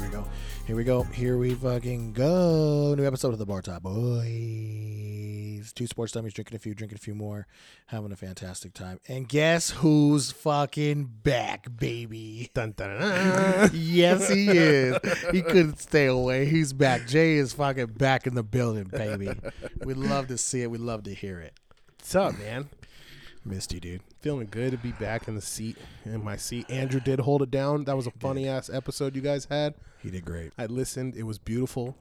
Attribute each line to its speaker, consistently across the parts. Speaker 1: we go. Here we go. Here we fucking go. New episode of the Bar Top Boys. Two sports dummies drinking a few, drinking a few more, having a fantastic time. And guess who's fucking back, baby?
Speaker 2: Dun, dun, dun, dun.
Speaker 1: Yes, he is. He couldn't stay away. He's back. Jay is fucking back in the building, baby. We love to see it. We love to hear it.
Speaker 2: What's up, man?
Speaker 1: Missed you, dude.
Speaker 2: Feeling good to be back in the seat, in my seat. Andrew did hold it down. That was a funny ass episode you guys had.
Speaker 1: He did great.
Speaker 2: I listened. It was beautiful.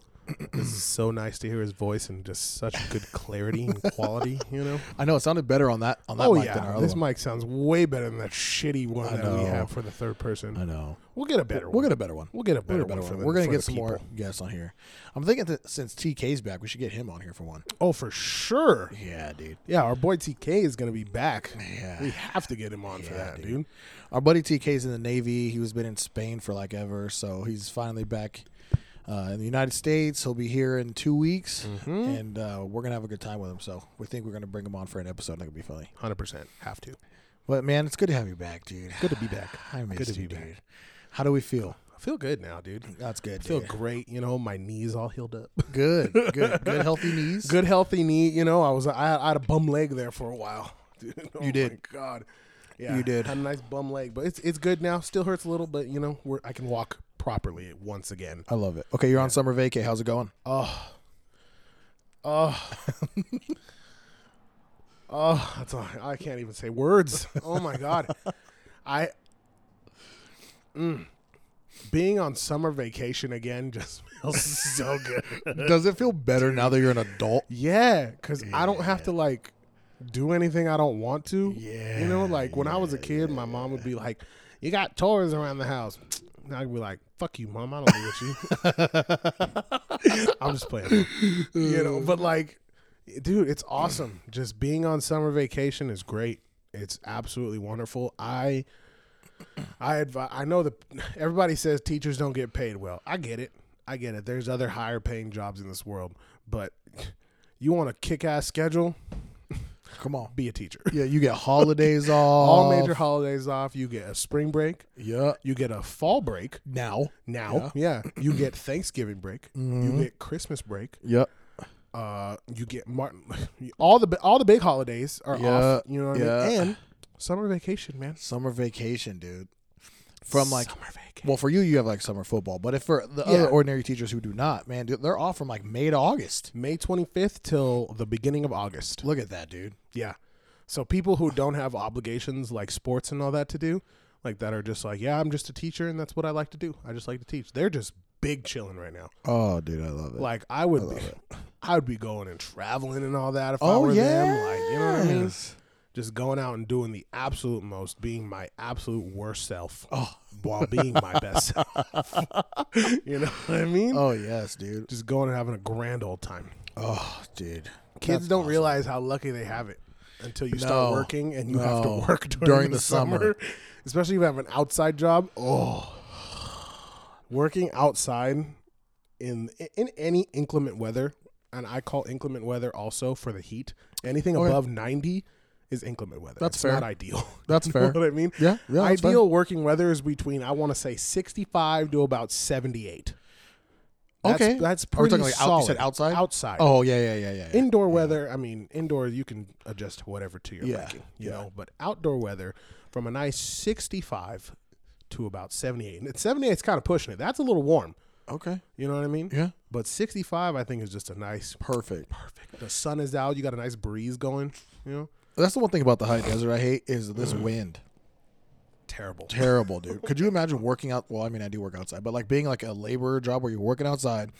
Speaker 2: this is so nice to hear his voice and just such good clarity and quality, you know?
Speaker 1: I know it sounded better on that on that
Speaker 2: Oh,
Speaker 1: mic than our
Speaker 2: yeah.
Speaker 1: other
Speaker 2: This
Speaker 1: one.
Speaker 2: mic sounds way better than that shitty one that we
Speaker 1: know.
Speaker 2: have for the third person.
Speaker 1: I know.
Speaker 2: We'll get a better
Speaker 1: We'll
Speaker 2: one.
Speaker 1: get a better one.
Speaker 2: We'll get a
Speaker 1: We're
Speaker 2: better,
Speaker 1: gonna, better
Speaker 2: one. For
Speaker 1: one.
Speaker 2: the,
Speaker 1: We're gonna
Speaker 2: for
Speaker 1: get
Speaker 2: the
Speaker 1: some more
Speaker 2: people.
Speaker 1: guests on here. I'm thinking that since TK's back, we should get him on here for one.
Speaker 2: Oh, for sure.
Speaker 1: Yeah, dude.
Speaker 2: Yeah, our boy TK is going to be back.
Speaker 1: Yeah.
Speaker 2: We have to get him on for
Speaker 1: Yeah,
Speaker 2: that,
Speaker 1: dude.
Speaker 2: dude.
Speaker 1: Our buddy TK's in the Navy. He was been in Spain for like ever, so he's finally back uh, in the United States. He'll be here in two weeks,
Speaker 2: Mm-hmm.
Speaker 1: and uh, we're gonna have a good time with him. So we think we're gonna bring him on for an episode. I think it'll be funny.
Speaker 2: 100%. Have to.
Speaker 1: But man, it's good to have you back, dude.
Speaker 2: Good to be back.
Speaker 1: I missed
Speaker 2: good to
Speaker 1: you,
Speaker 2: be back.
Speaker 1: dude. How do we feel?
Speaker 2: I feel good now, dude.
Speaker 1: That's good.
Speaker 2: feel
Speaker 1: dude.
Speaker 2: great. You know, my knees all healed up.
Speaker 1: good, good, good, healthy knees.
Speaker 2: Good healthy knee. You know, I was I, I had a bum leg there for a while. Dude, oh my
Speaker 1: did.
Speaker 2: God, yeah,
Speaker 1: You did.
Speaker 2: Had a nice bum leg, but it's it's good now. Still hurts a little, but you know, we're, I can walk properly once again.
Speaker 1: I love it. Okay, you're on summer vacay. How's it going?
Speaker 2: Oh, oh, oh. That's all, I can't even say words. Oh my God, I. Mm. being on summer vacation again just feels so good.
Speaker 1: Does it feel better now that you're an adult?
Speaker 2: Yeah, because I don't have to like do anything I don't want to.
Speaker 1: Yeah,
Speaker 2: You know, like when I was a kid, my mom would be like, You got toys around the house. And I'd be like, Fuck you, mom. I don't live with you. I'm just playing. You know, but like, dude, it's awesome. Just being on summer vacation is great. It's absolutely wonderful. I. I advise, I know that everybody says teachers don't get paid well. I get it. I get it. There's other higher paying jobs in this world, but you want a kick ass schedule?
Speaker 1: Come on.
Speaker 2: Be a teacher.
Speaker 1: Yeah, you get holidays off.
Speaker 2: All major holidays off. You get a spring break.
Speaker 1: Yeah.
Speaker 2: You get a fall break
Speaker 1: Now.
Speaker 2: now. Yeah. Mm-hmm. You get Thanksgiving break. You get Christmas break.
Speaker 1: Yep.
Speaker 2: Uh, you get Martin. All the all the big holidays are off.
Speaker 1: Yeah,
Speaker 2: You know what I
Speaker 1: yeah.
Speaker 2: mean? And summer vacation, man.
Speaker 1: Summer vacation, dude. From like,
Speaker 2: summer vacation.
Speaker 1: well, for you, you have like summer football, but if for the
Speaker 2: Yeah.
Speaker 1: other ordinary teachers who do not, man, dude, they're off from like May to August.
Speaker 2: May 25th till the beginning of August.
Speaker 1: Look at that, dude.
Speaker 2: Yeah. So people who don't have obligations like sports and all that to do, like that are just like, yeah, I'm just a teacher and that's what I like to do. I just like to teach. They're just big chilling right now.
Speaker 1: Oh, dude, I love it.
Speaker 2: Like I would be, I would be going and traveling and all that if I were them. Like, you know what I mean?
Speaker 1: Oh, yes.
Speaker 2: Just going out and doing the absolute most, being my absolute worst self
Speaker 1: Oh.
Speaker 2: while being my best self. you know what I mean?
Speaker 1: Oh yes, dude.
Speaker 2: Just going and having a grand old time.
Speaker 1: Oh, dude.
Speaker 2: Kids don't realize how lucky they have it until you
Speaker 1: No.
Speaker 2: start working and you have to
Speaker 1: No.
Speaker 2: work during,
Speaker 1: During
Speaker 2: the,
Speaker 1: the summer.
Speaker 2: summer. Especially if you have an outside job. Oh, working outside in in any inclement weather, and I call inclement weather also for the heat. Anything
Speaker 1: yeah.
Speaker 2: above ninety is inclement weather.
Speaker 1: That's
Speaker 2: It's
Speaker 1: fair.
Speaker 2: Not ideal.
Speaker 1: That's
Speaker 2: You
Speaker 1: fair.
Speaker 2: Know what I mean?
Speaker 1: Yeah, yeah, that's fair.
Speaker 2: Ideal working weather is between I want to say sixty-five to about seventy-eight. That's-
Speaker 1: Okay.
Speaker 2: that's
Speaker 1: Are we talking
Speaker 2: pretty
Speaker 1: like out- you
Speaker 2: solid.
Speaker 1: said outside?
Speaker 2: Outside
Speaker 1: Oh yeah, yeah, yeah, yeah. yeah.
Speaker 2: indoor weather i mean indoor you can adjust whatever to your
Speaker 1: Yeah,
Speaker 2: liking you
Speaker 1: yeah.
Speaker 2: know but outdoor weather from a nice 65 to about 78 and at 78 it's kind of pushing it that's a little warm
Speaker 1: okay.
Speaker 2: you know what i mean
Speaker 1: Yeah.
Speaker 2: but 65 i think is just a nice
Speaker 1: Perfect.
Speaker 2: perfect the sun is out you got a nice breeze going you know
Speaker 1: That's the one thing about the high desert I hate is this wind.
Speaker 2: terrible
Speaker 1: terrible, dude. Could you imagine working out? Well, I mean, I do work outside, but like being like a laborer job where you're working outside,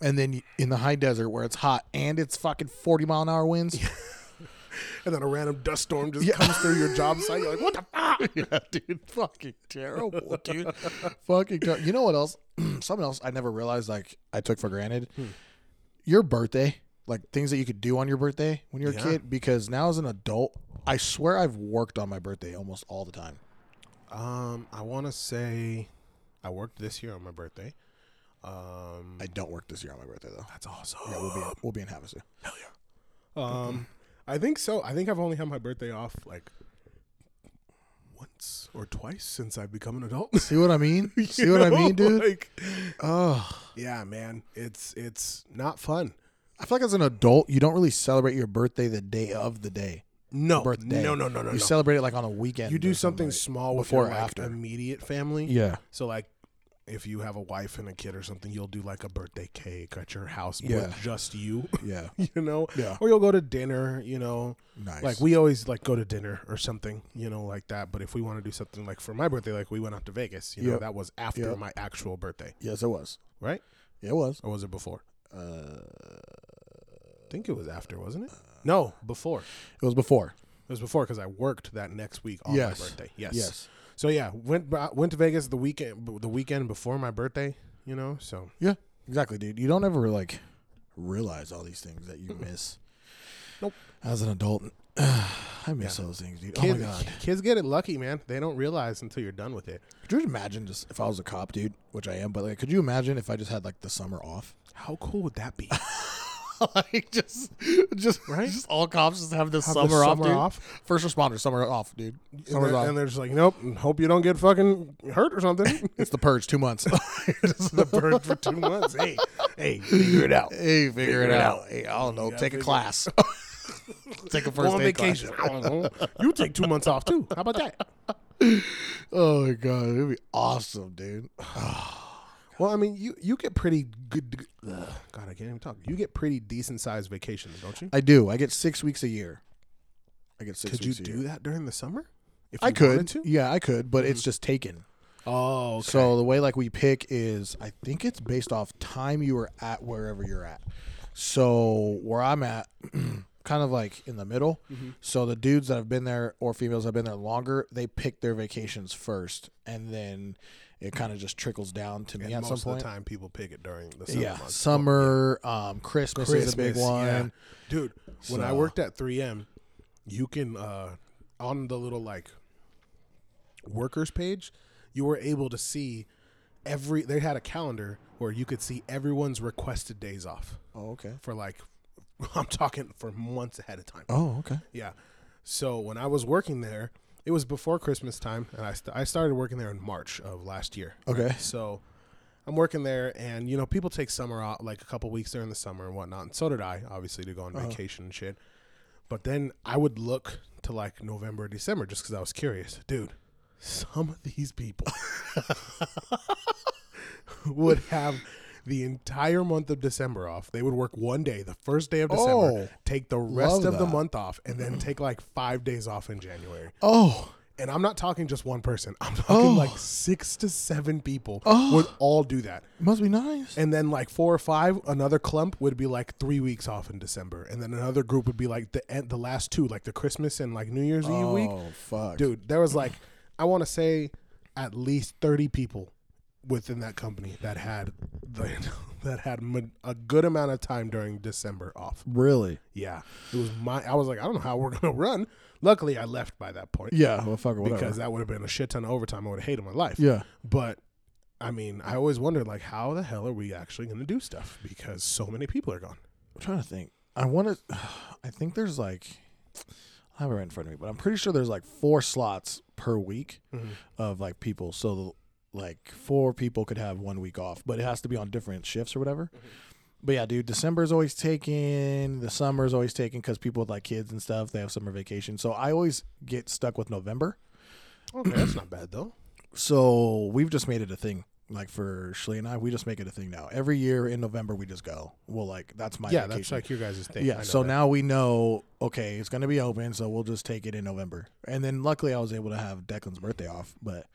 Speaker 1: and then you- in the high desert where it's hot and it's fucking forty mile an hour winds.
Speaker 2: and then a random dust storm just comes through your job site you're like what the fuck
Speaker 1: yeah, dude, fucking terrible, dude. fucking, ter- you know what else? Something else I never realized, like I took for granted, your birthday, like things that you could do on your birthday when you're
Speaker 2: Yeah.
Speaker 1: a kid. Because now as an adult, I swear I've worked on my birthday almost all the time.
Speaker 2: um i want to say i worked this year on my birthday um
Speaker 1: I don't work this year on my birthday though.
Speaker 2: that's awesome
Speaker 1: Yeah, we'll be in, we'll be in Havasu.
Speaker 2: Um, I think so. I think I've only had my birthday off like once or twice since I've become an adult.
Speaker 1: See what I mean?
Speaker 2: You
Speaker 1: See what I
Speaker 2: know,
Speaker 1: mean, dude?
Speaker 2: Like,
Speaker 1: oh,
Speaker 2: yeah, man, it's it's not fun.
Speaker 1: I feel like as an adult, you don't really celebrate your birthday the day of the day.
Speaker 2: No,
Speaker 1: Birthday.
Speaker 2: no, no, no, no.
Speaker 1: You
Speaker 2: no.
Speaker 1: celebrate it like on a weekend.
Speaker 2: you
Speaker 1: or
Speaker 2: do something
Speaker 1: like-
Speaker 2: small with
Speaker 1: before
Speaker 2: your
Speaker 1: or
Speaker 2: like,
Speaker 1: after.
Speaker 2: immediate family.
Speaker 1: Yeah.
Speaker 2: So like, if you have a wife and a kid or something, you'll do like a birthday cake at your house
Speaker 1: Yeah.
Speaker 2: with just you.
Speaker 1: Yeah.
Speaker 2: You know,
Speaker 1: Yeah.
Speaker 2: or you'll go to dinner. You know,
Speaker 1: Nice.
Speaker 2: like we always like go to dinner or something. You know, like that. But if we want to do something like for my birthday, like we went out to Vegas. You know,
Speaker 1: Yep.
Speaker 2: that was after
Speaker 1: Yep.
Speaker 2: my actual birthday,
Speaker 1: Yes, it was.
Speaker 2: right?
Speaker 1: Yeah, it was.
Speaker 2: Or was it before?
Speaker 1: Uh,
Speaker 2: I think it was after, wasn't it? No, before. It
Speaker 1: it was before.
Speaker 2: was before because I worked that next week on
Speaker 1: Yes.
Speaker 2: my birthday. Yes.
Speaker 1: Yes.
Speaker 2: So yeah, went went to Vegas the weekend the weekend before my birthday. You know, so
Speaker 1: Yeah. Exactly, dude. You don't ever like realize all these things that you miss.
Speaker 2: Nope.
Speaker 1: As an adult, I miss those things, dude. oh my
Speaker 2: Kids,
Speaker 1: god.
Speaker 2: kids get it lucky, man. They don't realize until you're done with it
Speaker 1: Could you imagine just if I was a cop, dude, which I am, but like, could you imagine if I just had like the summer off?
Speaker 2: how cool would that be.
Speaker 1: like just, just
Speaker 2: Right?
Speaker 1: Just all cops just have the
Speaker 2: the
Speaker 1: summer, off,
Speaker 2: summer
Speaker 1: dude.
Speaker 2: off?
Speaker 1: First responder summer off, dude.
Speaker 2: and,
Speaker 1: Summer's
Speaker 2: they're,
Speaker 1: off.
Speaker 2: and they're just like, nope. and Hope you don't get fucking hurt or something.
Speaker 1: it's the purge. Two months.
Speaker 2: Just the bird for two months. Hey, hey, figure it out.
Speaker 1: hey, figure, it,
Speaker 2: it
Speaker 1: out.
Speaker 2: out.
Speaker 1: Hey, I don't know.
Speaker 2: gotta
Speaker 1: Take a
Speaker 2: figure it
Speaker 1: class. Take a
Speaker 2: Go
Speaker 1: first
Speaker 2: on
Speaker 1: aid class.
Speaker 2: vacation. I don't know. You take two months off too. How about that?
Speaker 1: Oh my god, it'd be awesome, dude.
Speaker 2: Well, I mean, you you get pretty good. ugh, God, I can't even talk. You get pretty decent sized vacations, don't you?
Speaker 1: I do. I get six weeks a year. I get six
Speaker 2: Could you
Speaker 1: weeks a year.
Speaker 2: do that during the summer? If
Speaker 1: I
Speaker 2: you
Speaker 1: could.
Speaker 2: wanted to? Mm.
Speaker 1: Yeah, I could, but it's just taken.
Speaker 2: Oh, okay.
Speaker 1: So the way like we pick is I think it's based off time you were at wherever you're at. So where I'm at, kind of like in the middle.
Speaker 2: Mm-hmm.
Speaker 1: So the dudes that have been there or females that have been there longer, they pick their vacations first, and then it kind of just trickles down to me at
Speaker 2: most
Speaker 1: some
Speaker 2: of
Speaker 1: point.
Speaker 2: the time, people pick it during the summer
Speaker 1: Yeah,
Speaker 2: months.
Speaker 1: summer, um, Christmas, is a big
Speaker 2: Christmas,
Speaker 1: one.
Speaker 2: yeah. Dude, when I
Speaker 1: So-
Speaker 2: worked at 3M, you can uh on the little like workers page, you were able to see every they had a calendar where you could see everyone's requested days off
Speaker 1: Oh, okay.
Speaker 2: for like I'm talking for months ahead of time.
Speaker 1: Oh, okay.
Speaker 2: Yeah. So when I was working there, it was before Christmas time, and I, st- I started working there in March of last year.
Speaker 1: Okay.
Speaker 2: So I'm working there, and you know, people take summer off, like a couple weeks during the summer and whatnot. And so did I, obviously, to go
Speaker 1: Uh-huh.
Speaker 2: on vacation and shit. But then I would look to like November, December, just because I was curious, dude. Some of these people would have the entire month of December off. They would work one day, the first day of
Speaker 1: Oh,
Speaker 2: December, take the rest
Speaker 1: love
Speaker 2: of the
Speaker 1: that.
Speaker 2: month off, and then take like five days off in January.
Speaker 1: Oh,
Speaker 2: And I'm not talking just one person. I'm talking like six to seven people
Speaker 1: Oh.
Speaker 2: would all do that.
Speaker 1: must be nice.
Speaker 2: And then like four or five, another clump would be like three weeks off in December, and then another group would be like the end, the last two, like the Christmas and like New Year's Eve week.
Speaker 1: Oh, fuck,
Speaker 2: Dude, there was like, I want to say, at least thirty people within that company that had the, that had ma- a good amount of time during December off.
Speaker 1: Really?
Speaker 2: Yeah, it was my. I was like, I don't know how we're gonna run. Luckily, I left by that point
Speaker 1: Yeah. Well, fuck it, whatever.
Speaker 2: because that would have been a shit ton of overtime. I would have hated my life.
Speaker 1: yeah.
Speaker 2: But I mean, I always wondered like, how the hell are we actually going to do stuff because so many people are gone.
Speaker 1: I'm trying to think. I want to. I think there's like. I have it right in front of me, but I'm pretty sure there's like four slots per week of like people. So like four people could have one week off, but it has to be on different shifts or whatever. But yeah, dude, December is always taken. The summer is always taken because people with like kids and stuff they have summer vacation. So I always get stuck with November.
Speaker 2: Okay, that's not bad though.
Speaker 1: So we've just made it a thing. Like for Shelly and I, we just make it a thing now. Every year in November, we just go. Well, like that's my
Speaker 2: yeah,
Speaker 1: vacation.
Speaker 2: that's like your guys' thing. I
Speaker 1: Yeah,
Speaker 2: know
Speaker 1: so
Speaker 2: that.
Speaker 1: now we know, okay, it's going to be open, so we'll just take it in November. And then luckily I was able to have Declan's birthday off, but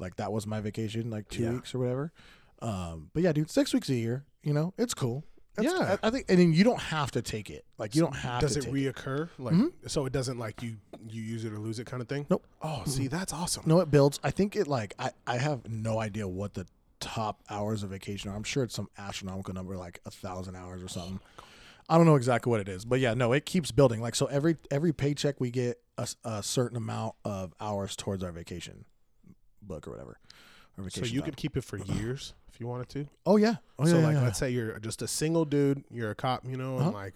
Speaker 1: like that was my vacation, like two
Speaker 2: Yeah.
Speaker 1: weeks or whatever. Um, but yeah, dude, six weeks a year, you know, it's cool. That's-
Speaker 2: Yeah.
Speaker 1: I, I think, and then you don't have to take it. Mm-hmm. Like you don't have
Speaker 2: does
Speaker 1: to
Speaker 2: it
Speaker 1: take
Speaker 2: reoccur? Like, so it doesn't like you you use it or lose it kind of thing.
Speaker 1: Nope.
Speaker 2: Oh, see, that's awesome.
Speaker 1: No, it builds. I think it like I, I have no idea what the top hours of vacation are. I'm sure it's some astronomical number, like a thousand hours or something. I don't know exactly what it is, but yeah, no, it keeps building. Like so, every every paycheck we get a, s- a certain amount of hours towards our vacation book or whatever. Or
Speaker 2: So
Speaker 1: vacation
Speaker 2: you
Speaker 1: time.
Speaker 2: could keep it for years if you wanted to.
Speaker 1: Oh yeah. Oh yeah.
Speaker 2: so
Speaker 1: yeah, Uh-huh.
Speaker 2: like,
Speaker 1: yeah.
Speaker 2: let's say you're just a single dude, you're a cop, you know, and like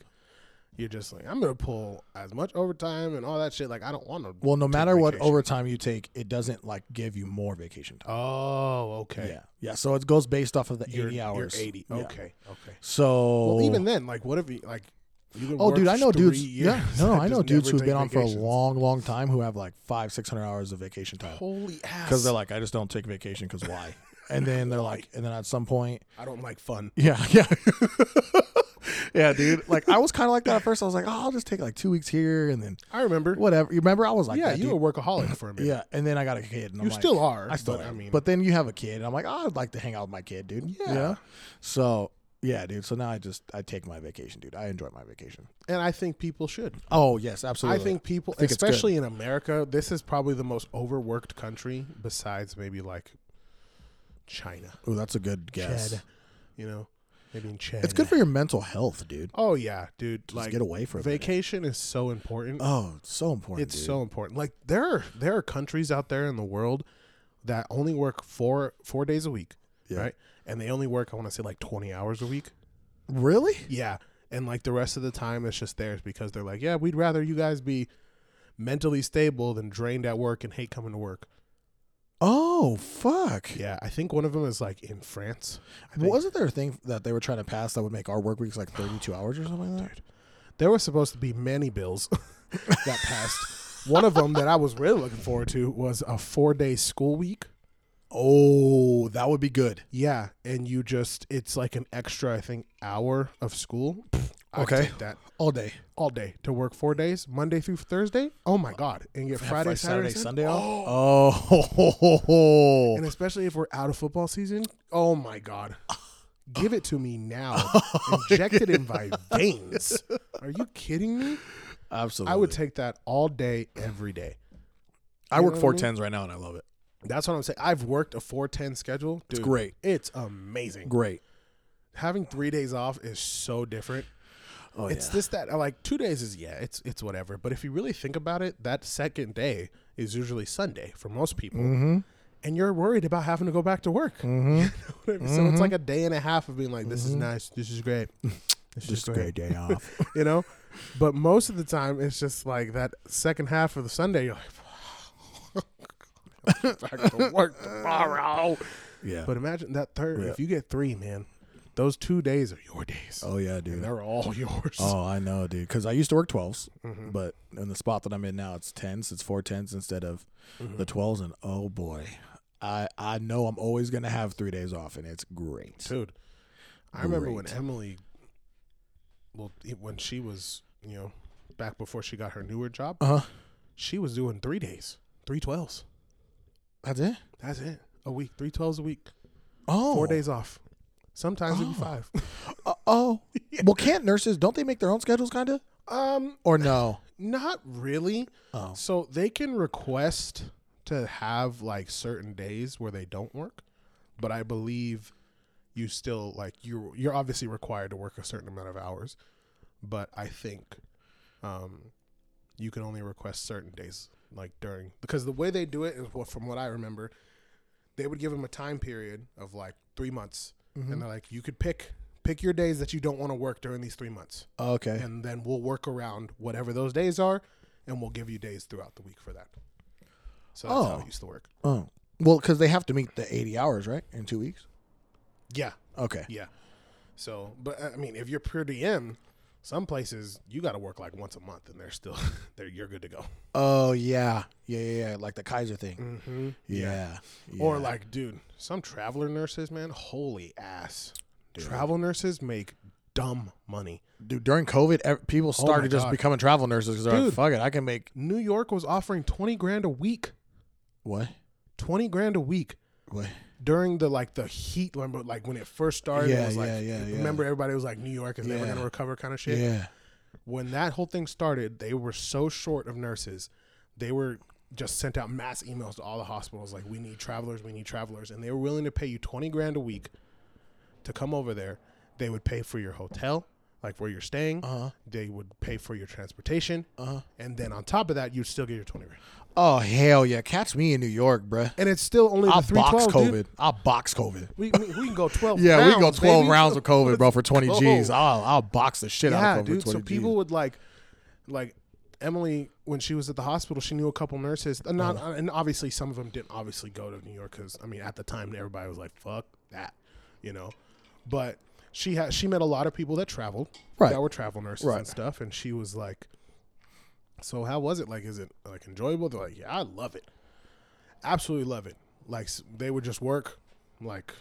Speaker 2: you're just like, I'm gonna pull as much overtime and all that shit. Like I don't want to.
Speaker 1: Well, no matter what overtime you take, it doesn't like give you more vacation time.
Speaker 2: Oh, okay.
Speaker 1: Yeah, yeah. So it goes based off of the
Speaker 2: You're-
Speaker 1: eighty
Speaker 2: you're
Speaker 1: hours.
Speaker 2: 80.
Speaker 1: Yeah.
Speaker 2: Okay. Okay.
Speaker 1: So
Speaker 2: Well, even then, like, what if you like? You could
Speaker 1: Oh,
Speaker 2: work
Speaker 1: dude, I know
Speaker 2: three
Speaker 1: dudes.
Speaker 2: years
Speaker 1: Yeah, no,
Speaker 2: and
Speaker 1: I know
Speaker 2: just
Speaker 1: dudes
Speaker 2: never
Speaker 1: who've
Speaker 2: take
Speaker 1: been on for a
Speaker 2: vacations.
Speaker 1: long, long time who have like five, six hundred hours of vacation time
Speaker 2: Holy ass!
Speaker 1: because they're like, I just don't take vacation because why? And then they're like, and then at some point,
Speaker 2: I don't like fun.
Speaker 1: yeah, yeah, yeah, dude. Like I was kind of like that at first. I was like, oh, I'll just take like two weeks here and then
Speaker 2: I remember.
Speaker 1: whatever. You remember? I was like,
Speaker 2: yeah,
Speaker 1: that,
Speaker 2: you
Speaker 1: dude.
Speaker 2: were a workaholic for a minute.
Speaker 1: yeah. And then I got a kid. And
Speaker 2: you
Speaker 1: I'm like,
Speaker 2: still are.
Speaker 1: I still
Speaker 2: but, I mean,
Speaker 1: But then you have a kid, and I'm like, oh, I'd like to hang out with my kid, dude.
Speaker 2: Yeah.
Speaker 1: You know? So yeah, dude. So now I just I take my vacation, dude. I enjoy my vacation.
Speaker 2: and I think people should.
Speaker 1: Oh yes, absolutely.
Speaker 2: I think people,
Speaker 1: think it's good.
Speaker 2: especially in America, this is probably the most overworked country besides maybe like China.
Speaker 1: Oh, that's a good guess.
Speaker 2: Chad, you know, maybe in China.
Speaker 1: It's good for your mental health, dude.
Speaker 2: Oh yeah, dude.
Speaker 1: Just
Speaker 2: like
Speaker 1: get away from it.
Speaker 2: vacation is so important.
Speaker 1: Oh, it's so important.
Speaker 2: It's
Speaker 1: dude.
Speaker 2: so important. Like there are there are countries out there in the world that only work four four days a week,
Speaker 1: Yeah.
Speaker 2: right? And they only work I want to say like twenty hours a week.
Speaker 1: really.
Speaker 2: Yeah, and like the rest of the time it's just theirs because they're like, yeah, we'd rather you guys be mentally stable than drained at work and hate coming to work.
Speaker 1: Oh fuck!
Speaker 2: Yeah, I think one of them is like in France. I think
Speaker 1: Wasn't there a thing that they were trying to pass that would make our work weeks like thirty-two hours or something like that?
Speaker 2: there were supposed to be many bills that passed. one of them that I was really looking forward to was a four day school week.
Speaker 1: Oh, that would be good.
Speaker 2: Yeah, and you just it's like an extra I think hour of school. I'd
Speaker 1: Okay.
Speaker 2: take that
Speaker 1: All day.
Speaker 2: all day to work 4 days, Monday through Thursday. Oh my god, and get
Speaker 1: Friday,
Speaker 2: Friday, Saturday,
Speaker 1: Saturday,
Speaker 2: Sun-
Speaker 1: Sunday
Speaker 2: Oh,
Speaker 1: off. Oh, ho, ho, ho,
Speaker 2: and
Speaker 1: ho.
Speaker 2: especially if we're out of football season. Oh my god. Give it to me now. Inject it in my veins. Are you kidding me?
Speaker 1: absolutely.
Speaker 2: I would take that all day every day.
Speaker 1: I
Speaker 2: you
Speaker 1: work
Speaker 2: know
Speaker 1: four
Speaker 2: what I mean?
Speaker 1: tens right now, and I love it.
Speaker 2: That's what I'm saying. I've worked a 410 schedule. Dude, it's
Speaker 1: great.
Speaker 2: It's amazing.
Speaker 1: Great.
Speaker 2: Having 3 days off is so different.
Speaker 1: Oh
Speaker 2: It's this that I like two days is yeah, it's it's whatever. But if you really think about it, that second day is usually Sunday for most people,
Speaker 1: Mm-hmm.
Speaker 2: and you're worried about having to go back to work. You know what I mean? So it's like
Speaker 1: Mm-hmm.
Speaker 2: a day and a half of being like, "This is nice, this is great, this
Speaker 1: just a Mm-hmm. great day off.
Speaker 2: you know. But most of the time, it's just like that second half of the Sunday. You're like, back to work tomorrow.
Speaker 1: yeah.
Speaker 2: But imagine that third.
Speaker 1: Yeah.
Speaker 2: If you get three, man, those two days are your days.
Speaker 1: oh yeah, dude.
Speaker 2: They're all yours.
Speaker 1: Oh, I know, dude. Because I used to work 12s,
Speaker 2: Mm-hmm.
Speaker 1: but in the spot that I'm in now, it's tens. It's four tens instead of
Speaker 2: Mm-hmm.
Speaker 1: the twelves. And oh boy, I I know I'm always gonna have three days off, and it's great.
Speaker 2: Dude, I remember when
Speaker 1: Great.
Speaker 2: Emily, well, it- when she was, you know, back before she got her newer job,
Speaker 1: Uh huh.
Speaker 2: she was doing three days, three twelves.
Speaker 1: That's it.
Speaker 2: That's it, a week, three twelves a week,
Speaker 1: Oh,
Speaker 2: four days off. Sometimes it'd be five.
Speaker 1: Uh, oh, well, can't nurses don't they make their own schedules, kind of?
Speaker 2: um,
Speaker 1: Or no?
Speaker 2: not really.
Speaker 1: Oh,
Speaker 2: So they can request to have like certain days where they don't work, but I believe you still like you you're obviously required to work a certain amount of hours, but I think um you can only request certain days like during because the way they do it is what from what I remember they would give them a time period of like 3 months and they're like you could pick pick your days that you don't want to work during these 3 months
Speaker 1: Oh, okay.
Speaker 2: and then we'll work around whatever those days are, and we'll give you days throughout the week for that. So that's how
Speaker 1: Oh.
Speaker 2: it used to work.
Speaker 1: Oh, well, because they have to meet the eighty hours, right, in two weeks.
Speaker 2: Yeah,
Speaker 1: Okay.
Speaker 2: yeah. So, but I mean, if you're per diem, some places you got to work like once a month, and they're still they're you're good to go.
Speaker 1: Oh yeah, yeah, yeah, yeah. like the Kaiser thing.
Speaker 2: Mm-hmm.
Speaker 1: Yeah. yeah.
Speaker 2: Or like, dude, some traveler nurses, man, holy ass! Travel nurses make dumb money.
Speaker 1: dude, during COVID, ev- people started just
Speaker 2: Oh God.
Speaker 1: becoming travel nurses because they're like,
Speaker 2: Dude.
Speaker 1: "Fuck it, I can make
Speaker 2: New York was offering twenty grand a week,
Speaker 1: what."
Speaker 2: twenty grand a week
Speaker 1: What?
Speaker 2: during the like the heat remember like when it first started
Speaker 1: Yeah,
Speaker 2: it was like
Speaker 1: yeah, yeah, yeah.
Speaker 2: remember everybody was like new york is never
Speaker 1: Yeah.
Speaker 2: going to recover kind of shit
Speaker 1: Yeah.
Speaker 2: when that whole thing started they were so short of nurses they were just sent out mass emails to all the hospitals like we need travelers we need travelers and they were willing to pay you 20 grand a week to come over there they would pay for your hotel like where you're staying.
Speaker 1: Uh-huh.
Speaker 2: They would pay for your transportation,
Speaker 1: Uh-huh.
Speaker 2: and then on top of that, you'd still get your twenty. grand.
Speaker 1: Oh hell yeah! Catch me in New York, bruh.
Speaker 2: And it's still only
Speaker 1: I'll
Speaker 2: the three
Speaker 1: box
Speaker 2: twelve.
Speaker 1: COVID.
Speaker 2: Dude.
Speaker 1: I'll box COVID.
Speaker 2: We, we we can go twelve.
Speaker 1: Yeah, we
Speaker 2: rounds,
Speaker 1: can go twelve
Speaker 2: baby.
Speaker 1: rounds of COVID, bro, for twenty
Speaker 2: go.
Speaker 1: G's. I'll I'll box the shit out
Speaker 2: Yeah,
Speaker 1: of COVID.
Speaker 2: dude.
Speaker 1: for
Speaker 2: So
Speaker 1: 20 G's.
Speaker 2: people would like, like Emily when she was at the hospital, she knew a couple nurses. uh, Not
Speaker 1: Uh-huh.
Speaker 2: and obviously some of them didn't obviously go to New York because I mean at the time everybody was like fuck that, you know, but she had she met a lot of people that traveled
Speaker 1: Right.
Speaker 2: that were travel nurses
Speaker 1: Right.
Speaker 2: and stuff, and she was like, so how was it? Like, is it like enjoyable? They're like, yeah, I love it, absolutely love it. Like s- they would just work like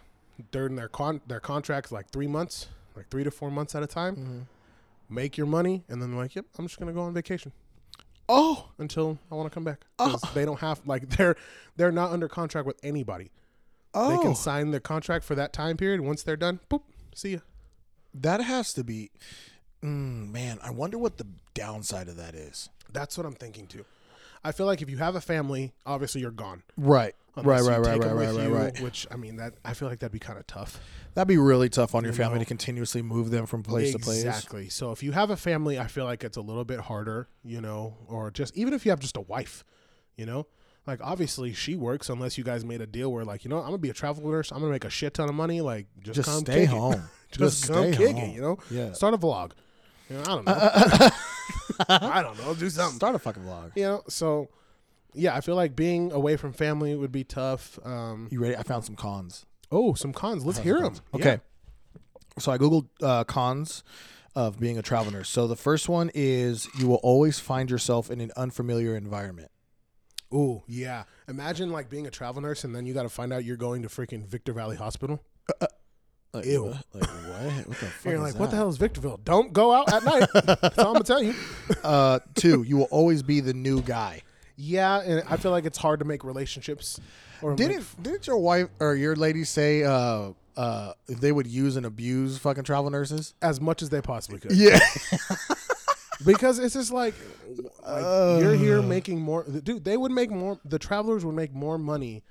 Speaker 2: during their con their contracts like three months, like three to four months at a time
Speaker 1: Mm-hmm.
Speaker 2: make your money, and then they're like, "Yep, I'm just gonna go on vacation
Speaker 1: Oh,
Speaker 2: until I want to come back." 'Cause They don't have like they're they're not under contract with anybody. They
Speaker 1: oh,
Speaker 2: can sign their contract for that time period. Once they're done, boop, see ya.
Speaker 1: that has to be. Mm, man, I wonder what the downside of that is.
Speaker 2: That's what I'm thinking too. I feel like if you have a family, obviously you're gone.
Speaker 1: Right, right,
Speaker 2: Unless you
Speaker 1: right, right,
Speaker 2: take
Speaker 1: right,
Speaker 2: 'em
Speaker 1: right,
Speaker 2: with
Speaker 1: right,
Speaker 2: you,
Speaker 1: right.
Speaker 2: Which I mean, that I feel like that'd be kind of tough.
Speaker 1: That'd be really tough on your family to
Speaker 2: know.
Speaker 1: continuously move them from place to place.
Speaker 2: Exactly. So if you have a family, I feel like it's a little bit harder, you know, or just even if you have just a wife, you know, like obviously she works unless you guys made a deal where like, you know, I'm gonna be a travel nurse, I'm gonna make a shit ton of money, like just,
Speaker 1: Just
Speaker 2: come
Speaker 1: stay
Speaker 2: kick it.
Speaker 1: home.
Speaker 2: just,
Speaker 1: Just
Speaker 2: come
Speaker 1: stay
Speaker 2: kick
Speaker 1: home.
Speaker 2: it, you know.
Speaker 1: Yeah.
Speaker 2: Start a vlog. You know, I don't know. I don't know. Do something.
Speaker 1: Start a fucking vlog.
Speaker 2: You know. So yeah, I feel like being away from family would be tough. Um,
Speaker 1: You ready? I found some cons.
Speaker 2: oh, some cons. Let's hear them.
Speaker 1: Okay. So I googled uh, cons of being a travel nurse. So the first one is you will always find yourself in an unfamiliar environment.
Speaker 2: Ooh, yeah. Imagine like being a travel nurse and then you got to find out you're going to freaking Victor Valley Hospital.
Speaker 1: Like,
Speaker 2: Ew.
Speaker 1: what- Like what? What the fuck?
Speaker 2: you're
Speaker 1: is
Speaker 2: like, what the
Speaker 1: that?
Speaker 2: hell is Victorville? Don't go out at night. That's all I'm gonna tell you.
Speaker 1: Uh, two. You will always be the new guy.
Speaker 2: Yeah, and I feel like it's hard to make relationships. Or make-
Speaker 1: Didn't didn't your wife or your lady say uh uh they would use and abuse fucking travel nurses?
Speaker 2: as much as they possibly could.
Speaker 1: Yeah.
Speaker 2: because it's just like, like you're here making more. Dude, they would make more. The travelers would make more money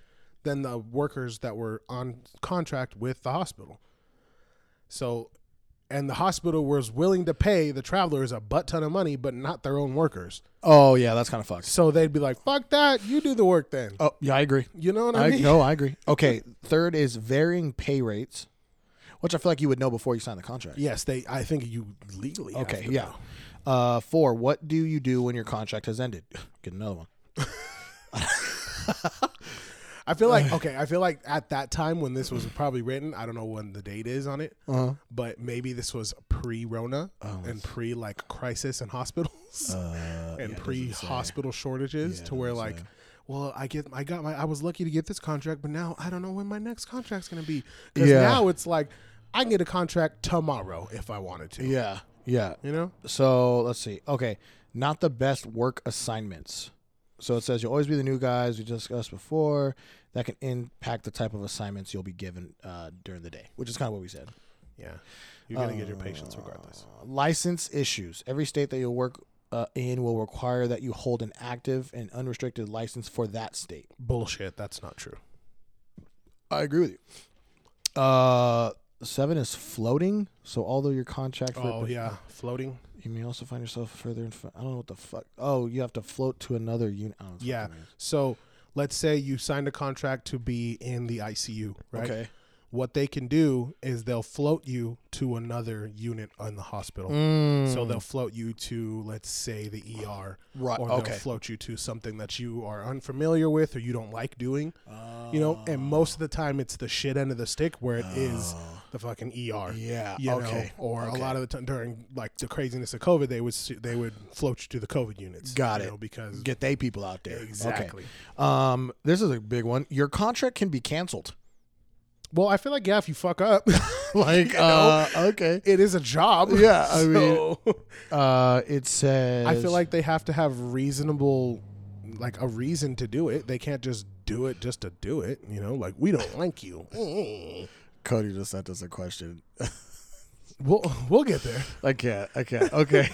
Speaker 2: than the workers that were on contract with the hospital. So, and the hospital was willing to pay the travelers a butt ton of money, but not their own workers.
Speaker 1: Oh yeah, that's kind of fucked.
Speaker 2: So they'd be like, "Fuck that! You do the work then."
Speaker 1: Oh yeah, I agree.
Speaker 2: You know what I,
Speaker 1: I
Speaker 2: mean?
Speaker 1: no, I agree. Okay, third is varying pay rates, which I feel like you would know before you sign the contract.
Speaker 2: Yes, they. I think you legally. have
Speaker 1: Okay,
Speaker 2: to
Speaker 1: yeah.
Speaker 2: know.
Speaker 1: Uh, four. What do you do when your contract has ended? Get another one.
Speaker 2: I feel like okay. I feel like at that time when this was probably written, I don't know when the date is on it,
Speaker 1: Uh-huh. Oh,
Speaker 2: but maybe this was pre-Rona and pre like crisis in hospitals
Speaker 1: Uh,
Speaker 2: and
Speaker 1: yeah, it doesn't say.
Speaker 2: pre-hospital shortages
Speaker 1: Yeah, it
Speaker 2: to where
Speaker 1: doesn't
Speaker 2: like.
Speaker 1: say.
Speaker 2: Well, I get, I got my, I was lucky to get this contract, but now I don't know when my next contract's gonna be. Because
Speaker 1: Yeah.
Speaker 2: now it's like, I can get a contract tomorrow if I wanted to.
Speaker 1: Yeah, yeah.
Speaker 2: You know,
Speaker 1: So let's see. Okay, not the best work assignments. So it says you'll always be the new guys we discussed before. That can impact the type of assignments you'll be given uh, during the day, which is kind of what we said.
Speaker 2: yeah, you're gonna get your patients regardless.
Speaker 1: Uh, license issues. Every state that you'll work uh, in will require that you hold an active and unrestricted license for that state.
Speaker 2: Bullshit. That's not true.
Speaker 1: I agree with you. Uh, seven is floating. So although your contract for
Speaker 2: Oh yeah, floating.
Speaker 1: you may also find yourself further in front. I don't know what the fuck. Oh, you have to float to another unit.
Speaker 2: Yeah. So let's say you signed a contract to be in the ICU, right?
Speaker 1: Okay.
Speaker 2: What they can do is they'll float you to another unit on the hospital. So they'll float you to, let's say, the ER,
Speaker 1: Mm. Right,
Speaker 2: Or they'll
Speaker 1: okay.
Speaker 2: float you to something that you are unfamiliar with or you don't like doing. you know, and most of the time it's the shit end of the stick where it is the fucking ER.
Speaker 1: Oh. Yeah,
Speaker 2: You
Speaker 1: okay,
Speaker 2: Know? Or
Speaker 1: okay.
Speaker 2: a lot of the time during like the craziness of COVID, they would s- they would float you to the COVID units.
Speaker 1: Got
Speaker 2: you
Speaker 1: it.
Speaker 2: know, because
Speaker 1: Get they people out there. Okay.
Speaker 2: Exactly.
Speaker 1: Um, this is a big one. Your contract can be canceled.
Speaker 2: Well, I feel like yeah, if you fuck up, like uh,
Speaker 1: Uh, okay.
Speaker 2: it is a job.
Speaker 1: Yeah, I mean-
Speaker 2: mean,
Speaker 1: Uh, it says.
Speaker 2: I feel like they have to have reasonable, like a reason to do it. They can't just do it just to do it. You know, like we don't like you.
Speaker 1: Cody just sent us a question.
Speaker 2: We'll we'll get there.
Speaker 1: I can't. I can't. Okay.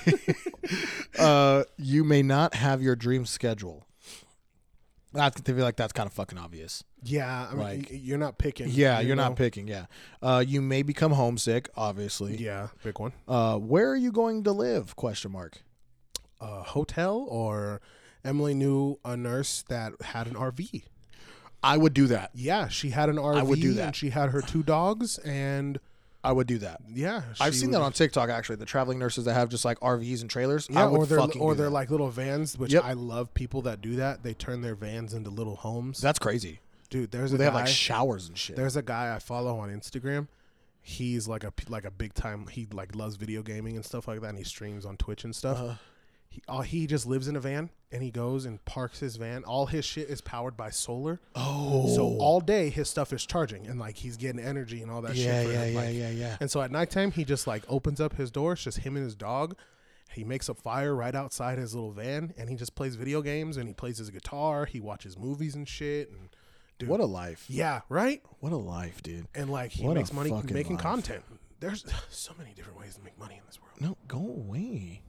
Speaker 1: uh, you may not have your dream schedule. I think they feel like that's kind of fucking obvious.
Speaker 2: Yeah, I mean,
Speaker 1: Like-
Speaker 2: y- you're not picking.
Speaker 1: Yeah,
Speaker 2: you
Speaker 1: you're
Speaker 2: know?
Speaker 1: not picking. Yeah, uh, you may become homesick. Obviously.
Speaker 2: Yeah, big one.
Speaker 1: Uh, where are you going to live? Question mark.
Speaker 2: A Uh, hotel or Emily knew a nurse that had an RV.
Speaker 1: I would do that.
Speaker 2: Yeah, she had an RV.
Speaker 1: would do
Speaker 2: And
Speaker 1: that.
Speaker 2: she had her two dogs, and
Speaker 1: I would do that.
Speaker 2: yeah,
Speaker 1: I've
Speaker 2: she
Speaker 1: seen
Speaker 2: would-
Speaker 1: that on TikTok actually. The traveling nurses that have just like RVs and trailers.
Speaker 2: Yeah,
Speaker 1: I would
Speaker 2: or they're
Speaker 1: fucking
Speaker 2: or
Speaker 1: do
Speaker 2: they're
Speaker 1: that.
Speaker 2: like little vans, which
Speaker 1: Yep.
Speaker 2: I love. People that do that, they turn their vans into little homes.
Speaker 1: that's crazy.
Speaker 2: Dude, there's a
Speaker 1: They
Speaker 2: guy.
Speaker 1: have like showers and shit.
Speaker 2: there's a guy I follow on Instagram. He's like a like a big time. He like loves video gaming and stuff like that, and he streams on Twitch and stuff.
Speaker 1: Uh-huh.
Speaker 2: He all he just lives in a van and he goes and parks his van. All his shit is powered by solar.
Speaker 1: oh,
Speaker 2: So all day his stuff is charging and like he's getting energy and all that
Speaker 1: yeah,
Speaker 2: shit. For
Speaker 1: yeah,
Speaker 2: him,
Speaker 1: yeah,
Speaker 2: like-
Speaker 1: yeah, yeah.
Speaker 2: And so at nighttime he just like opens up his door. It's just him and his dog. He makes a fire right outside his little van and he just plays video games and he plays his guitar. He watches movies and shit. And dude,
Speaker 1: What a life.
Speaker 2: yeah, right.
Speaker 1: What a life, dude.
Speaker 2: And like he
Speaker 1: What a
Speaker 2: makes money
Speaker 1: fucking
Speaker 2: making
Speaker 1: life.
Speaker 2: content. There's so many different ways to make money in this world.
Speaker 1: No, go away.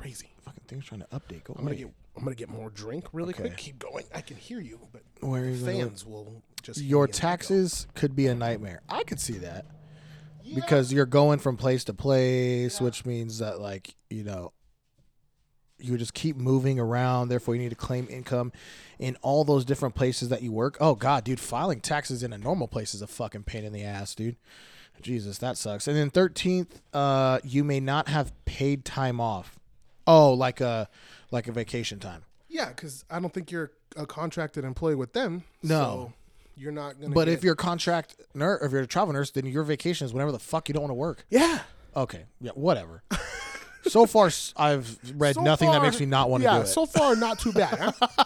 Speaker 2: Crazy.
Speaker 1: Fucking thing's trying to update. Go
Speaker 2: I'm
Speaker 1: away.
Speaker 2: gonna get I'm gonna get more drink really
Speaker 1: Okay.
Speaker 2: quick. Keep going. I can hear you, but
Speaker 1: Where are you gonna
Speaker 2: fans will just hear
Speaker 1: Your
Speaker 2: me and keep going.
Speaker 1: taxes could be a nightmare. I could see that because you're going from place to place, which means that like you know you just keep moving around. Therefore, you need to claim income in all those different places that you work. Oh God, dude, filing taxes in a normal place is a fucking pain in the ass, dude. Jesus, that sucks. And then thirteenth, uh, you may not have paid time off. Oh, like a like a vacation time.
Speaker 2: Yeah, because I don't think you're a contracted employee with them.
Speaker 1: No.
Speaker 2: so you're not gonna.
Speaker 1: But
Speaker 2: get-
Speaker 1: if you're a contract nurse, if you're a travel nurse, then your vacation is whenever the fuck you don't want to work.
Speaker 2: yeah,
Speaker 1: Okay. Yeah. Whatever. so far, s- I've read
Speaker 2: So
Speaker 1: nothing that
Speaker 2: far-
Speaker 1: makes me not want to
Speaker 2: yeah,
Speaker 1: do it. So,
Speaker 2: so far not too bad. huh?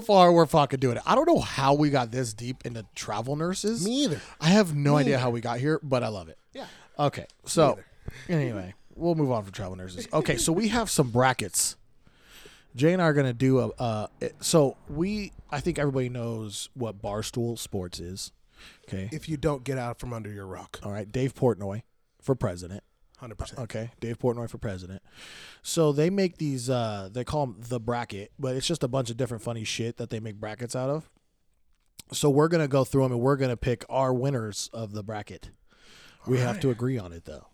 Speaker 1: far, we're fucking doing it. I don't know how we got this deep into travel nurses.
Speaker 2: Me either.
Speaker 1: I have no idea how we got here, but I love it.
Speaker 2: Yeah.
Speaker 1: Okay. So, anyway, we'll move on from travel nurses. Okay. So we have some brackets. Jay and I are going to do a. Uh, it- so we, I think everybody knows what Barstool Sports is. Okay.
Speaker 2: If you don't get out from under your rock,
Speaker 1: All right. Dave Portnoy for president.
Speaker 2: hundred percent.
Speaker 1: Okay, Dave Portnoy for president. So they make these. Uh, they call them the bracket, but it's just a bunch of different funny shit that they make brackets out of. So we're gonna go through them and we're gonna pick our winners of the bracket. We have to agree on it though.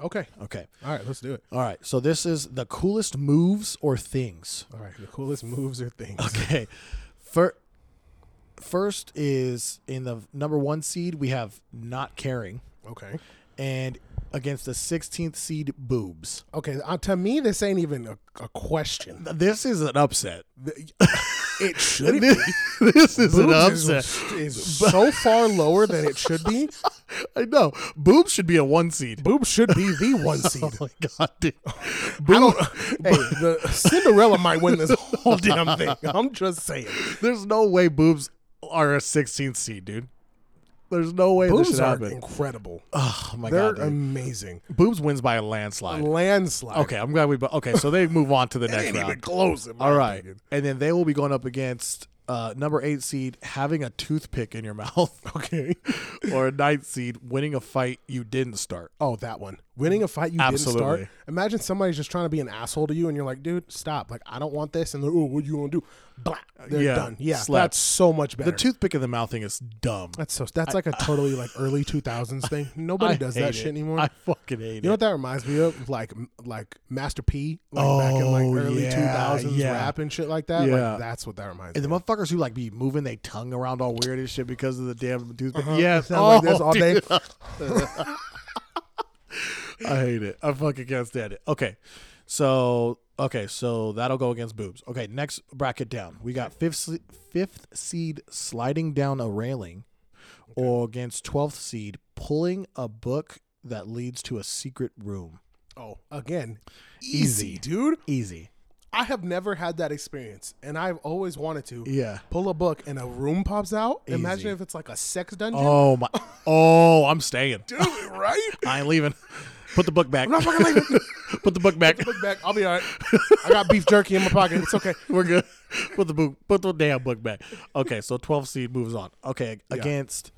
Speaker 2: Okay,
Speaker 1: Okay.
Speaker 2: all right, let's do it.
Speaker 1: All right. So this is the coolest moves or things.
Speaker 2: All right, the coolest moves or things.
Speaker 1: Okay. Fir- first is in the number one seed we have not caring,
Speaker 2: Okay,
Speaker 1: and against the 16th seed boobs.
Speaker 2: okay. Uh, to me, this ain't even a, a question.
Speaker 1: This is an upset.
Speaker 2: It should be.
Speaker 1: this, this is an
Speaker 2: Boobs
Speaker 1: upset.
Speaker 2: is, is so far lower than it should be.
Speaker 1: I know. Boobs should be a one seed.
Speaker 2: Boobs should be the one seed.
Speaker 1: Oh my god, dude.
Speaker 2: I don't, hey, the Cinderella might win this whole damn thing. I'm just saying.
Speaker 1: There's no way boobs are a 16th seed, dude. There's no way this
Speaker 2: Boobs
Speaker 1: should
Speaker 2: are
Speaker 1: happen.
Speaker 2: incredible.
Speaker 1: Oh my
Speaker 2: They're
Speaker 1: god, dude.
Speaker 2: amazing.
Speaker 1: boobs wins by a landslide.
Speaker 2: Landslide.
Speaker 1: Okay, I'm glad we. bo- Okay, so they move on to the next
Speaker 2: Ain't even
Speaker 1: round.
Speaker 2: close. in my
Speaker 1: All right,
Speaker 2: opinion.
Speaker 1: and then they will be going up against uh, number eight seed having a toothpick in your mouth. Okay, or a ninth seed winning a fight you didn't start.
Speaker 2: Oh, that one. Winning a fight you didn't
Speaker 1: Absolutely.
Speaker 2: start. Imagine somebody's just trying to be an asshole to you, and you're like, dude, stop. Like, I don't want this. And they're, oh, what you gonna do? Blah. They're
Speaker 1: Yeah,
Speaker 2: done. Yeah.
Speaker 1: slap.
Speaker 2: That's so much better.
Speaker 1: The toothpick in the mouth thing is dumb.
Speaker 2: that's so. That's like a totally like early 2000s thing. Nobody
Speaker 1: I
Speaker 2: does
Speaker 1: hate
Speaker 2: that
Speaker 1: it.
Speaker 2: shit anymore.
Speaker 1: I fucking hate
Speaker 2: You know
Speaker 1: it.
Speaker 2: what that reminds me of? Like like Master P, like back in
Speaker 1: Oh,
Speaker 2: like early two
Speaker 1: yeah,
Speaker 2: thousands
Speaker 1: yeah.
Speaker 2: rap and shit like that.
Speaker 1: Yeah.
Speaker 2: Like that's what that reminds
Speaker 1: And
Speaker 2: me.
Speaker 1: the motherfuckers who like be moving their tongue around all weird and shit because of the damn toothpick.
Speaker 2: of.
Speaker 1: Yes,
Speaker 2: Sound like this
Speaker 1: Oh,
Speaker 2: all day.
Speaker 1: dude, I hate it. I fucking can't stand it. Okay, so okay, so that'll go against boobs. Okay, next bracket down. We got fifth se- fifth seed sliding down a railing, or against twelfth seed pulling a book that leads to a secret room.
Speaker 2: Oh, again,
Speaker 1: Easy.
Speaker 2: dude.
Speaker 1: Easy.
Speaker 2: I have never had that experience, and I've always wanted to.
Speaker 1: Yeah.
Speaker 2: Pull a book and a room pops out.
Speaker 1: Easy.
Speaker 2: Imagine if it's like a sex dungeon.
Speaker 1: Oh my. Oh, I'm staying.
Speaker 2: Dude, right?
Speaker 1: I ain't leaving. Put the book back.
Speaker 2: I'm not fucking leaving.
Speaker 1: Put the book back.
Speaker 2: Look back. I'll be all right. I got beef jerky in my pocket. It's okay.
Speaker 1: We're good. Put the book. Put the damn book back. Okay, so 12 seed moves on. Okay, against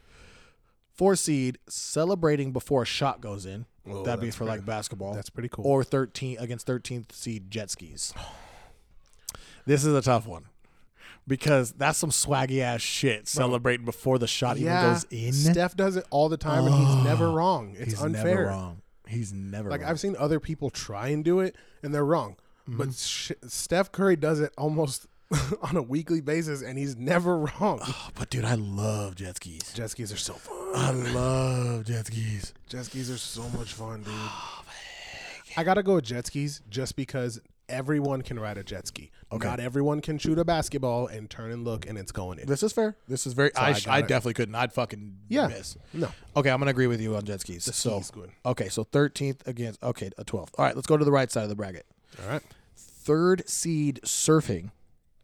Speaker 1: four seed celebrating before a shot goes in.
Speaker 2: Oh,
Speaker 1: That'd be
Speaker 2: that's
Speaker 1: for like basketball.
Speaker 2: That's pretty cool.
Speaker 1: Or 13 against 13th seed jet skis. This is a tough one. because that's some swaggy ass shit celebrating before the shot even
Speaker 2: yeah,
Speaker 1: goes in.
Speaker 2: Steph does it all the time, and he's never wrong. It's
Speaker 1: He's
Speaker 2: unfair.
Speaker 1: never wrong. He's never
Speaker 2: Like
Speaker 1: wrong.
Speaker 2: I've seen other people try and do it, and they're wrong.
Speaker 1: Mm-hmm.
Speaker 2: But sh- Steph Curry does it almost on a weekly basis, and he's never wrong.
Speaker 1: Oh, but dude, I love jet skis.
Speaker 2: Jet skis are so fun.
Speaker 1: I love jet skis.
Speaker 2: Jet skis are so much fun, dude.
Speaker 1: Oh,
Speaker 2: I gotta go with jet skis just because everyone can ride a jet ski. Not everyone can shoot a basketball and turn and look, and it's going in.
Speaker 1: This is fair. This is very. I,
Speaker 2: I
Speaker 1: sh-
Speaker 2: got
Speaker 1: I
Speaker 2: it.
Speaker 1: definitely couldn't. I'd fucking
Speaker 2: Yeah.
Speaker 1: miss.
Speaker 2: No.
Speaker 1: Okay, I'm gonna agree with you on jet skis. so
Speaker 2: skis good.
Speaker 1: okay, so 13th against okay a 12th. All right, let's go to the right side of the bracket.
Speaker 2: All right.
Speaker 1: Third seed surfing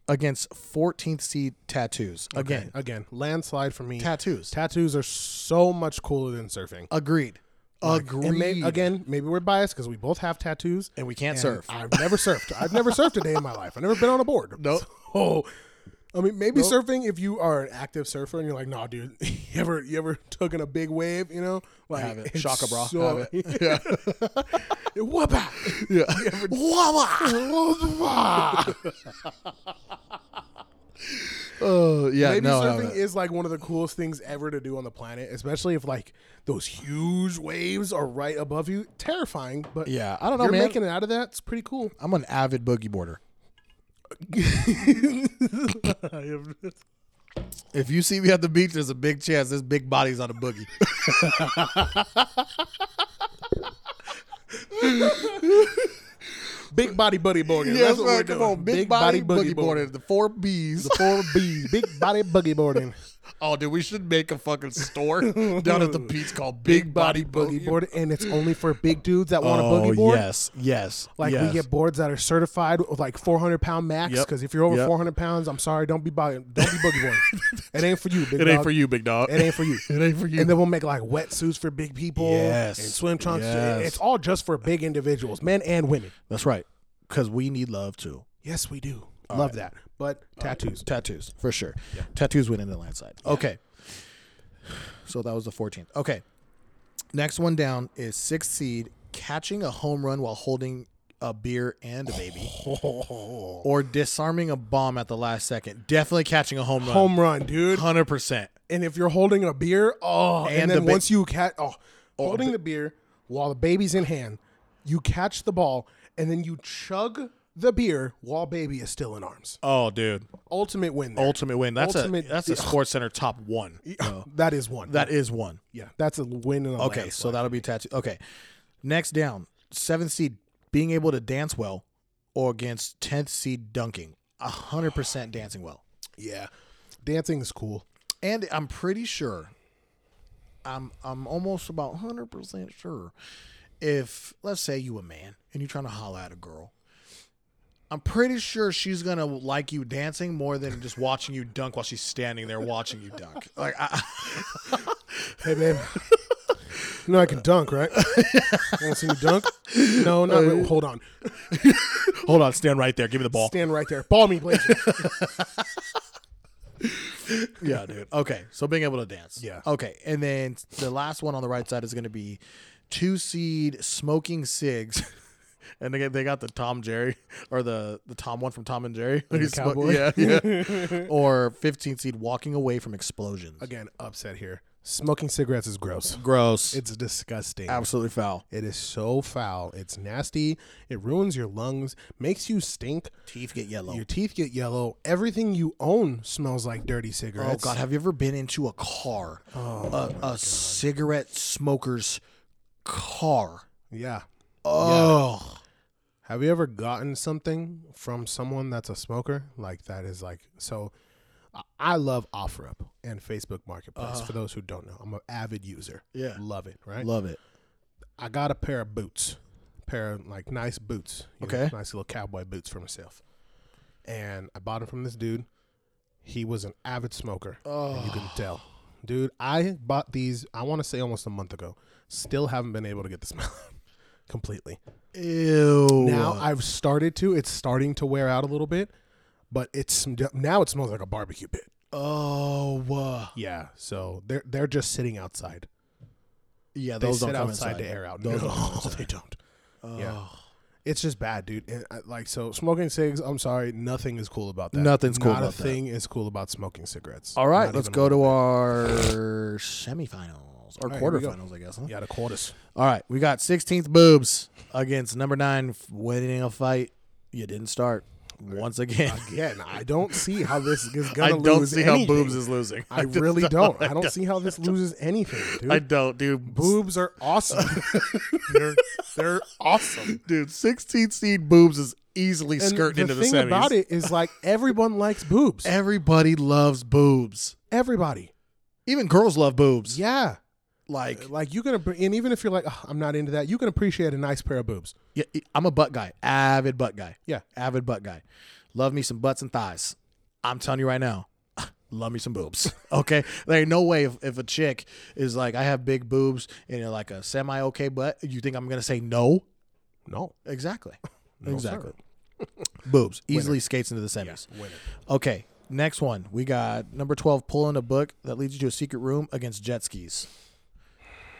Speaker 1: against 14th seed tattoos. Again,
Speaker 2: Again, landslide for me.
Speaker 1: tattoos.
Speaker 2: Tattoos are so much cooler than surfing.
Speaker 1: agreed. agreed.
Speaker 2: And may- again, maybe we're biased because we both have tattoos.
Speaker 1: and we can't
Speaker 2: and
Speaker 1: surf.
Speaker 2: I've never surfed. I've never surfed a day in my life. I've never been on a board.
Speaker 1: Nope.
Speaker 2: So, I mean, maybe surfing if you are an active surfer and you're like, nah, dude, you ever you ever took in a big wave? You know, like
Speaker 1: Have it.
Speaker 2: it's
Speaker 1: Shaka bra. Have
Speaker 2: it. Whoppa.
Speaker 1: yeah. Oh yeah.
Speaker 2: Maybe
Speaker 1: no, no,
Speaker 2: surfing
Speaker 1: no.
Speaker 2: is like one of the coolest things ever to do on the planet, especially if like those huge waves are right above you. Terrifying, but
Speaker 1: Yeah, I don't know,
Speaker 2: you're
Speaker 1: man.
Speaker 2: making it out of that. It's pretty cool.
Speaker 1: I'm an avid boogie boarder. If you see me at the beach, there's a big chance this big body's on a boogie.
Speaker 2: Big body boogie boarding. That's what we're
Speaker 1: come
Speaker 2: doing.
Speaker 1: on, big, body, boogie boarding. The four B's.
Speaker 2: The four B's. Big body boogie boarding.
Speaker 1: Oh, dude, we should make a fucking store down at the beach called Big, Body, Boogie Board.
Speaker 2: boarding, and it's only for big dudes that want
Speaker 1: Oh,
Speaker 2: a boogie board.
Speaker 1: yes, yes.
Speaker 2: Like we
Speaker 1: yes.
Speaker 2: get boards that are certified with like 400 pound max.
Speaker 1: Yep.
Speaker 2: Because if you're over
Speaker 1: Yep.
Speaker 2: 400 pounds, I'm sorry, don't be bo- don't be boogie boarding. it ain't for you. Big
Speaker 1: It ain't
Speaker 2: dog.
Speaker 1: for you, big dog.
Speaker 2: It ain't for you.
Speaker 1: It ain't for you.
Speaker 2: And then we'll make like wetsuits for big people.
Speaker 1: Yes.
Speaker 2: And swim trunks.
Speaker 1: Yes.
Speaker 2: It's all just for big individuals, men and women.
Speaker 1: That's right, because we need love too.
Speaker 2: Yes, we do. Love that. But tattoos.
Speaker 1: Tattoos, for sure. Tattoos went in the landslide. Okay. So that was the 14th. Okay. Next one down is sixth seed catching a home run while holding a beer and a baby, or disarming a bomb at the last second. Definitely catching a home run.
Speaker 2: Home run, dude.
Speaker 1: Hundred percent.
Speaker 2: And if you're holding a beer, oh, and,
Speaker 1: And the
Speaker 2: then
Speaker 1: ba-
Speaker 2: once you catch, oh, holding the beer while the baby's in hand, you catch the ball and then you chug the beer while baby is still in arms.
Speaker 1: Oh, dude.
Speaker 2: Ultimate win. There.
Speaker 1: Ultimate win. That's
Speaker 2: Ultimate-
Speaker 1: a that's a Sports Center top one.
Speaker 2: that is one.
Speaker 1: oh. That is one.
Speaker 2: yeah, that's a win. In a
Speaker 1: Okay, so that'll be tattoo. Okay, next down, seventh seed being able to dance well, or against tenth seed dunking. A hundred percent dancing well,
Speaker 2: yeah, dancing is cool.
Speaker 1: and I'm pretty sure. I'm I'm almost about hundred percent sure. If let's say you a man and you're trying to holla at a girl, I'm pretty sure she's gonna like you dancing more than just watching you dunk while she's standing there watching you dunk. Like I,
Speaker 2: Hey, babe. you know I can dunk, right? you want to see me dunk? No, no. Wait, hold on.
Speaker 1: hold on, stand right there. Give me the ball.
Speaker 2: Stand right there. Ball me, please.
Speaker 1: Yeah, dude. Okay, so being able to dance.
Speaker 2: Yeah.
Speaker 1: Okay, and then the last one on the right side is going to be two seed smoking cigs, and they got, they got the Tom Jerry or the the Tom one from Tom and Jerry. He smo-
Speaker 2: cowboy.
Speaker 1: yeah, yeah. or fifteen seed walking away from explosions.
Speaker 2: Again, upset here. Smoking cigarettes is gross.
Speaker 1: Gross.
Speaker 2: It's disgusting.
Speaker 1: absolutely foul.
Speaker 2: It is so foul. It's nasty. It ruins your lungs, makes you stink.
Speaker 1: Teeth get yellow.
Speaker 2: Your teeth get yellow. Everything you own smells like dirty
Speaker 1: Oh
Speaker 2: cigarettes.
Speaker 1: God! Have you ever been into a car, a, a cigarette smoker's car?
Speaker 2: Yeah.
Speaker 1: Oh,
Speaker 2: Have you ever gotten something from someone that's a smoker? Like that is like so. I- I love OfferUp and Facebook Marketplace. For those who don't know, I'm an avid user.
Speaker 1: Uh. Yeah.
Speaker 2: love it. Right.
Speaker 1: love it.
Speaker 2: I got a pair of boots, pair of like nice boots. you know,
Speaker 1: Okay.
Speaker 2: nice little cowboy boots for myself. And I bought them from this dude. He was an avid smoker. And you can tell. Dude, I bought these, I want to say almost a month ago. Still haven't been able to get the smell out completely.
Speaker 1: Ew.
Speaker 2: Now I've started to, it's starting to wear out a little bit, but it's now it smells like a barbecue pit.
Speaker 1: Oh, uh,
Speaker 2: Yeah. So they're they're just sitting outside.
Speaker 1: yeah.
Speaker 2: They
Speaker 1: Those
Speaker 2: sit
Speaker 1: don't come
Speaker 2: outside
Speaker 1: inside.
Speaker 2: to air out.
Speaker 1: Those
Speaker 2: no,
Speaker 1: don't come
Speaker 2: they don't. Yeah. It's just bad, dude. And I, like so, smoking cigs. I'm sorry, nothing is cool about that.
Speaker 1: Nothing's cool
Speaker 2: Not
Speaker 1: about
Speaker 2: a
Speaker 1: that.
Speaker 2: thing is cool about smoking cigarettes.
Speaker 1: All right,
Speaker 2: Not
Speaker 1: let's
Speaker 2: even
Speaker 1: go
Speaker 2: a
Speaker 1: to
Speaker 2: little
Speaker 1: our semifinals or
Speaker 2: All right, here we go.
Speaker 1: quarterfinals, I guess. Huh?
Speaker 2: bit. yeah the quarters.
Speaker 1: All right, we got 16th boobs against number nine f- winning a fight. You didn't start once again.
Speaker 2: Again, I don't see how this is
Speaker 1: I
Speaker 2: gonna.
Speaker 1: don't
Speaker 2: lose
Speaker 1: see how
Speaker 2: anything.
Speaker 1: boobs is losing.
Speaker 2: I
Speaker 1: just
Speaker 2: really don't. I don't see how this loses anything, dude.
Speaker 1: I don't, dude.
Speaker 2: boobs are awesome. they're they're awesome.
Speaker 1: dude, 16th seed boobs is easily
Speaker 2: And
Speaker 1: skirting into the
Speaker 2: thing
Speaker 1: semis.
Speaker 2: about it is like everyone likes boobs.
Speaker 1: Everybody loves boobs.
Speaker 2: Everybody.
Speaker 1: Even girls love boobs.
Speaker 2: Yeah.
Speaker 1: Like,
Speaker 2: Like you can appre- and even if you're like "Ugh, I'm not into that, you can appreciate a nice pair of boobs.
Speaker 1: yeah, I'm a butt guy, avid butt guy.
Speaker 2: Yeah.
Speaker 1: avid butt guy. Love me some butts and thighs. I'm telling you right now, love me some boobs. Okay, there ain't no way if, if a chick is like, I have big boobs and you're like a semi okay butt, you think I'm gonna say no?
Speaker 2: No.
Speaker 1: Exactly,
Speaker 2: No, sir.
Speaker 1: exactly. boobs easily skates into the semis.
Speaker 2: Winner.
Speaker 1: Okay, next one we got number twelve pulling a book that leads you to a secret room against jet skis,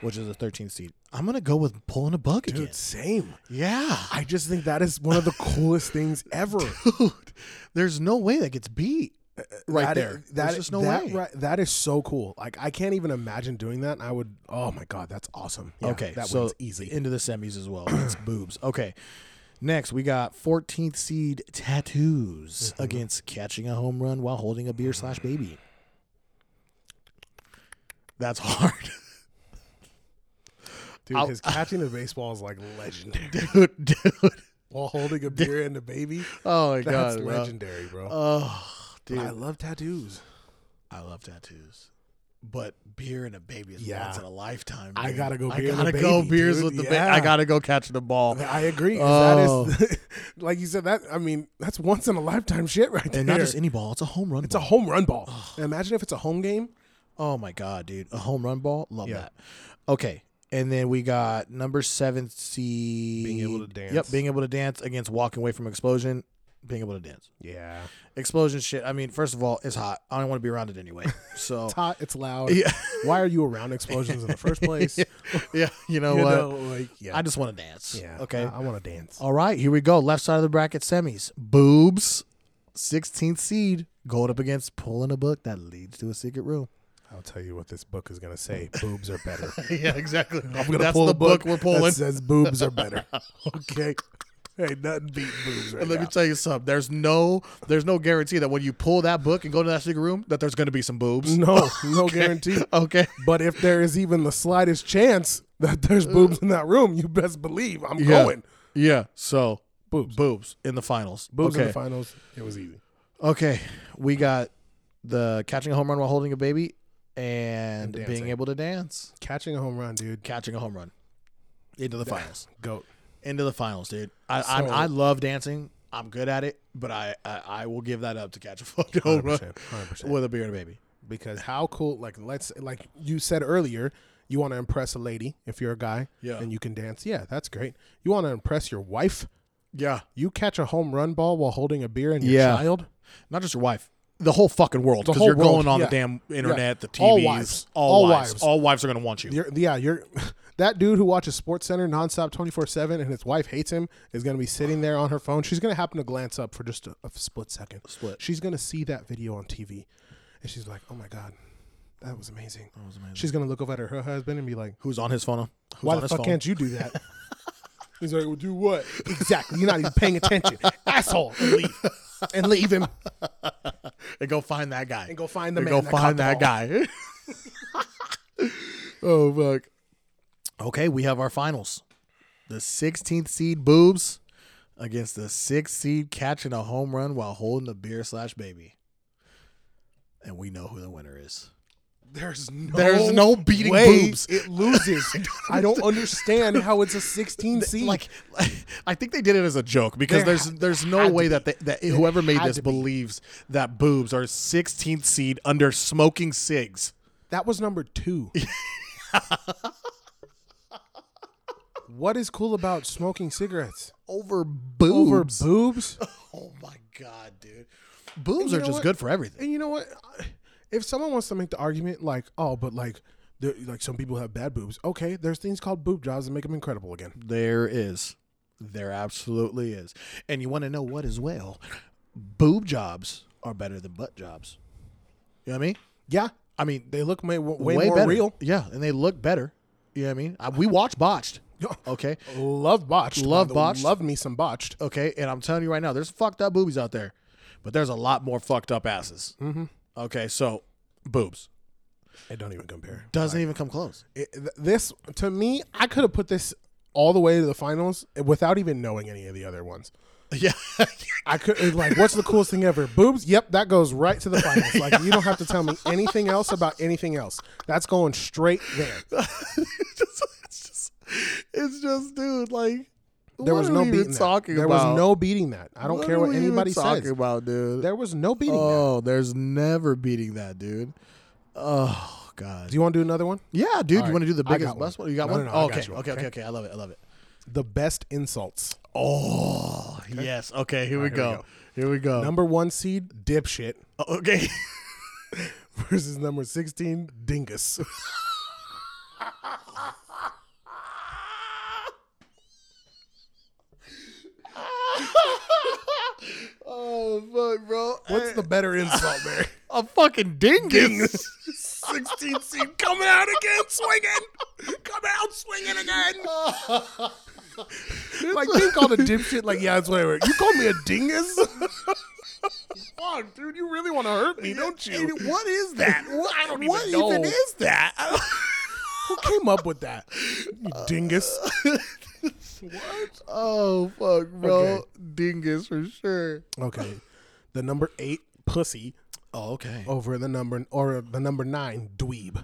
Speaker 1: which is a 13th seed. I'm gonna go with pulling a book again.
Speaker 2: Dude, same.
Speaker 1: Yeah.
Speaker 2: I just think that is one of the coolest things ever.
Speaker 1: dude, there's no way that gets beat uh, right
Speaker 2: That-
Speaker 1: there.
Speaker 2: that-
Speaker 1: There's just no
Speaker 2: that
Speaker 1: way.
Speaker 2: right- that is so cool. Like I can't even imagine doing that. I would. Oh my god, that's awesome. Yeah,
Speaker 1: okay,
Speaker 2: that
Speaker 1: so
Speaker 2: one's easy.
Speaker 1: into the semis as well. It's boobs. Okay, next we got 14th seed tattoos
Speaker 2: Mm-hmm.
Speaker 1: against catching a home run while holding a beer slash baby. That's hard,
Speaker 2: Dude,
Speaker 1: I'll-
Speaker 2: his catching the baseball is like legendary.
Speaker 1: dude. Dude,
Speaker 2: While holding a beer and a baby,
Speaker 1: oh my
Speaker 2: that's
Speaker 1: god, bro.
Speaker 2: legendary, bro. Oh.
Speaker 1: Oh, dude,
Speaker 2: I love tattoos.
Speaker 1: I love tattoos. But beer and a baby is
Speaker 2: Yeah.
Speaker 1: once in a lifetime.
Speaker 2: I
Speaker 1: dude.
Speaker 2: gotta go
Speaker 1: I
Speaker 2: beer and a
Speaker 1: gotta go
Speaker 2: baby,
Speaker 1: beers
Speaker 2: dude.
Speaker 1: with the.
Speaker 2: Yeah.
Speaker 1: Ba- I gotta go catch the ball.
Speaker 2: I agree.
Speaker 1: 'cause
Speaker 2: That is, like you said, that I mean, that's once in a lifetime shit right there.
Speaker 1: And not just any ball; it's a home run.
Speaker 2: it's a home run ball. Imagine if it's a home game.
Speaker 1: oh my god, dude, a home run ball. Love
Speaker 2: Yeah.
Speaker 1: that. Okay, and then we got number seven seed
Speaker 2: Being able to
Speaker 1: Yep,
Speaker 2: dance.
Speaker 1: being able to dance against walking away from explosion. Being able to dance,
Speaker 2: Yeah,
Speaker 1: explosion shit. I mean, first of all, it's hot. I don't want to be around it anyway. So
Speaker 2: it's hot. It's loud.
Speaker 1: yeah,
Speaker 2: Why are you around explosions in the first place?
Speaker 1: yeah, you know
Speaker 2: You
Speaker 1: what?
Speaker 2: know, like, yeah,
Speaker 1: I just want to dance.
Speaker 2: yeah.
Speaker 1: Okay.
Speaker 2: I, want to dance.
Speaker 1: all right, here we go. Left side of the bracket semis. Boobs, 16th seed, going up against pulling a book that leads to a secret room.
Speaker 2: I'll tell you what this book is gonna say. Boobs are better.
Speaker 1: yeah, exactly.
Speaker 2: I'm gonna
Speaker 1: That's
Speaker 2: pull
Speaker 1: the
Speaker 2: a book,
Speaker 1: book we're
Speaker 2: that
Speaker 1: pulling.
Speaker 2: says boobs are better. okay. Hey, nothing beat boobs right
Speaker 1: And let
Speaker 2: now.
Speaker 1: me tell you something. There's no, there's no guarantee that when you pull that book and go to that secret room, that there's going to be some boobs.
Speaker 2: no, no guarantee.
Speaker 1: Okay.
Speaker 2: But if there is even the slightest chance that there's boobs in that room, you best believe I'm
Speaker 1: Yeah.
Speaker 2: going.
Speaker 1: Yeah. So
Speaker 2: Boobs.
Speaker 1: boobs in the finals.
Speaker 2: Boobs
Speaker 1: okay.
Speaker 2: in the finals. It was easy.
Speaker 1: Okay. We got the catching a home run while holding a baby and,
Speaker 2: And
Speaker 1: being
Speaker 2: dancing.
Speaker 1: able to dance.
Speaker 2: Catching a home run, dude.
Speaker 1: Catching a home run into the finals.
Speaker 2: Goat.
Speaker 1: into the finals, dude. I
Speaker 2: So-
Speaker 1: I, I love dancing. I'm good at it, but I, I, I will give that up to catch a fucking home run
Speaker 2: 100%, 100%.
Speaker 1: with a beer and a baby.
Speaker 2: Because how cool like let's like you said earlier, you want to impress a lady if you're a guy
Speaker 1: Yeah.
Speaker 2: and you can dance. Yeah, that's great. You want to impress your wife?
Speaker 1: Yeah,
Speaker 2: You catch a home run ball while holding a beer and your
Speaker 1: Yeah.
Speaker 2: child?
Speaker 1: not just your wife, the whole fucking world. Because
Speaker 2: whole
Speaker 1: you're going
Speaker 2: world,
Speaker 1: on
Speaker 2: yeah.
Speaker 1: the damn internet, the TVs,
Speaker 2: All wives.
Speaker 1: all,
Speaker 2: All
Speaker 1: wives.
Speaker 2: wives.
Speaker 1: all wives are gonna want you.
Speaker 2: You're, yeah, you're that dude who watches Sports Center nonstop, twenty four seven, and his wife hates him. Is going to be sitting there on her phone. She's going to happen to glance up for just a, a split second.
Speaker 1: Split.
Speaker 2: She's going to see that video on TV, and she's like, "Oh my god, that was amazing." That was amazing. She's going to look over at her husband and be like,
Speaker 1: Who's on his phone? Who's
Speaker 2: "Why
Speaker 1: on
Speaker 2: the
Speaker 1: his
Speaker 2: fuck
Speaker 1: phone?
Speaker 2: can't you do that?" He's like, well, "Do what?" Exactly. You're not even paying attention, asshole. And leave, and leave him,
Speaker 1: and go find that guy.
Speaker 2: and go find the
Speaker 1: And
Speaker 2: man.
Speaker 1: go
Speaker 2: that caught
Speaker 1: find
Speaker 2: the
Speaker 1: that
Speaker 2: ball.
Speaker 1: guy. oh fuck. Okay, we have our finals. The 16th seed boobs against the sixth seed catching a home run while holding a beer slash baby. And we know who the winner is.
Speaker 2: There's no,
Speaker 1: There's no beating
Speaker 2: way
Speaker 1: boobs.
Speaker 2: It loses. I don't understand how it's a 16 seed.
Speaker 1: Like, I think they did it as a joke because
Speaker 2: There
Speaker 1: there's
Speaker 2: ha-
Speaker 1: there's no
Speaker 2: had to
Speaker 1: way
Speaker 2: be.
Speaker 1: that they, that whoever made
Speaker 2: had
Speaker 1: this
Speaker 2: to be.
Speaker 1: believes that boobs are 16th seed under smoking cigs.
Speaker 2: That was number two. what is cool about smoking cigarettes?
Speaker 1: Over boobs.
Speaker 2: Over boobs?
Speaker 1: Oh my god, dude. Boobs
Speaker 2: you
Speaker 1: are
Speaker 2: know
Speaker 1: just
Speaker 2: what?
Speaker 1: good for everything.
Speaker 2: And you know what? If someone wants to make the argument like, oh, but like, there, like some people have bad boobs. Okay, there's things called boob jobs that make them incredible again.
Speaker 1: There is. There absolutely is. And you want to know what as well? Boob jobs are better than butt jobs. You know what I mean?
Speaker 2: Yeah,
Speaker 1: I mean,
Speaker 2: they look way, way, more
Speaker 1: better.
Speaker 2: real.
Speaker 1: Yeah, and they look better. You know what I mean? I, we watch botched. Okay.
Speaker 2: Oh. Love botched. by
Speaker 1: Love
Speaker 2: the-
Speaker 1: botched.
Speaker 2: Love me some botched.
Speaker 1: Okay. And I'm telling you right now, there's fucked up boobies out there, but there's a lot more fucked up asses. Mm-hmm. Okay. So, boobs.
Speaker 2: It don't even compare.
Speaker 1: Doesn't even come close.
Speaker 2: It, th- this to me, I could have put this all the way to the finals without even knowing any of the other ones.
Speaker 1: Yeah.
Speaker 2: I could it's like, what's the coolest thing ever? Boobs. Yep, that goes right to the finals. Like you don't have to tell me anything else about anything else. That's going straight there.
Speaker 1: it's, just, it's just, it's just, dude, like,
Speaker 2: There was no beating that. There was no beating that. I don't care
Speaker 1: are
Speaker 2: what
Speaker 1: we even
Speaker 2: anybody says.
Speaker 1: talking about, dude.
Speaker 2: There was no beating that.
Speaker 1: oh, there's never beating that, dude. Oh, God.
Speaker 2: Do you want to do another one?
Speaker 1: Yeah, dude.
Speaker 2: All
Speaker 1: You
Speaker 2: right.
Speaker 1: want to do the
Speaker 2: I got
Speaker 1: biggest
Speaker 2: one.
Speaker 1: bust one? You got
Speaker 2: No,
Speaker 1: one?
Speaker 2: no, no, I
Speaker 1: okay.
Speaker 2: got you one,
Speaker 1: okay, okay,
Speaker 2: okay?
Speaker 1: okay. I love it. I love it.
Speaker 2: The best insults.
Speaker 1: Oh, yes. Okay, here, we,
Speaker 2: here
Speaker 1: go.
Speaker 2: we
Speaker 1: Here we go. Oh,
Speaker 2: Number one seed, dipshit,
Speaker 1: okay.
Speaker 2: versus number sixteen, dingus.
Speaker 1: oh, fuck, bro.
Speaker 2: What's the better insult there?
Speaker 1: A fucking dingus.
Speaker 2: 16 seed coming out again, swinging. Come out swinging again. like being called a dipshit. Like yeah, it's whatever. You call me a dingus. Fuck, dude, you really want to hurt me, don't you?
Speaker 1: And what is that? What, I don't
Speaker 2: What
Speaker 1: even know.
Speaker 2: even is
Speaker 1: that?
Speaker 2: Who came up with that? You dingus.
Speaker 1: oh, fuck, bro.
Speaker 2: Okay.
Speaker 1: Dingus for sure.
Speaker 2: Okay, the number eight pussy
Speaker 1: Oh, okay.
Speaker 2: over the number or the number nine dweeb.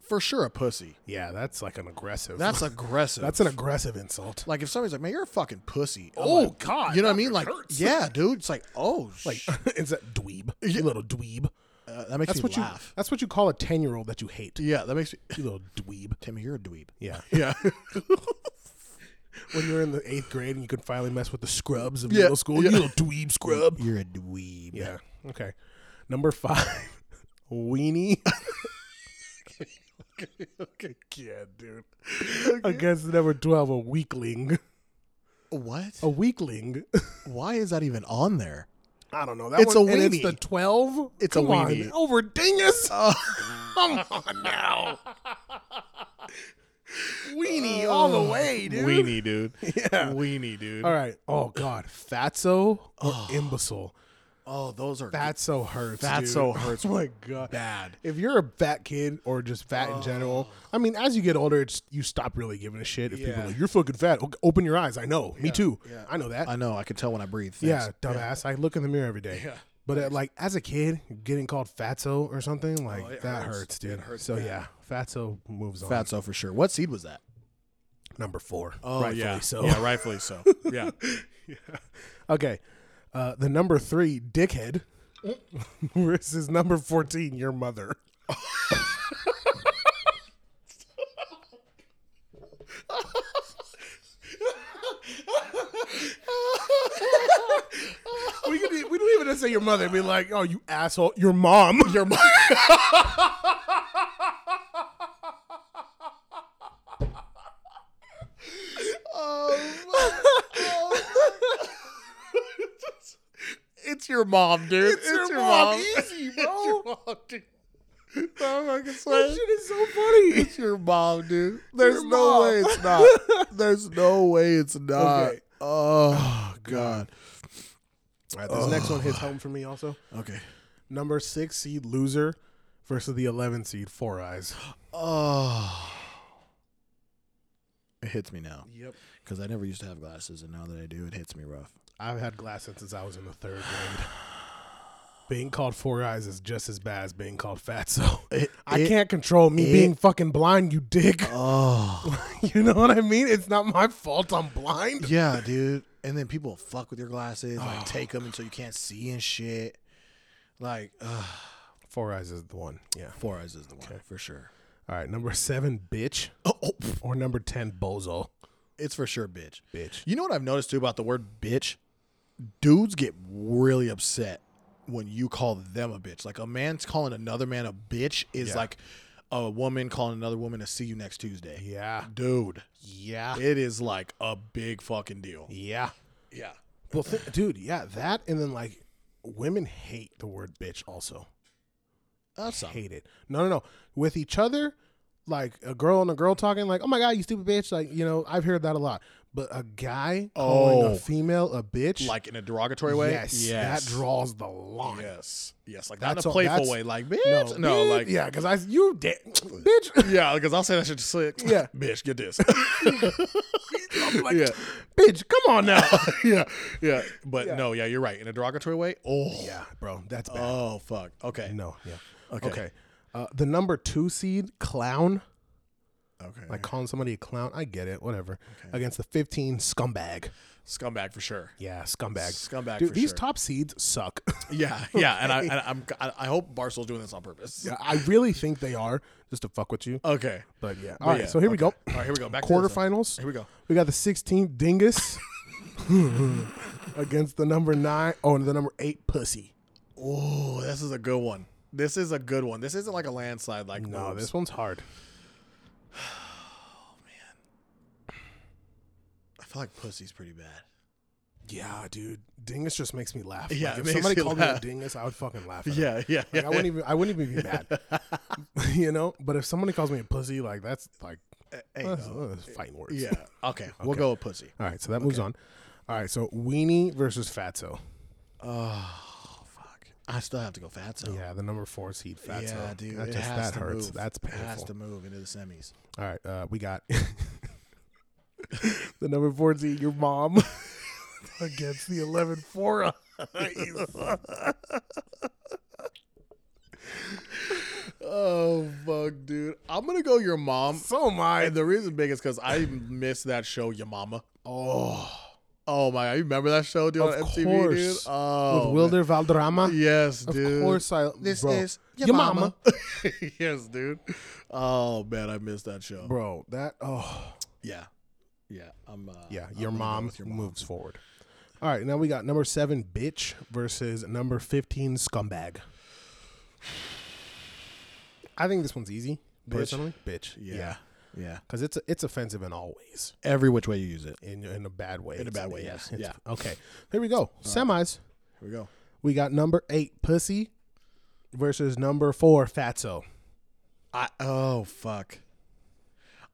Speaker 1: For sure, a pussy.
Speaker 2: Yeah, that's like an aggressive.
Speaker 1: That's aggressive.
Speaker 2: that's an aggressive insult.
Speaker 1: like if somebody's like, man, you're a fucking pussy. I'm
Speaker 2: Oh,
Speaker 1: like-
Speaker 2: God,
Speaker 1: You know what I
Speaker 2: that
Speaker 1: mean? Like,
Speaker 2: hurts.
Speaker 1: yeah, dude. It's like, oh,
Speaker 2: Like
Speaker 1: like
Speaker 2: it's a dweeb, you little dweeb.
Speaker 1: that makes
Speaker 2: That's
Speaker 1: me
Speaker 2: what you.
Speaker 1: laugh.
Speaker 2: That's what you call a ten year old that you hate. You
Speaker 1: yeah, that makes me.
Speaker 2: little dweeb.
Speaker 1: Timmy, you're a dweeb.
Speaker 2: Yeah.
Speaker 1: Yeah.
Speaker 2: when you're in the eighth grade and you can finally mess with the scrubs of
Speaker 1: Yeah,
Speaker 2: middle school,
Speaker 1: yeah.
Speaker 2: you little dweeb scrub.
Speaker 1: you're a dweeb.
Speaker 2: Yeah. Okay. Number five, weenie.
Speaker 1: Okay.
Speaker 2: yeah, dude. Against number twelve, a weakling.
Speaker 1: What?
Speaker 2: A weakling.
Speaker 1: Why is that even on there?
Speaker 2: I don't know. That
Speaker 1: It's
Speaker 2: one-
Speaker 1: a
Speaker 2: and It's the
Speaker 1: weenie.
Speaker 2: twelve.
Speaker 1: It's a
Speaker 2: Come on,
Speaker 1: weenie.
Speaker 2: over dingus. Come on now. Weenie all the way, dude.
Speaker 1: Weenie, dude.
Speaker 2: Yeah.
Speaker 1: Weenie, dude.
Speaker 2: All right. Oh God, fatso or imbecile?
Speaker 1: Oh, those are
Speaker 2: Fatso hurts.
Speaker 1: Fatso
Speaker 2: dude.
Speaker 1: hurts
Speaker 2: Oh my God.
Speaker 1: bad.
Speaker 2: If you're a fat kid or just fat in general, I mean, as you get older, it's you stop really giving a shit. If people
Speaker 1: Yeah.
Speaker 2: are like, you're fucking fat, O- open your eyes. I know. Me too.
Speaker 1: yeah.
Speaker 2: I know that.
Speaker 1: I know. I can tell when I breathe.
Speaker 2: yeah,
Speaker 1: Thanks.
Speaker 2: dumbass. I look in the mirror every day.
Speaker 1: Yeah.
Speaker 2: But uh like as a kid, getting called fatso or something like
Speaker 1: Oh, it
Speaker 2: that
Speaker 1: hurts.
Speaker 2: hurts, dude. so yeah, fatso moves on.
Speaker 1: Fatso for sure. What seed was that?
Speaker 2: number four.
Speaker 1: Oh,
Speaker 2: rightfully
Speaker 1: yeah.
Speaker 2: So
Speaker 1: Yeah, rightfully so. Yeah.
Speaker 2: Okay. Uh, the number three, dickhead, versus number 14, your mother. we, could, we don't even have to say your mother. Be like, oh, you asshole. Your mom. Your mom.
Speaker 1: Oh, it's your mom, dude.
Speaker 2: It's your mom. Easy,
Speaker 1: It's your mom, dude. I'm fucking
Speaker 2: That
Speaker 1: sweating.
Speaker 2: shit is so funny.
Speaker 1: It's your mom, dude. There's
Speaker 2: your
Speaker 1: no
Speaker 2: mom.
Speaker 1: way it's not. There's no way it's not.
Speaker 2: Okay.
Speaker 1: Oh God.
Speaker 2: All right, this next one hits home for me also.
Speaker 1: Okay.
Speaker 2: Number six seed, loser, versus the 11 seed, four eyes.
Speaker 1: Oh. It hits me now
Speaker 2: Yep.
Speaker 1: because I never used to have glasses, and now that I do, it hits me rough.
Speaker 2: I've had glasses since I was in the third grade. Being called four eyes is just as bad as being called fatso.
Speaker 1: It-
Speaker 2: I
Speaker 1: it-
Speaker 2: can't control me
Speaker 1: it-
Speaker 2: being fucking blind, you dick.
Speaker 1: Oh.
Speaker 2: you know what I mean? It's not my fault I'm blind.
Speaker 1: yeah, dude. And then people fuck with your glasses,
Speaker 2: Oh.
Speaker 1: like take them until you can't see and shit. Like, uh,
Speaker 2: Four eyes is the one. Yeah.
Speaker 1: Four Eyes is the one for sure.
Speaker 2: All right. Number seven, bitch.
Speaker 1: Oh, oh, pff,
Speaker 2: Or number 10, bozo.
Speaker 1: it's for sure, bitch.
Speaker 2: Bitch.
Speaker 1: You know what I've noticed too about the word bitch? Dudes get really upset when you call them a bitch. Like a man's calling another man a bitch is
Speaker 2: Yeah.
Speaker 1: like a woman calling another woman to see you next Tuesday.
Speaker 2: Yeah.
Speaker 1: Dude,
Speaker 2: Yeah.
Speaker 1: it is like a big fucking deal.
Speaker 2: Yeah.
Speaker 1: Yeah.
Speaker 2: Well, th- dude, yeah, that and then like women hate the word bitch also.
Speaker 1: That's something.
Speaker 2: Hate it. No, no, no. With each other, like a girl and a girl talking like, "Oh my god, you stupid bitch." Like, you know, I've heard that a lot. But a guy calling
Speaker 1: Oh.
Speaker 2: a female a bitch
Speaker 1: Like in a derogatory way?
Speaker 2: Yes, that draws the line.
Speaker 1: Yes. Yes. Like not
Speaker 2: That's
Speaker 1: in a
Speaker 2: all-
Speaker 1: playful
Speaker 2: that's-
Speaker 1: way. Like, bitch. No,
Speaker 2: bitch.
Speaker 1: like,
Speaker 2: yeah, because I you did, bitch,
Speaker 1: Yeah, because I'll say that shit just like,
Speaker 2: Yeah.
Speaker 1: bitch, get this.
Speaker 2: like,
Speaker 1: yeah,
Speaker 2: bitch. Come on now.
Speaker 1: yeah, yeah. But
Speaker 2: Yeah.
Speaker 1: no, yeah, you're right. In a derogatory way. Oh,
Speaker 2: yeah, bro, that's bad.
Speaker 1: oh, fuck. Okay,
Speaker 2: no, yeah,
Speaker 1: Okay.
Speaker 2: Uh, the number two seed, clown,
Speaker 1: okay.
Speaker 2: like calling somebody a clown. I get it, whatever. Against the fifteen, scumbag.
Speaker 1: scumbag for sure.
Speaker 2: Yeah, scumbag.
Speaker 1: Scumbag
Speaker 2: Dude,
Speaker 1: for
Speaker 2: these
Speaker 1: sure.
Speaker 2: top seeds suck.
Speaker 1: Yeah, yeah. And I, and I'm, I, I hope Barstool's doing this on purpose.
Speaker 2: Yeah, I really think they are just to fuck with you.
Speaker 1: Okay.
Speaker 2: But yeah.
Speaker 1: But
Speaker 2: All right,
Speaker 1: yeah,
Speaker 2: so here we go.
Speaker 1: okay. All right, here we go. Back to this one.
Speaker 2: Quarterfinals.
Speaker 1: Here we go.
Speaker 2: We got the 16th dingus against the number nine. Oh, and the number eight pussy.
Speaker 1: Oh, this is a good one. This is a good one. This isn't like a landslide. Like
Speaker 2: No,
Speaker 1: those.
Speaker 2: this one's hard.
Speaker 1: I feel like pussy's pretty bad.
Speaker 2: Yeah, dude. Dingus just makes me laugh.
Speaker 1: Yeah,
Speaker 2: like,
Speaker 1: it
Speaker 2: if
Speaker 1: makes
Speaker 2: somebody
Speaker 1: you
Speaker 2: called me a
Speaker 1: laugh.
Speaker 2: dingus, I would fucking laugh. At yeah.
Speaker 1: Yeah, yeah, yeah.
Speaker 2: Like, I wouldn't even. I wouldn't even be mad. you know. But if somebody calls me a pussy, like that's like
Speaker 1: Hey,
Speaker 2: that's,
Speaker 1: no.
Speaker 2: that's fighting words.
Speaker 1: yeah. Okay, we'll go with pussy.
Speaker 2: All right, so that moves on. All right, so Weenie versus Fatso.
Speaker 1: Oh fuck! I still have to go fatso.
Speaker 2: Yeah, the number four seed Fatso.
Speaker 1: yeah, dude,
Speaker 2: That,
Speaker 1: it
Speaker 2: just,
Speaker 1: has
Speaker 2: that
Speaker 1: to
Speaker 2: hurts.
Speaker 1: Move.
Speaker 2: That's
Speaker 1: It
Speaker 2: painful.
Speaker 1: Has to move into the semis.
Speaker 2: All right, uh, we got the number four seed, your mom, against the 11 Fora.
Speaker 1: Oh fuck, dude! I'm gonna go your mom.
Speaker 2: So am I.
Speaker 1: And the reason big is because I miss that show, Your Mama.
Speaker 2: Oh,
Speaker 1: Oh my god, you remember that show, dude?
Speaker 2: Of
Speaker 1: on MTV, dude.
Speaker 2: course.
Speaker 1: Oh,
Speaker 2: with Wilder Valderrama.
Speaker 1: man. Yes, dude.
Speaker 2: Of course, I.
Speaker 1: This
Speaker 2: bro,
Speaker 1: is your, mama. yes, dude. Oh man, I missed that show.
Speaker 2: bro. That oh
Speaker 1: Yeah, yeah. I'm. Uh,
Speaker 2: yeah,
Speaker 1: I'm
Speaker 2: your
Speaker 1: gonna go
Speaker 2: mom,
Speaker 1: with your mom.
Speaker 2: moves forward. All right, now we got number seven, bitch, versus number fifteen, scumbag. I think this one's easy, personally. Bitch,
Speaker 1: Yeah, yeah.
Speaker 2: because it's it's offensive in all ways.
Speaker 1: Every which way you use it.
Speaker 2: in in a bad way.
Speaker 1: In a bad way,
Speaker 2: yeah,
Speaker 1: yes.
Speaker 2: it's- Okay. Here we go. Semis.
Speaker 1: Here we go.
Speaker 2: We got number eight pussy versus number four fatso.
Speaker 1: I oh fuck.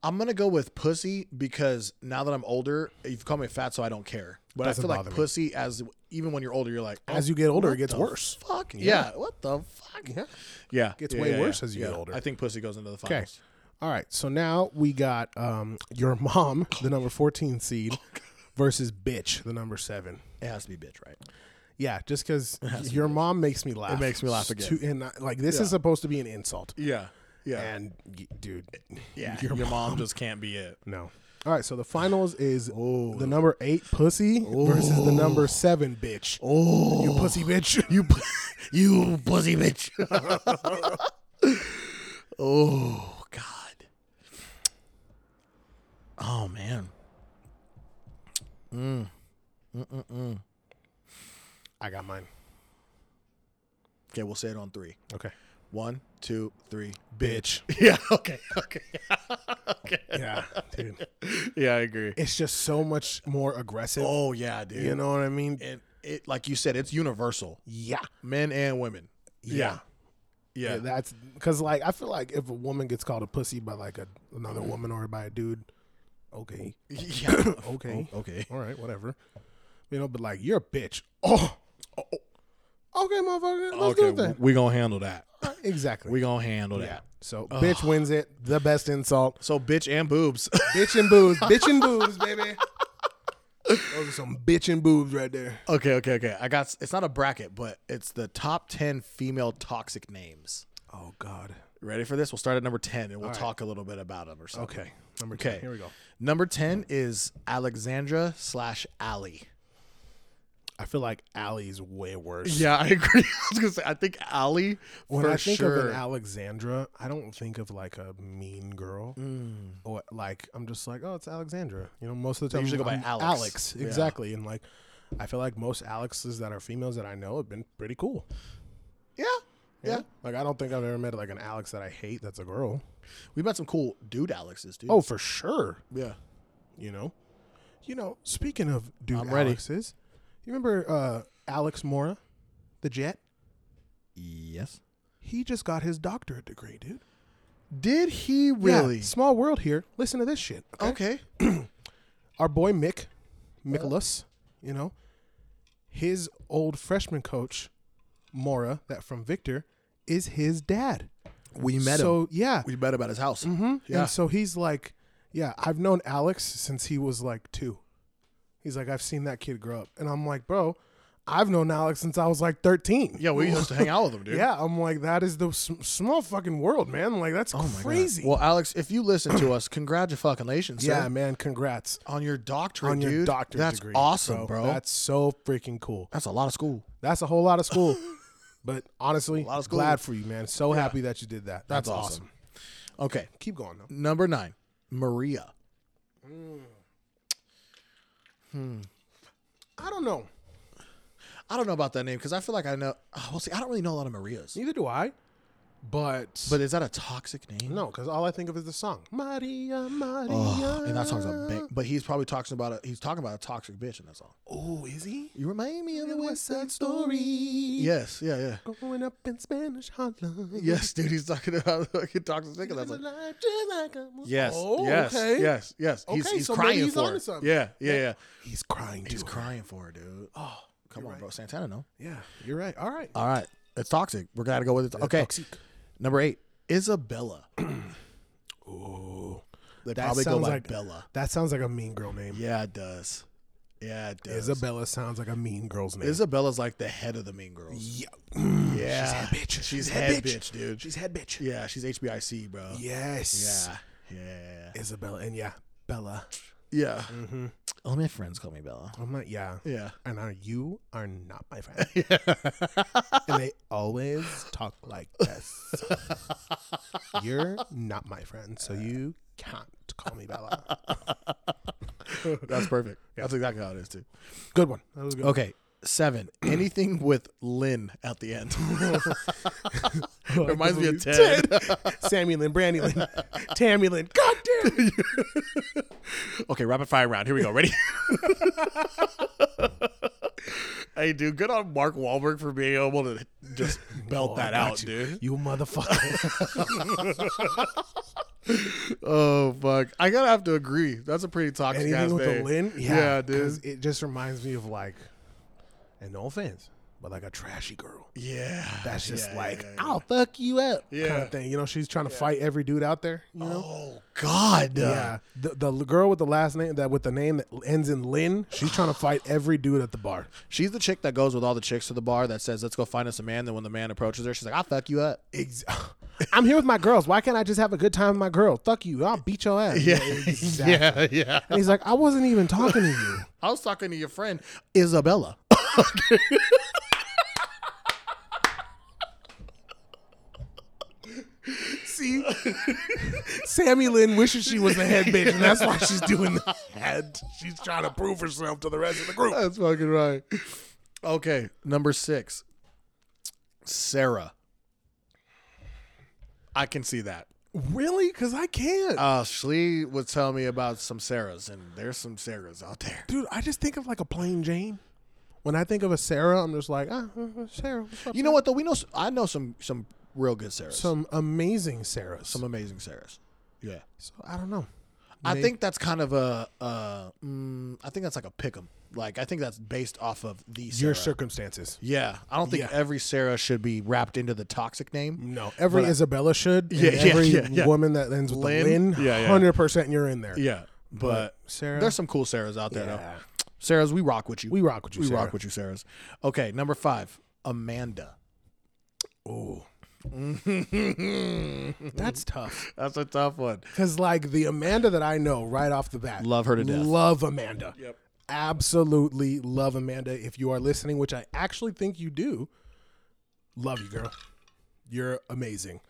Speaker 1: I'm gonna go with pussy because now that I'm older, you've called me fat, so I don't care. But
Speaker 2: Doesn't
Speaker 1: I feel like
Speaker 2: bother me.
Speaker 1: pussy, as even when you're older, you're like oh,
Speaker 2: As you get older,
Speaker 1: what
Speaker 2: it gets
Speaker 1: the
Speaker 2: worse.
Speaker 1: Fuck yeah. What the fuck?
Speaker 2: Yeah.
Speaker 1: Yeah,
Speaker 2: Gets
Speaker 1: Yeah,
Speaker 2: way
Speaker 1: yeah,
Speaker 2: worse
Speaker 1: yeah.
Speaker 2: as you get
Speaker 1: Yeah.
Speaker 2: older.
Speaker 1: I think pussy goes into the
Speaker 2: Okay.
Speaker 1: finals.
Speaker 2: All right. So now we got um your mom, the number fourteen seed, versus bitch, the number seven.
Speaker 1: It has to be bitch, right?
Speaker 2: Yeah, just because your mom makes me laugh.
Speaker 1: It makes me laugh
Speaker 2: It's
Speaker 1: again.
Speaker 2: too- and I- like this is supposed to be an insult.
Speaker 1: Yeah, yeah,
Speaker 2: And y- dude,
Speaker 1: yeah.
Speaker 2: your
Speaker 1: Your, mom. just can't be it.
Speaker 2: no. All right, so the finals is
Speaker 1: Oh.
Speaker 2: the number eight pussy versus the number seven bitch.
Speaker 1: Oh,
Speaker 2: You pussy bitch.
Speaker 1: you, pu- you pussy bitch. oh God. Oh man.
Speaker 2: I got mine.
Speaker 1: Okay, we'll say it on three.
Speaker 2: Okay.
Speaker 1: One, two, three.
Speaker 2: Bitch.
Speaker 1: Yeah. Okay. Okay.
Speaker 2: yeah, dude.
Speaker 1: Yeah, I agree.
Speaker 2: It's just so much more aggressive.
Speaker 1: Oh yeah, dude.
Speaker 2: You know what I mean?
Speaker 1: and it, like you said, it's universal,
Speaker 2: Yeah.
Speaker 1: men and women.
Speaker 2: Yeah.
Speaker 1: Yeah. Yeah.
Speaker 2: That's because, like, I feel like if a woman gets called a pussy by, like, a, another woman or by a dude, okay. Oh,
Speaker 1: yeah.
Speaker 2: Okay.
Speaker 1: okay.
Speaker 2: All right, whatever. You know, but, like, you're a bitch. Oh. oh. Okay, motherfucker. Let's do it
Speaker 1: Okay.
Speaker 2: then.
Speaker 1: We gonna handle that.
Speaker 2: Exactly.
Speaker 1: We gonna handle
Speaker 2: yeah.
Speaker 1: that.
Speaker 2: So, bitch wins it. The best insult.
Speaker 1: So bitch and boobs.
Speaker 2: bitch and boobs, bitch and boobs, baby. Those are some bitch and boobs right there.
Speaker 1: okay. Okay. Okay. I got. It's not a bracket, but it's the top ten female toxic names.
Speaker 2: Oh God.
Speaker 1: Ready for this? We'll start at number ten, and we'll
Speaker 2: right.
Speaker 1: talk a little bit about them or something.
Speaker 2: Okay, number
Speaker 1: Okay.
Speaker 2: ten. Here we go.
Speaker 1: Number ten is Alexandra slash Allie.
Speaker 2: I feel like Allie's way worse.
Speaker 1: Yeah, I agree. I was gonna say I think Allie
Speaker 2: When
Speaker 1: for
Speaker 2: I think
Speaker 1: sure.
Speaker 2: of an Alexandra, I don't think of like a mean girl.
Speaker 1: Mm.
Speaker 2: Or like I'm just like, oh, it's Alexandra. You know, most of the time
Speaker 1: usually go by
Speaker 2: I'm
Speaker 1: Alex.
Speaker 2: Alex,
Speaker 1: Yeah.
Speaker 2: exactly. And like, I feel like most Alexes that are females that I know have been pretty cool.
Speaker 1: yeah, Yeah.
Speaker 2: Like I don't think I've ever met like an Alex that I hate that's a girl.
Speaker 1: We met some cool dude Alexes, dude.
Speaker 2: Oh, for sure.
Speaker 1: yeah.
Speaker 2: You know. You know, speaking of dude
Speaker 1: I'm ready.
Speaker 2: Alexes, you remember uh, Alex Mora, the jet?
Speaker 1: Yes.
Speaker 2: He just got his doctorate degree, dude.
Speaker 1: Did he
Speaker 2: Yeah,
Speaker 1: really?
Speaker 2: small world here. Listen to this shit.
Speaker 1: Okay.
Speaker 2: Our boy Mick, Nicholas, you know, his old freshman coach, Mora, that from Victor, is his dad.
Speaker 1: We met him.
Speaker 2: so yeah,
Speaker 1: We met him at his house.
Speaker 2: hmm
Speaker 1: Yeah.
Speaker 2: And so he's like, yeah, I've known Alex since he was like two. He's like, I've seen that kid grow up, and I'm like, bro, I've known Alex since I was like 13.
Speaker 1: Yeah, we used to hang out with him, dude.
Speaker 2: yeah. I'm like, that is the s- small fucking world, man. Like that's crazy.
Speaker 1: Oh Well, Alex, if you listen to us, congratulations,
Speaker 2: yeah,
Speaker 1: sir,
Speaker 2: man. Congrats.
Speaker 1: on your doctorate,
Speaker 2: on your
Speaker 1: dude.
Speaker 2: doctorate
Speaker 1: That's
Speaker 2: degree.
Speaker 1: awesome, bro.
Speaker 2: That's so freaking cool.
Speaker 1: That's a lot of school.
Speaker 2: That's a whole lot of school. but honestly,
Speaker 1: lot of school.
Speaker 2: glad for you, man. So happy that you did that. That's,
Speaker 1: That's awesome.
Speaker 2: awesome.
Speaker 1: Okay,
Speaker 2: Keep going though.
Speaker 1: number nine, Maria.
Speaker 2: I don't know.
Speaker 1: I don't know about that name because I feel like I know. oh, Well, see, I don't really know a lot of Marias.
Speaker 2: Neither do I. But,
Speaker 1: But is that a toxic name?
Speaker 2: no, because all I think of is the song Maria, Maria.
Speaker 1: Oh, and that song's a big. But he's probably talking about a, he's talking about a toxic bitch in that song.
Speaker 2: Oh, is he?
Speaker 1: You remind me of the West Side
Speaker 2: Story.
Speaker 1: Story. Yes, yeah, yeah,
Speaker 2: Going up in Spanish Harlem.
Speaker 1: yes, dude. He's talking about fucking toxic chick in that
Speaker 2: There's a
Speaker 1: song.
Speaker 2: life just like a-
Speaker 1: Yes,
Speaker 2: Oh,
Speaker 1: yes,
Speaker 2: okay.
Speaker 1: yes, yes. He's,
Speaker 2: Okay,
Speaker 1: he's
Speaker 2: so maybe
Speaker 1: crying
Speaker 2: he's
Speaker 1: for
Speaker 2: onto
Speaker 1: it.
Speaker 2: something.
Speaker 1: Yeah, yeah, yeah.
Speaker 2: He's crying too.
Speaker 1: He's crying for it, dude.
Speaker 2: oh,
Speaker 1: Come
Speaker 2: you're
Speaker 1: on,
Speaker 2: right.
Speaker 1: bro. Santana, no.
Speaker 2: Yeah, you're right. All right.
Speaker 1: All right, it's toxic. We're gonna go with it. Uh, Okay,
Speaker 2: Toxic.
Speaker 1: number eight, Isabella.
Speaker 2: Ooh.
Speaker 1: They
Speaker 2: That
Speaker 1: probably go
Speaker 2: sounds
Speaker 1: by
Speaker 2: like-
Speaker 1: Bella.
Speaker 2: That sounds like a mean girl name.
Speaker 1: Yeah, it does. Yeah, it does.
Speaker 2: Isabella sounds like a mean girl's name.
Speaker 1: Isabella's like the head of the Mean Girls.
Speaker 2: yeah.
Speaker 1: Yeah,
Speaker 2: She's head bitch.
Speaker 1: She's, head bitch. dude.
Speaker 2: She's head bitch.
Speaker 1: yeah, she's HBIC, bro.
Speaker 2: Yes.
Speaker 1: Yeah, yeah,
Speaker 2: Isabella. And yeah, Bella.
Speaker 1: yeah.
Speaker 2: Mm-hmm.
Speaker 1: All my friends call me Bella.
Speaker 2: I'm not, yeah.
Speaker 1: Yeah.
Speaker 2: And are you are not my friend. and they always talk like this. You're not my friend, so you can't call me Bella.
Speaker 1: That's perfect. That's exactly how it is too.
Speaker 2: Good one. That was a good.
Speaker 1: Okay, seven. Anything with Lynn at the end
Speaker 2: one.
Speaker 1: reminds me of
Speaker 2: Ted.
Speaker 1: Ted.
Speaker 2: Sammy Lynn, Brandy Lynn, Tammy Lynn. God damn it.
Speaker 1: Okay, rapid fire round. Here we go. Ready? hey, dude, good on Mark Wahlberg for being able to just belt
Speaker 2: Oh, I
Speaker 1: that
Speaker 2: got
Speaker 1: out,
Speaker 2: you.
Speaker 1: dude.
Speaker 2: You motherfucker.
Speaker 1: Oh fuck, I gotta have to agree. That's a pretty toxic ass
Speaker 2: Anything with
Speaker 1: name.
Speaker 2: a Lynn?
Speaker 1: yeah, dude.
Speaker 2: 'cause It just reminds me of like, and no offense, but like a trashy girl.
Speaker 1: Yeah,
Speaker 2: That's just
Speaker 1: Yeah,
Speaker 2: like,
Speaker 1: yeah, yeah.
Speaker 2: I'll fuck you up kind
Speaker 1: Yeah.
Speaker 2: of thing. You know, she's trying to fight every dude out there. You know?
Speaker 1: oh god,
Speaker 2: Yeah. The, the l- girl with the last name, that with the name that ends in Lynn, she's trying to fight every dude at the bar.
Speaker 1: She's the chick that goes with all the chicks to the bar that says, "Let's go find us a man." Then when the man approaches her, she's like, "I'll fuck you up."
Speaker 2: Ex- I'm here with my girls. Why can't I just have a good time with my girl? Fuck you. I'll beat your ass. exactly.
Speaker 1: yeah, yeah.
Speaker 2: And he's like, I wasn't even talking to you.
Speaker 1: I was talking to your friend Isabella.
Speaker 2: See, Sammy Lynn wishes she was a head bitch, and that's why she's doing the head. She's trying to prove herself to the rest of the group.
Speaker 1: That's fucking right. Okay, number six, Sarah. I can see that.
Speaker 2: Really? Because I can't.
Speaker 1: Uh, Shlee would tell me about some Sarahs, and there's some Sarahs out there.
Speaker 2: Dude, I just think of like a plain Jane. When I think of a Sarah, I'm just like, ah, uh, uh, Sarah. What's up?
Speaker 1: You know what though? We know s- I know some some real good Sarahs, some,
Speaker 2: Some amazing Sarahs. Some,
Speaker 1: amazing Sarahs. Yeah,
Speaker 2: so, I don't know.
Speaker 1: I think that's kind of a. Uh, mm, I think that's like a pick'em. Like I think that's based off of the Sarah.
Speaker 2: Your circumstances.
Speaker 1: yeah, I don't think
Speaker 2: Yeah. Mm.
Speaker 1: every Sarah should be wrapped into the toxic name.
Speaker 2: No, every
Speaker 1: But I-
Speaker 2: Isabella should. and
Speaker 1: Yeah, yeah,
Speaker 2: every
Speaker 1: yeah, yeah.
Speaker 2: woman that ends with
Speaker 1: Lynn?
Speaker 2: the Lynn,
Speaker 1: Yeah, yeah.
Speaker 2: 100% you're in there.
Speaker 1: Yeah, but,
Speaker 2: Sarah.
Speaker 1: there's some cool Sarahs out there
Speaker 2: yeah.
Speaker 1: though. Sarahs, we rock with you.
Speaker 2: We rock with you,
Speaker 1: We
Speaker 2: Sarah.
Speaker 1: rock with you, Sarahs. Okay, number five, Amanda.
Speaker 2: Ooh,
Speaker 1: that's
Speaker 2: that's tough.
Speaker 1: a tough one.
Speaker 2: Because like the Amanda that I know right off the bat,
Speaker 1: Love her to death.
Speaker 2: Love Amanda.
Speaker 1: Yep.
Speaker 2: Absolutely love Amanda. If you are listening, which I actually think you do, love you, girl. You're amazing.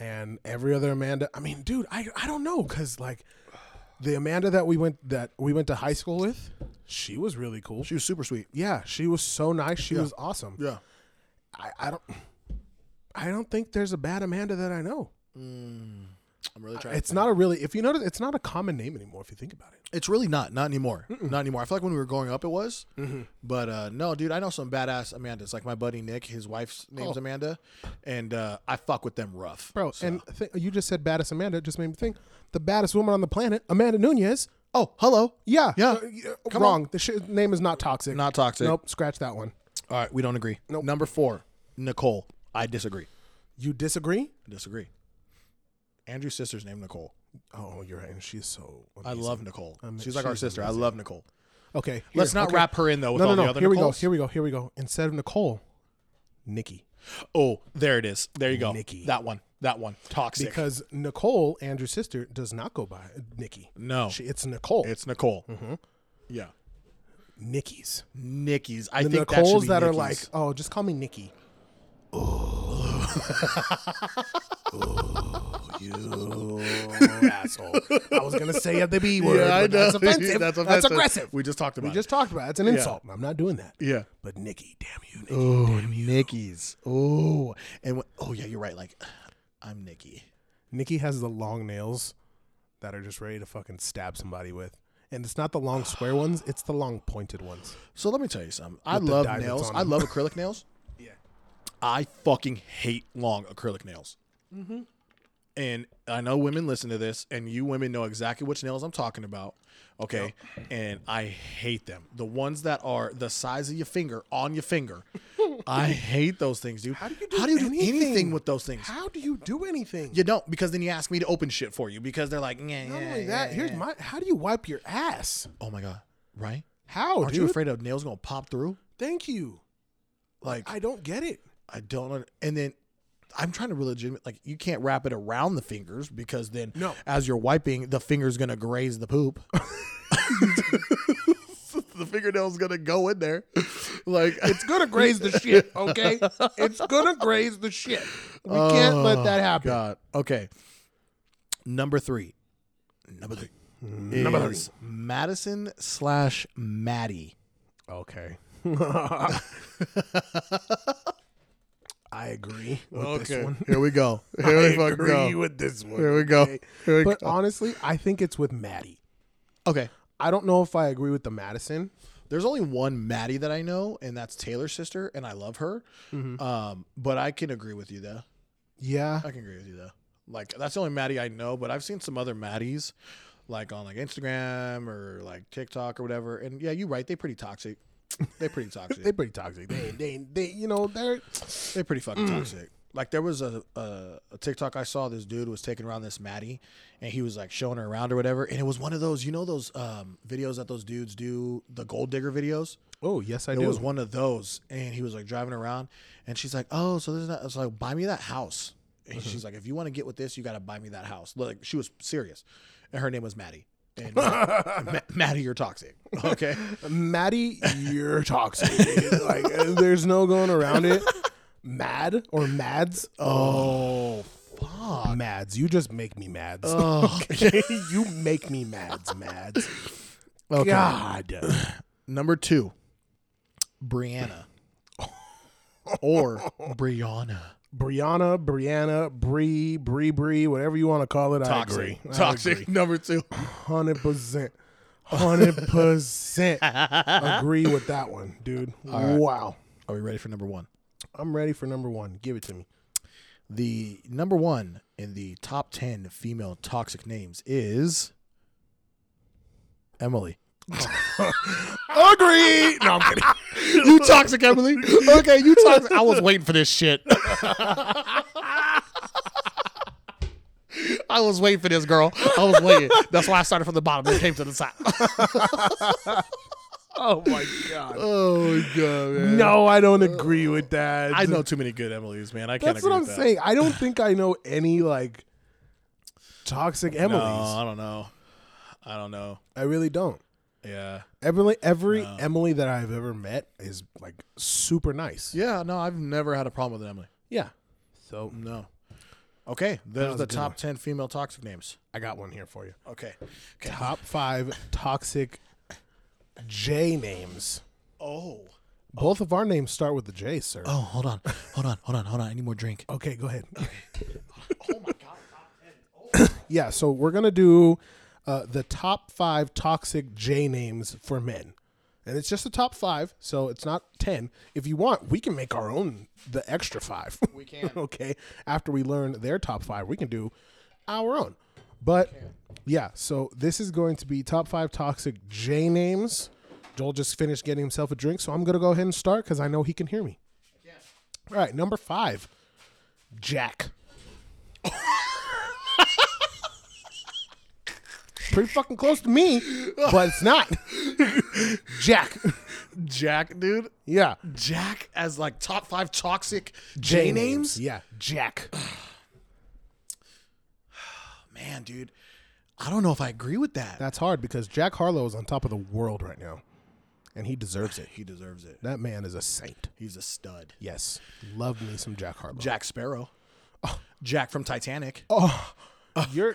Speaker 2: And every other Amanda, I mean, dude, I I don't know, cause like the Amanda that we went that we went to high school with, she was really cool.
Speaker 1: She was super sweet.
Speaker 2: yeah, she was so nice. She was awesome.
Speaker 1: Yeah.
Speaker 2: I, I don't. I don't think there's a bad Amanda that I know.
Speaker 1: Mm, I'm really trying.
Speaker 2: It's not a really if you notice it's not a common name anymore if you think about it.
Speaker 1: It's really not. Not anymore. Not anymore. I feel like when we were growing up, it was.
Speaker 2: Mm-hmm.
Speaker 1: But uh, no, dude, I know some badass Amandas. Like my buddy Nick, his wife's name's
Speaker 2: Oh.
Speaker 1: Amanda, and uh, I fuck with them rough,
Speaker 2: Bro,
Speaker 1: So-
Speaker 2: and th- you just said baddest Amanda, it just made me think the baddest woman on the planet, Amanda Nunez.
Speaker 1: oh, hello.
Speaker 2: Yeah. Uh,
Speaker 1: Yeah. Come
Speaker 2: wrong. The sh- name is not toxic.
Speaker 1: Not toxic.
Speaker 2: Nope, scratch that one.
Speaker 1: All right, we don't agree. Number four, Nicole. I disagree.
Speaker 2: You disagree?
Speaker 1: I disagree. Andrew's sister's name Nicole.
Speaker 2: Oh, you're right. And she's so
Speaker 1: I love Nicole.
Speaker 2: Um,
Speaker 1: She's like our
Speaker 2: she's
Speaker 1: sister. I love Nicole.
Speaker 2: Okay. here,
Speaker 1: Let's not
Speaker 2: okay.
Speaker 1: wrap her in though with
Speaker 2: No,
Speaker 1: all
Speaker 2: no, no.
Speaker 1: the other
Speaker 2: Here we go.
Speaker 1: Nicoles.
Speaker 2: Here we go. Here we go. Instead of Nicole, Nikki.
Speaker 1: Oh, there it is. There you go.
Speaker 2: Nikki.
Speaker 1: That one. That one. Toxic.
Speaker 2: Because Nicole, Andrew's sister, does not go by Nikki.
Speaker 1: no,
Speaker 2: She, it's Nicole.
Speaker 1: it's Nicole.
Speaker 2: Mm-hmm.
Speaker 1: Yeah,
Speaker 2: Nikki's.
Speaker 1: Nicky's. I
Speaker 2: The
Speaker 1: think that, should
Speaker 2: Nicoles
Speaker 1: be
Speaker 2: that, are
Speaker 1: Nikki's.
Speaker 2: like, oh, just call me Nikki. Oh. you asshole. I was going to say the B word.
Speaker 1: Yeah, I
Speaker 2: but That's
Speaker 1: know.
Speaker 2: offensive.
Speaker 1: That's
Speaker 2: that's,
Speaker 1: offensive.
Speaker 2: aggressive.
Speaker 1: We just talked
Speaker 2: We
Speaker 1: about
Speaker 2: just talked about it. It's an insult. I'm not doing that.
Speaker 1: it. Yeah.
Speaker 2: But Nikki, damn you, Nikki.
Speaker 1: Oh, Nicky's. Oh, and when, oh yeah, you're right. Like, I'm Nicky.
Speaker 2: Nikki has the long nails that are just ready to fucking stab somebody with. And it's not the long square ones, it's the long pointed ones.
Speaker 1: So let me tell you something. I
Speaker 2: With the
Speaker 1: love
Speaker 2: diamonds
Speaker 1: nails.
Speaker 2: on
Speaker 1: I
Speaker 2: them.
Speaker 1: love acrylic nails.
Speaker 2: Yeah.
Speaker 1: I fucking hate long acrylic nails. Mm-hmm. And I know women listen to this, and you women know exactly which nails I'm talking about. Okay. And I hate them. The ones that are the size of your finger on your finger. I hate those things, dude. How
Speaker 2: do you do
Speaker 1: anything?
Speaker 2: anything?
Speaker 1: with those things?
Speaker 2: How do you do anything?
Speaker 1: You don't, because then you ask me to open shit for you because they're like, yeah,
Speaker 2: Not
Speaker 1: yeah,
Speaker 2: only that,
Speaker 1: yeah,
Speaker 2: here's
Speaker 1: yeah."
Speaker 2: my how do you wipe your ass?
Speaker 1: Oh my God. Right?
Speaker 2: How,
Speaker 1: Aren't
Speaker 2: dude?
Speaker 1: you afraid a nail's gonna pop through?
Speaker 2: Thank you.
Speaker 1: Like
Speaker 2: I don't get it.
Speaker 1: I don't. under- And then I'm trying to really legitimate. Like you can't wrap it around the fingers because then
Speaker 2: No.
Speaker 1: as you're wiping, the finger's gonna graze the poop. the fingernail's gonna go in there. Like
Speaker 2: It's gonna graze the shit, okay? It's gonna graze the shit. We can't let that happen.
Speaker 1: Oh, God. Okay. Number three. Number three. Number three. Madison slash Maddie.
Speaker 2: Okay. I agree. With This one.
Speaker 1: Here we go. Here
Speaker 2: I
Speaker 1: we fucking
Speaker 2: agree
Speaker 1: go.
Speaker 2: with this one.
Speaker 1: Here we go.
Speaker 2: okay?
Speaker 1: Here we
Speaker 2: but
Speaker 1: go.
Speaker 2: honestly, I think it's with Maddie.
Speaker 1: Okay.
Speaker 2: I don't know if I agree with the Madison.
Speaker 1: There's only one Maddie that I know, and that's Taylor's sister, and I love her. Um, but I can agree with you though.
Speaker 2: Yeah.
Speaker 1: I can agree with you though. Like that's the only Maddie I know, but I've seen some other Maddies, like on like Instagram or like TikTok or whatever. And yeah, you're right. They pretty toxic. They pretty toxic.
Speaker 2: They're pretty toxic. They, they, they, you know, they're.
Speaker 1: they pretty fucking toxic. Like there was a, a a TikTok I saw. This dude was taking around this Maddie, and he was like showing her around or whatever. And it was one of those, you know, those um, videos that those dudes do, the gold digger videos.
Speaker 2: Oh yes, I
Speaker 1: It
Speaker 2: do.
Speaker 1: was one of those, and he was like driving around, and she's like, "Oh, so there's not." I was like, "Buy me that house." And she's like, "If you want to get with this, you got to buy me that house." Like she was serious, and her name was Maddie. And Ma- Maddie, you're toxic. Okay,
Speaker 2: Maddie, you're toxic. like, uh, there's no going around it. Mad or Mads? Oh, fuck. Oh. Mads, you just make me Mads. okay, you make me Mads, Mads.
Speaker 1: Okay.
Speaker 2: God.
Speaker 1: number two, Brianna, or Brianna.
Speaker 2: Brianna, Brianna, Bree, Bree, Bree, whatever you want to call it. I agree. I agree.
Speaker 1: toxic. Number two.
Speaker 2: Hundred percent. Hundred percent. Agree with that one, dude. Wow.
Speaker 1: Are we ready for number one?
Speaker 2: I'm ready for number one. Give it to me.
Speaker 1: The number one in the top ten female toxic names is Emily.
Speaker 2: Agree. No, I'm kidding.
Speaker 1: you toxic, Emily. Okay, you toxic. I was waiting for this shit. I was waiting for this girl. I was waiting. That's why I started from the bottom and came to the top.
Speaker 2: Oh my god.
Speaker 1: oh god, man.
Speaker 2: No, I don't agree with that.
Speaker 1: I know too many good Emilys, man. I can't.
Speaker 2: That's
Speaker 1: agree
Speaker 2: what I'm
Speaker 1: with that.
Speaker 2: saying. I don't think I know any like toxic
Speaker 1: No,
Speaker 2: Emily's.
Speaker 1: I don't know. I don't know.
Speaker 2: I really don't.
Speaker 1: Yeah.
Speaker 2: Every every Emily that I've ever met is like super nice.
Speaker 1: Yeah. No, I've never had a problem with an Emily.
Speaker 2: Yeah. So
Speaker 1: No. Okay, those are
Speaker 2: was
Speaker 1: the
Speaker 2: a good
Speaker 1: top
Speaker 2: one.
Speaker 1: ten female toxic names.
Speaker 2: I got one here for you.
Speaker 1: Okay. Okay.
Speaker 2: Top five toxic J names.
Speaker 1: Oh.
Speaker 2: Both of our names start with the J, sir.
Speaker 1: Oh, hold on, hold on, hold on, hold on. I need more drink.
Speaker 2: Okay, go ahead. Okay. oh my god. yeah, so we're gonna do uh, the top five toxic J names for men, and it's just the top five, so it's not ten. If you want, we can make our own the extra five. We can. okay, after we learn their top five, we can do our own. But yeah, so this is going to be top five toxic J names. Joel just finished getting himself a drink, so I'm gonna go ahead and start because I know he can hear me. All right, number five. Jack. Pretty fucking close to me, but it's not. Jack.
Speaker 1: Jack, dude.
Speaker 2: Yeah.
Speaker 1: Jack as like top five toxic J names.
Speaker 2: Yeah. Jack.
Speaker 1: Man, dude, I don't know if I agree with that.
Speaker 2: That's hard because Jack Harlow is on top of the world right now, and he deserves it.
Speaker 1: he deserves it.
Speaker 2: That man is a saint.
Speaker 1: He's a stud.
Speaker 2: Yes. Love me some Jack Harlow.
Speaker 1: Jack Sparrow. Oh. Jack from Titanic.
Speaker 2: Oh, you're,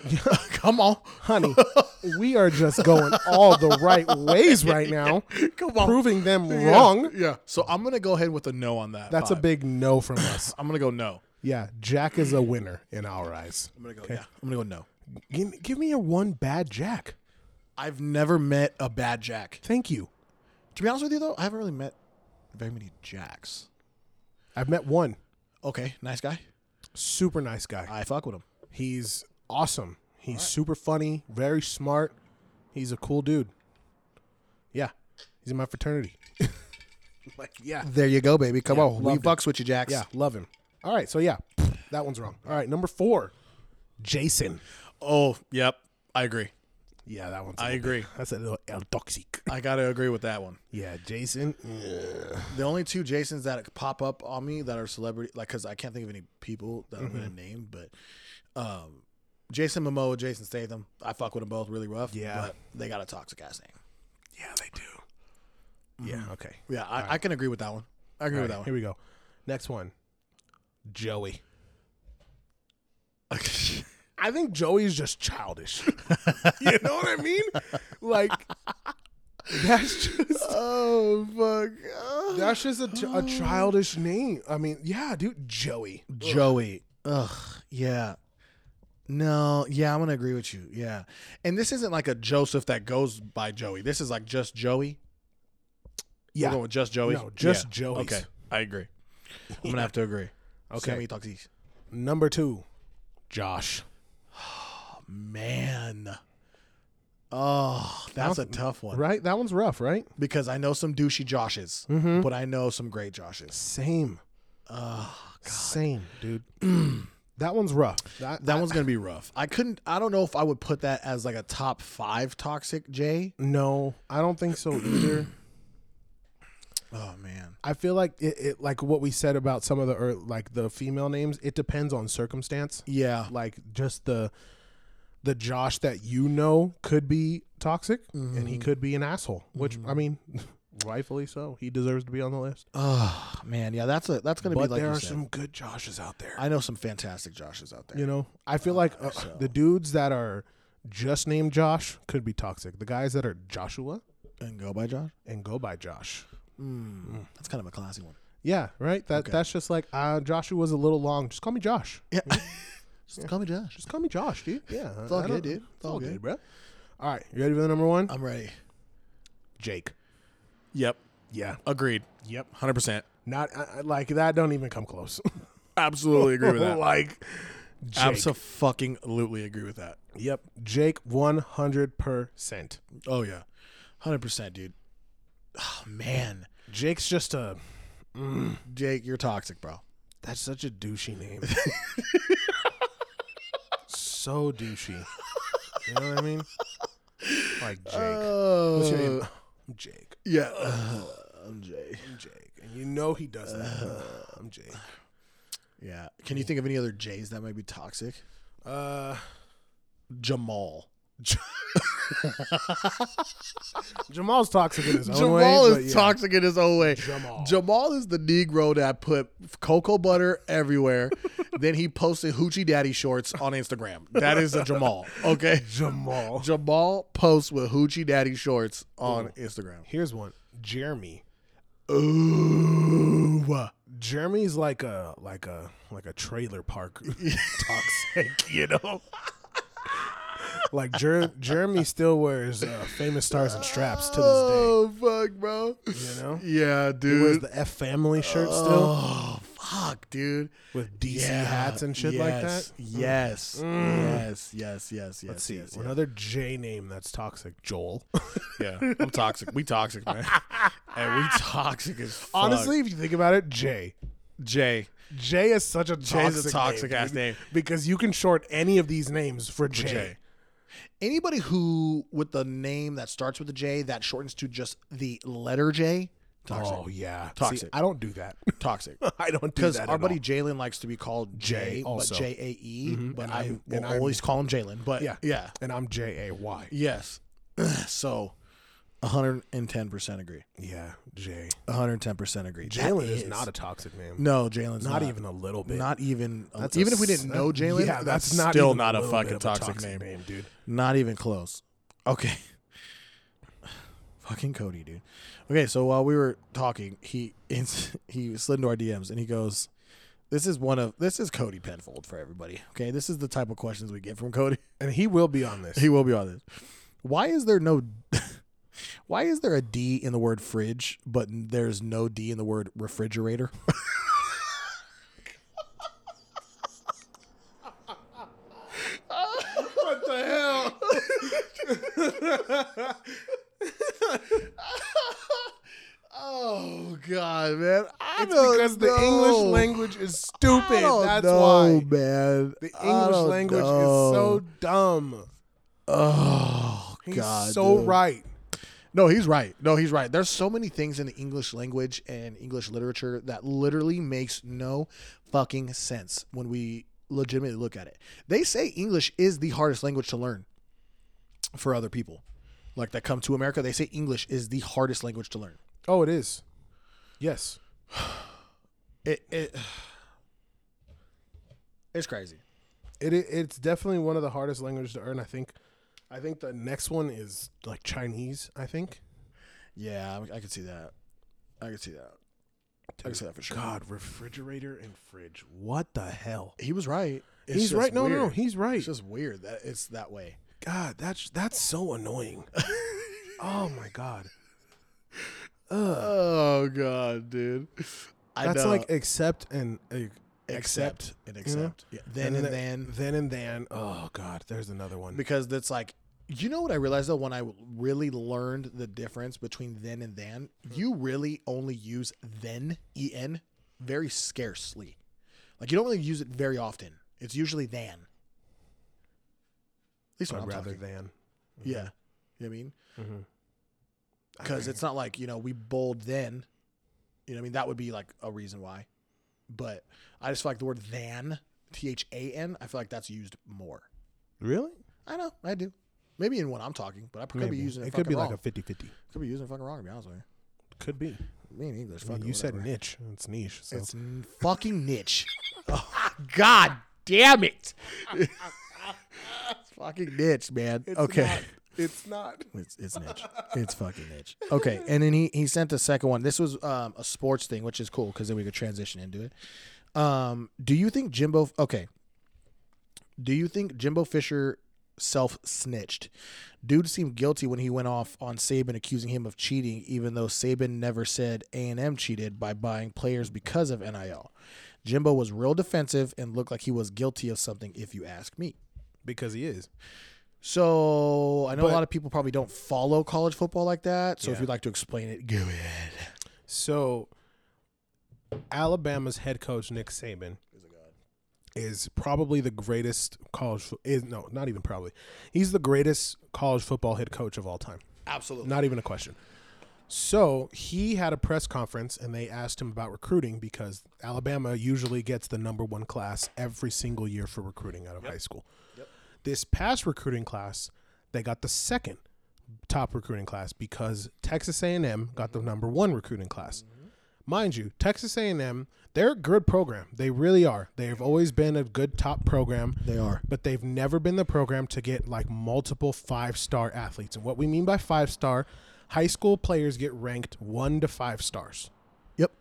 Speaker 1: Come on,
Speaker 2: honey, we are just going all the right ways right now,
Speaker 1: come on.
Speaker 2: proving them
Speaker 1: Yeah,
Speaker 2: wrong.
Speaker 1: Yeah. So I'm gonna go ahead with a no on that.
Speaker 2: That's a
Speaker 1: five.
Speaker 2: big no from us.
Speaker 1: I'm gonna go no.
Speaker 2: Yeah, Jack is a winner in our eyes.
Speaker 1: I'm gonna go. Yeah. I'm gonna go no.
Speaker 2: Give, give me a one bad Jack.
Speaker 1: I've never met a bad Jack.
Speaker 2: Thank you.
Speaker 1: To be honest with you, though, I haven't really met very many Jacks.
Speaker 2: I've met one
Speaker 1: Okay, nice guy.
Speaker 2: super nice guy.
Speaker 1: I fuck with him.
Speaker 2: He's awesome. He's super funny, very smart. He's a cool dude. Yeah, he's in my fraternity. like, yeah,
Speaker 1: There you go, baby. Come on, we
Speaker 2: loved it.
Speaker 1: fucks with you, Jacks.
Speaker 2: yeah, love him. All right, so yeah, that one's wrong. All right, number four, Jason.
Speaker 1: Oh, yep. I agree.
Speaker 2: Yeah, that one's.
Speaker 1: I agree.
Speaker 2: That's a little el toxic.
Speaker 1: I gotta agree with that one.
Speaker 2: Yeah, Jason. yeah.
Speaker 1: The only two Jasons that pop up on me that are celebrity, like, because I can't think of any people that I'm gonna name, but um, Jason Momoa, Jason Statham, I fuck with them both really rough.
Speaker 2: Yeah.
Speaker 1: but they got a toxic ass name.
Speaker 2: Yeah, they do. Yeah. Okay.
Speaker 1: Yeah, I, I can agree with that one. I agree with
Speaker 2: All
Speaker 1: that
Speaker 2: right,
Speaker 1: one.
Speaker 2: Here we go. Next one, Joey. I think Joey is just childish. you know what I mean? Like that's just
Speaker 1: oh fuck,
Speaker 2: that's just a, ch- a childish name. I mean, yeah, dude, Joey.
Speaker 1: Joey. Ugh, yeah. No, yeah, I'm gonna agree with you. Yeah, and this isn't like a Joseph that goes by Joey. This is like just Joey. We're
Speaker 2: Yeah,
Speaker 1: going with just Joey.
Speaker 2: No, just Joey's.
Speaker 1: Okay, I agree. I'm gonna have to agree.
Speaker 2: Okay.
Speaker 1: Sammy Toxies.
Speaker 2: number two, Josh.
Speaker 1: Man. Oh, that's a tough one.
Speaker 2: Right, that one's rough. Right,
Speaker 1: Because I know some douchey Joshes,
Speaker 2: Mm-hmm.
Speaker 1: but I know some great Joshes.
Speaker 2: same. Oh, same, dude. that one's rough. That,
Speaker 1: That one's gonna be rough. I couldn't. I don't know if I would put that as like a top five toxic J.
Speaker 2: no, I don't think so either.
Speaker 1: Oh man.
Speaker 2: I feel like it, it like what we said about some of the or like the female names. It depends on circumstance.
Speaker 1: Yeah.
Speaker 2: Like just the the Josh that you know could be toxic, and
Speaker 1: Mm-hmm.
Speaker 2: he could be an asshole. Which I mean, rightfully so. He deserves to be on the list.
Speaker 1: Oh man. Yeah. That's a. That's gonna
Speaker 2: but
Speaker 1: be like.
Speaker 2: there
Speaker 1: you
Speaker 2: are
Speaker 1: said.
Speaker 2: some good Joshes out there.
Speaker 1: I Ah, know some fantastic Joshes out there.
Speaker 2: you know, I feel like uh, the dudes that are just named Josh could be toxic. The guys that are Joshua
Speaker 1: And go by Josh.
Speaker 2: and go by Josh.
Speaker 1: That's kind of a classy one.
Speaker 2: Yeah, right. That that's just like uh, Joshua's a little long. Just call me Josh.
Speaker 1: Yeah. Just call me Josh.
Speaker 2: Just call me Josh, dude. Yeah,
Speaker 1: It's all
Speaker 2: I don't-
Speaker 1: good, dude. It's all good. Uh,
Speaker 2: bro. All right, you ready for the number one?
Speaker 1: I'm ready.
Speaker 2: Jake.
Speaker 1: Yep.
Speaker 2: Yeah.
Speaker 1: Agreed.
Speaker 2: Yep.
Speaker 1: Hundred percent.
Speaker 2: Not I, I- like that. Don't even come close.
Speaker 1: Absolutely agree
Speaker 2: like, Jake.
Speaker 1: fucking Absolutely agree with that.
Speaker 2: Yep. Jake, one hundred percent.
Speaker 1: Oh yeah, hundred percent, dude. Oh man,
Speaker 2: Jake's just a.
Speaker 1: Jake, you're toxic, bro.
Speaker 2: That's such a douchey name. so douchey. You know what I mean? Like
Speaker 1: Uh,
Speaker 2: Jake. What's your name? I'm Jake.
Speaker 1: Oh. Yeah, I'm Jake.
Speaker 2: I'm Jake. And you know he does that.
Speaker 1: Uh,
Speaker 2: I'm Jake.
Speaker 1: Yeah. Can you think of any other J's that might be toxic?
Speaker 2: Uh.
Speaker 1: Jamal.
Speaker 2: Jamal's toxic in his own way.
Speaker 1: Jamal
Speaker 2: but
Speaker 1: is
Speaker 2: yeah.
Speaker 1: toxic in his own way.
Speaker 2: Jamal.
Speaker 1: Jamal is the Negro that put cocoa butter everywhere. then he posted hoochie daddy shorts on Instagram. That is a Jamal. Okay.
Speaker 2: Jamal.
Speaker 1: Jamal posts with hoochie daddy shorts on Instagram.
Speaker 2: Here's one. Jeremy.
Speaker 1: Ooh.
Speaker 2: Germany's like a like a like a trailer park toxic, you know. like Jer- Germany still wears uh, famous stars and straps to this
Speaker 1: Oh fuck, bro.
Speaker 2: day, you know.
Speaker 1: Yeah,
Speaker 2: He wears
Speaker 1: dude.
Speaker 2: the F family shirt still
Speaker 1: Oh fuck, dude.
Speaker 2: with DC hats and shit like that. Mm.
Speaker 1: yes, Yes, yes, yes, yes, yes.
Speaker 2: Let's see.
Speaker 1: yes, yes.
Speaker 2: Another J name that's toxic, Joel.
Speaker 1: Yeah, I'm toxic. We toxic, man. and we toxic as fuck.
Speaker 2: Honestly, if you think about it, J.
Speaker 1: Jay.
Speaker 2: J is such a toxic,
Speaker 1: Jay's a toxic ass
Speaker 2: dude,
Speaker 1: name.
Speaker 2: because you can short any of these names for J.
Speaker 1: Jay. Anybody who with the name that starts with a J that shortens to just the letter J, toxic.
Speaker 2: Oh yeah, See,
Speaker 1: Toxic.
Speaker 2: I don't do that.
Speaker 1: Toxic.
Speaker 2: I don't Oh. do
Speaker 1: Because
Speaker 2: that.
Speaker 1: our
Speaker 2: at
Speaker 1: buddy
Speaker 2: all.
Speaker 1: Jalen likes to be called
Speaker 2: Jay
Speaker 1: Jay,
Speaker 2: also. Mm-hmm.
Speaker 1: but J A E. But
Speaker 2: And
Speaker 1: I
Speaker 2: I'm-
Speaker 1: will
Speaker 2: and I'm-
Speaker 1: always call him Jalen. But
Speaker 2: Yeah.
Speaker 1: yeah, yeah,
Speaker 2: and I'm J A Y.
Speaker 1: yes. so, 110 percent agree.
Speaker 2: Yeah, J.
Speaker 1: 110 percent agree. That
Speaker 2: Jalen is not a toxic name.
Speaker 1: no Jalen's
Speaker 2: not,
Speaker 1: not,
Speaker 2: even a little bit.
Speaker 1: not even
Speaker 2: That's a
Speaker 1: even if we didn't
Speaker 2: s-
Speaker 1: know Jalen.
Speaker 2: yeah, that's, not
Speaker 1: still
Speaker 2: even
Speaker 1: not a
Speaker 2: little bit
Speaker 1: fucking
Speaker 2: of
Speaker 1: toxic, name.
Speaker 2: dude.
Speaker 1: Not even close. Okay. Fucking Cody, dude. Okay, so while we were talking, he ins- he slid into our DMs and he goes, "This is one of this is Cody Penfold for everybody." Okay, this is the type of questions we get from Cody.
Speaker 2: And he will be on this.
Speaker 1: He will be on this. Why is there no? Why is there a D in the word fridge, but there's no D in the word refrigerator?
Speaker 2: what the hell?
Speaker 1: Oh God, man! I
Speaker 2: It's because the English language is stupid. That's why
Speaker 1: man.
Speaker 2: the English language is so dumb.
Speaker 1: Oh
Speaker 2: He's
Speaker 1: God,
Speaker 2: so
Speaker 1: dude.
Speaker 2: right.
Speaker 1: No, he's right. No, he's right. There's so many things in the English language and English literature that literally makes no fucking sense when we legitimately look at it. They say English is the hardest language to learn for other people. Like that come to America, they say English is the hardest language to learn.
Speaker 2: Oh, it is. Yes.
Speaker 1: It, it it's crazy.
Speaker 2: It, it it's definitely one of the hardest languages to earn. I think, I think the next one is like Chinese. I think.
Speaker 1: Yeah, I, I could see that. I could see that. I could see that for sure.
Speaker 2: God, refrigerator and fridge. What the hell?
Speaker 1: He was right. It's
Speaker 2: he's
Speaker 1: just
Speaker 2: right. No, no, no,
Speaker 1: weird.
Speaker 2: he's right.
Speaker 1: It's just weird that it's that way.
Speaker 2: God, that's that's so annoying. oh my god, Ugh.
Speaker 1: Oh god, dude. I
Speaker 2: that's
Speaker 1: know.
Speaker 2: like accept and uh,
Speaker 1: accept and
Speaker 2: you know?
Speaker 1: accept. Yeah. Then and, then,
Speaker 2: then and then. Oh god, there's another one.
Speaker 1: because that's like you know what I realized though when I really learned the difference between then and then, you really only use then e n very scarcely. Like you don't really use it very often. It's usually than. At least when
Speaker 2: But
Speaker 1: I'm
Speaker 2: rather
Speaker 1: talking.
Speaker 2: than.
Speaker 1: Yeah. You know what I mean?
Speaker 2: Mhm.
Speaker 1: Because it's not like, you know, we bowled then. You know what I mean? That would be like a reason why. But I just feel like the word than, T H A N, I feel like that's used more.
Speaker 2: Really?
Speaker 1: I know. I do. Maybe in when I'm talking, but I could
Speaker 2: Maybe.
Speaker 1: be using it.
Speaker 2: It could be like
Speaker 1: wrong.
Speaker 2: a 50-50.
Speaker 1: a. Could be using it fucking wrong, to be honest with you.
Speaker 2: Could be.
Speaker 1: Me in English.
Speaker 2: I mean,
Speaker 1: fucking
Speaker 2: you said
Speaker 1: whatever.
Speaker 2: niche. It's niche. So.
Speaker 1: It's n- fucking niche. God damn it. it's fucking niche, man. okay.
Speaker 2: it's not.
Speaker 1: It's it's niche. It's fucking niche. Okay, and then he he sent the second one. This was um, a sports thing, which is cool because then we could transition into it. Um, do you think Jimbo? Okay, do you think Jimbo Fisher self snitched? Dude seemed guilty when he went off on Saban, accusing him of cheating, even though Saban never said A and M cheated by buying players because of NIL. Jimbo was real defensive and looked like he was guilty of something, if you ask me.
Speaker 2: Because he is.
Speaker 1: So I know
Speaker 2: But-
Speaker 1: a lot of people probably don't follow college football like that. So if
Speaker 2: Yeah.
Speaker 1: you'd like to explain it, go ahead.
Speaker 2: So, Alabama's head coach Nick Saban is probably the greatest college. fo- Is no, not even probably. He's the greatest college football head coach of all time.
Speaker 1: Absolutely.
Speaker 2: Not even a question. So he had a press conference and they asked him about recruiting because Alabama usually gets the number one class every single year for recruiting out of high school. This past recruiting class, they got the second top recruiting class because Texas A&M got the number one recruiting class. Mind you, Texas A&M, they're a good program. They really are. They've always been a good top program
Speaker 1: They are.
Speaker 2: but they've never been the program to get like multiple five star athletes. And what we mean by five star, high school players get ranked one to five stars.
Speaker 1: Yep.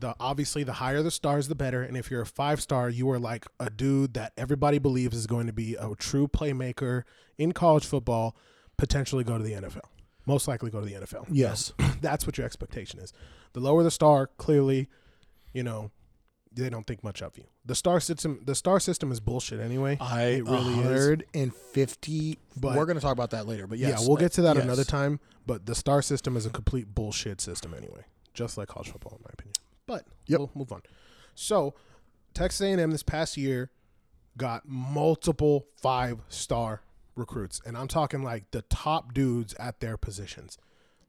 Speaker 2: the obviously the higher the stars the better and if you're a five star you are like a dude that everybody believes is going to be a true playmaker in college football potentially go to the nfl most likely go to the nfl
Speaker 1: Yes.
Speaker 2: that's what your expectation is the lower the star clearly you know they don't think much of you the star system the star system is bullshit anyway
Speaker 1: I
Speaker 2: It really is.
Speaker 1: 150.
Speaker 2: But-
Speaker 1: we're going to talk about that later. But yes,
Speaker 2: yeah we'll get to that
Speaker 1: yes.
Speaker 2: another time but the star system is a complete bullshit system anyway just like college football in my opinion but
Speaker 1: Yep.
Speaker 2: we'll move on so texas a&m this past year got multiple five star recruits and i'm talking like the top dudes at their positions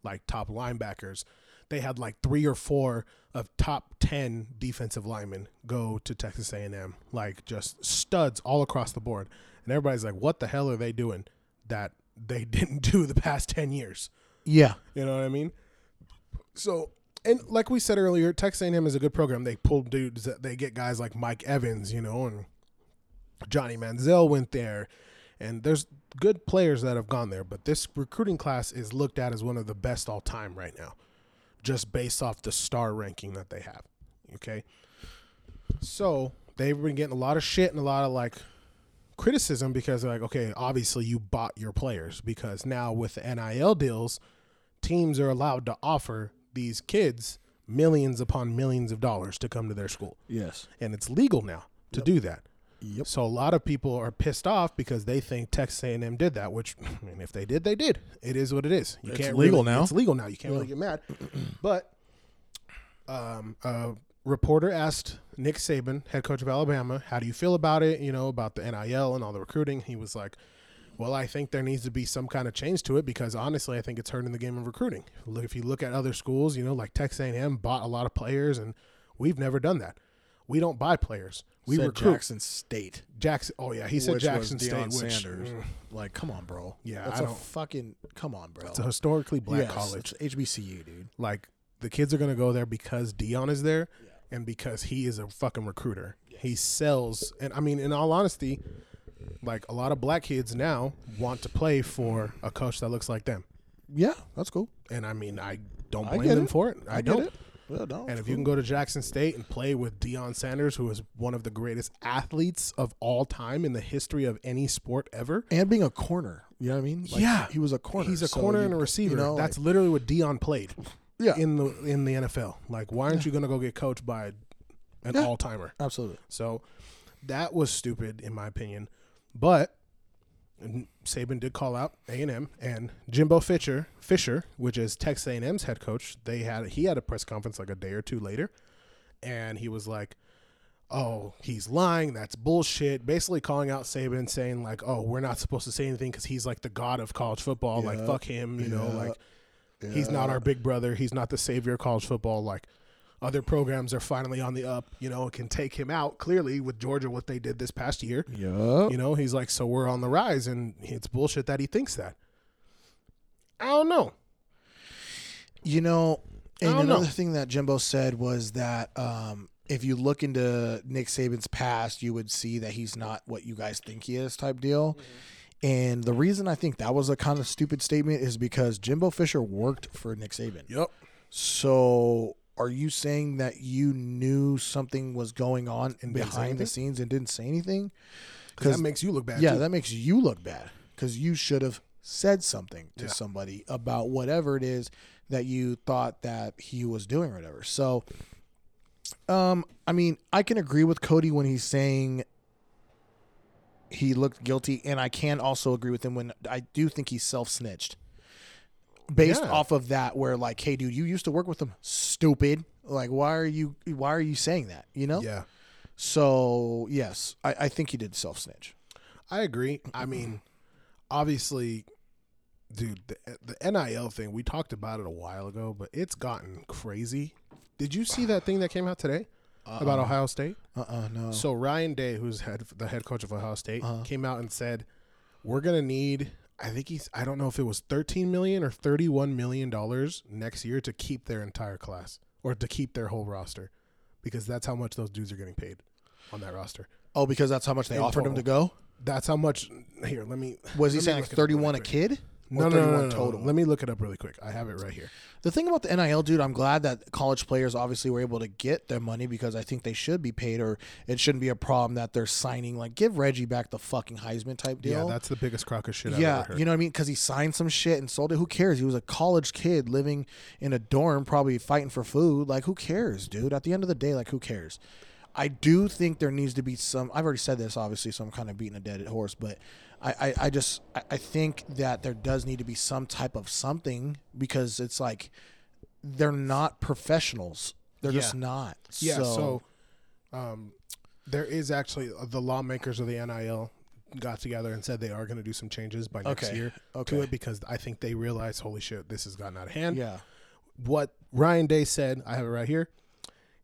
Speaker 2: like top linebackers they had like three or four of top 10 defensive linemen go to texas a&m like just studs all across the board and everybody's like what the hell are they doing that they didn't do the past 10 years
Speaker 1: Yeah.
Speaker 2: you know what I mean? So, and like we said earlier, Texas A&M is a good program. They pull dudes. that- They get guys like Mike Evans, you know, and Johnny Manziel went there, and there's good players that have gone there. But this recruiting class is looked at as one of the best all time right now, just based off the star ranking that they have. Okay, so they've been getting a lot of shit and a lot of like criticism because they're like, okay, obviously you bought your players because now with the NIL deals, teams are allowed to offer these kids millions upon millions of dollars to come to their school.
Speaker 1: Yes.
Speaker 2: And it's legal now to do that.
Speaker 1: Yep.
Speaker 2: So a lot of people are pissed off because they think Texas A&M did that, which I mean, if they did, they did. It is what it is. You
Speaker 1: It's
Speaker 2: can't
Speaker 1: legal
Speaker 2: really-
Speaker 1: now.
Speaker 2: It's legal now. You can't really get mad. But um, a reporter asked Nick Saban, head coach of Alabama, how do you feel about it? You know about the NIL and all the recruiting. He was like, well, I think there needs to be some kind of change to it because honestly, I think it's hurting the game of recruiting. Look, if you look at other schools, you know, like Texas A&M bought a lot of players, and we've never done that. We don't buy players. We
Speaker 1: We said
Speaker 2: recruit.
Speaker 1: Jackson State.
Speaker 2: Jackson. Oh yeah, he said
Speaker 1: which
Speaker 2: Jackson
Speaker 1: was
Speaker 2: State.
Speaker 1: Deion
Speaker 2: Which
Speaker 1: Sanders.
Speaker 2: mm,
Speaker 1: Like, come on, bro.
Speaker 2: Yeah,
Speaker 1: That's
Speaker 2: I
Speaker 1: a
Speaker 2: don't-
Speaker 1: fucking. Come on, bro.
Speaker 2: it's a historically black
Speaker 1: Yes,
Speaker 2: college.
Speaker 1: It's HBCU, dude.
Speaker 2: Like the kids are gonna go there because Dion is there, and because he is a fucking recruiter. He sells, and I mean, in all honesty, like a lot of black kids now want to play for a coach that looks like them,
Speaker 1: Yeah, that's cool.
Speaker 2: and I mean, I don't
Speaker 1: I
Speaker 2: blame
Speaker 1: get
Speaker 2: them
Speaker 1: it.
Speaker 2: for it. I,
Speaker 1: I,
Speaker 2: don't.
Speaker 1: get it. Well, no,
Speaker 2: And
Speaker 1: it's
Speaker 2: if you
Speaker 1: cool.
Speaker 2: can go to Jackson State and play with Deion Sanders, who is one of the greatest athletes of all time in the history of any sport ever,
Speaker 1: and being a corner, you know what I mean? Like,
Speaker 2: Yeah.
Speaker 1: he was a corner.
Speaker 2: He's a
Speaker 1: so
Speaker 2: corner
Speaker 1: you-
Speaker 2: and a receiver.
Speaker 1: You know,
Speaker 2: That's literally what Dion played.
Speaker 1: Yeah.
Speaker 2: In the in the NFL. Like why aren't you going to go get coached by an
Speaker 1: Yeah.
Speaker 2: all-timer?
Speaker 1: like, absolutely.
Speaker 2: So that was stupid in my opinion. But and Saban did call out A&M and Jimbo Fisher, Fisher, which is Texas A&M's head coach. They had he had a press conference like a day or two later and he was like oh, he's lying. That's bullshit. Basically calling out Saban, saying like, oh, we're not supposed to say anything because he's like the god of college football. Like,
Speaker 1: Yeah.
Speaker 2: fuck him. You know,
Speaker 1: Yeah.
Speaker 2: like he's not our big brother. He's not the savior of college football. Like other programs are finally on the up. You know, and can take him out clearly with Georgia what they did this past year.
Speaker 1: Yeah.
Speaker 2: You know, he's like, so we're on the rise, and it's bullshit that he thinks that. I don't know.
Speaker 1: You know,
Speaker 2: I
Speaker 1: and
Speaker 2: don't know.
Speaker 1: another thing that Jimbo said was that um, if you look into Nick Saban's past, you would see that he's not what you guys think he is, type deal.
Speaker 2: Mm-hmm.
Speaker 1: And the reason I think that was a kind of stupid statement is because Jimbo Fisher worked for Nick Saban.
Speaker 2: Yep.
Speaker 1: So, are you saying that you knew something was going on
Speaker 2: And didn't say
Speaker 1: behind
Speaker 2: anything?
Speaker 1: the scenes and didn't say anything?
Speaker 2: Because that makes you look bad.
Speaker 1: yeah,
Speaker 2: too.
Speaker 1: that makes you look bad because you should have said something to
Speaker 2: Yeah.
Speaker 1: somebody about whatever it is that you thought that he was doing or whatever. So, um, I mean, I can agree with Cody when he's saying he looked guilty, and I can also agree with him when I do think he self snitched. Based
Speaker 2: Yeah.
Speaker 1: off of that, where like, hey, dude, you used to work with him, stupid. Like, why are you? Why are you saying that? You know.
Speaker 2: yeah.
Speaker 1: So yes, I, I think he did self snitch.
Speaker 2: I agree. I mean, obviously, dude, the, the NIL thing, we talked about it a while ago, but it's gotten crazy. Did you see that thing that came out today about Ohio State?
Speaker 1: Uh uh no.
Speaker 2: So Ryan Day, who's head, the head coach of Ohio State,
Speaker 1: Uh-huh.
Speaker 2: came out and said, "We're gonna need." I think he's. I don't know if it was thirteen million or thirty-one million dollars next year to keep their entire class or to keep their whole roster, because that's how much those dudes are getting paid on that roster.
Speaker 1: Oh, because that's how much they
Speaker 2: In
Speaker 1: offered him to
Speaker 2: total.
Speaker 1: go.
Speaker 2: That's how much. Here, let me.
Speaker 1: Was he
Speaker 2: let
Speaker 1: saying like
Speaker 2: me look it up really
Speaker 1: thirty-one a
Speaker 2: quick.
Speaker 1: kid?
Speaker 2: No, no,
Speaker 1: 31
Speaker 2: no, no, total.
Speaker 1: total.
Speaker 2: Let me look it up really quick. I have it right here.
Speaker 1: The thing about the NIL, dude, I'm glad that college players obviously were able to get their money because I think they should be paid, or it shouldn't be a problem that they're signing. Like, give Reggie back the fucking Heisman type
Speaker 2: Yeah,
Speaker 1: deal.
Speaker 2: that's the biggest crock of shit I've
Speaker 1: Yeah,
Speaker 2: ever heard.
Speaker 1: you know what I mean? Because he signed some shit and sold it. Who cares? He was a college kid living in a dorm, probably fighting for food. Like, who cares, dude? At the end of the day, like, who cares? I do think there needs to be some. I've already said this, obviously, so I'm kind of beating a dead horse, but I, I, I just I, I think that there does need to be some type of something because it's like they're not professionals. They're just
Speaker 2: Yeah.
Speaker 1: not.
Speaker 2: yeah,
Speaker 1: so,
Speaker 2: so, um, there is actually uh, the lawmakers of the NIL got together and said they are going to do some changes by next
Speaker 1: Okay,
Speaker 2: year
Speaker 1: okay.
Speaker 2: to it because I think they realize, holy shit, this has gotten out of hand.
Speaker 1: yeah,
Speaker 2: what Ryan Day said, I have it right here.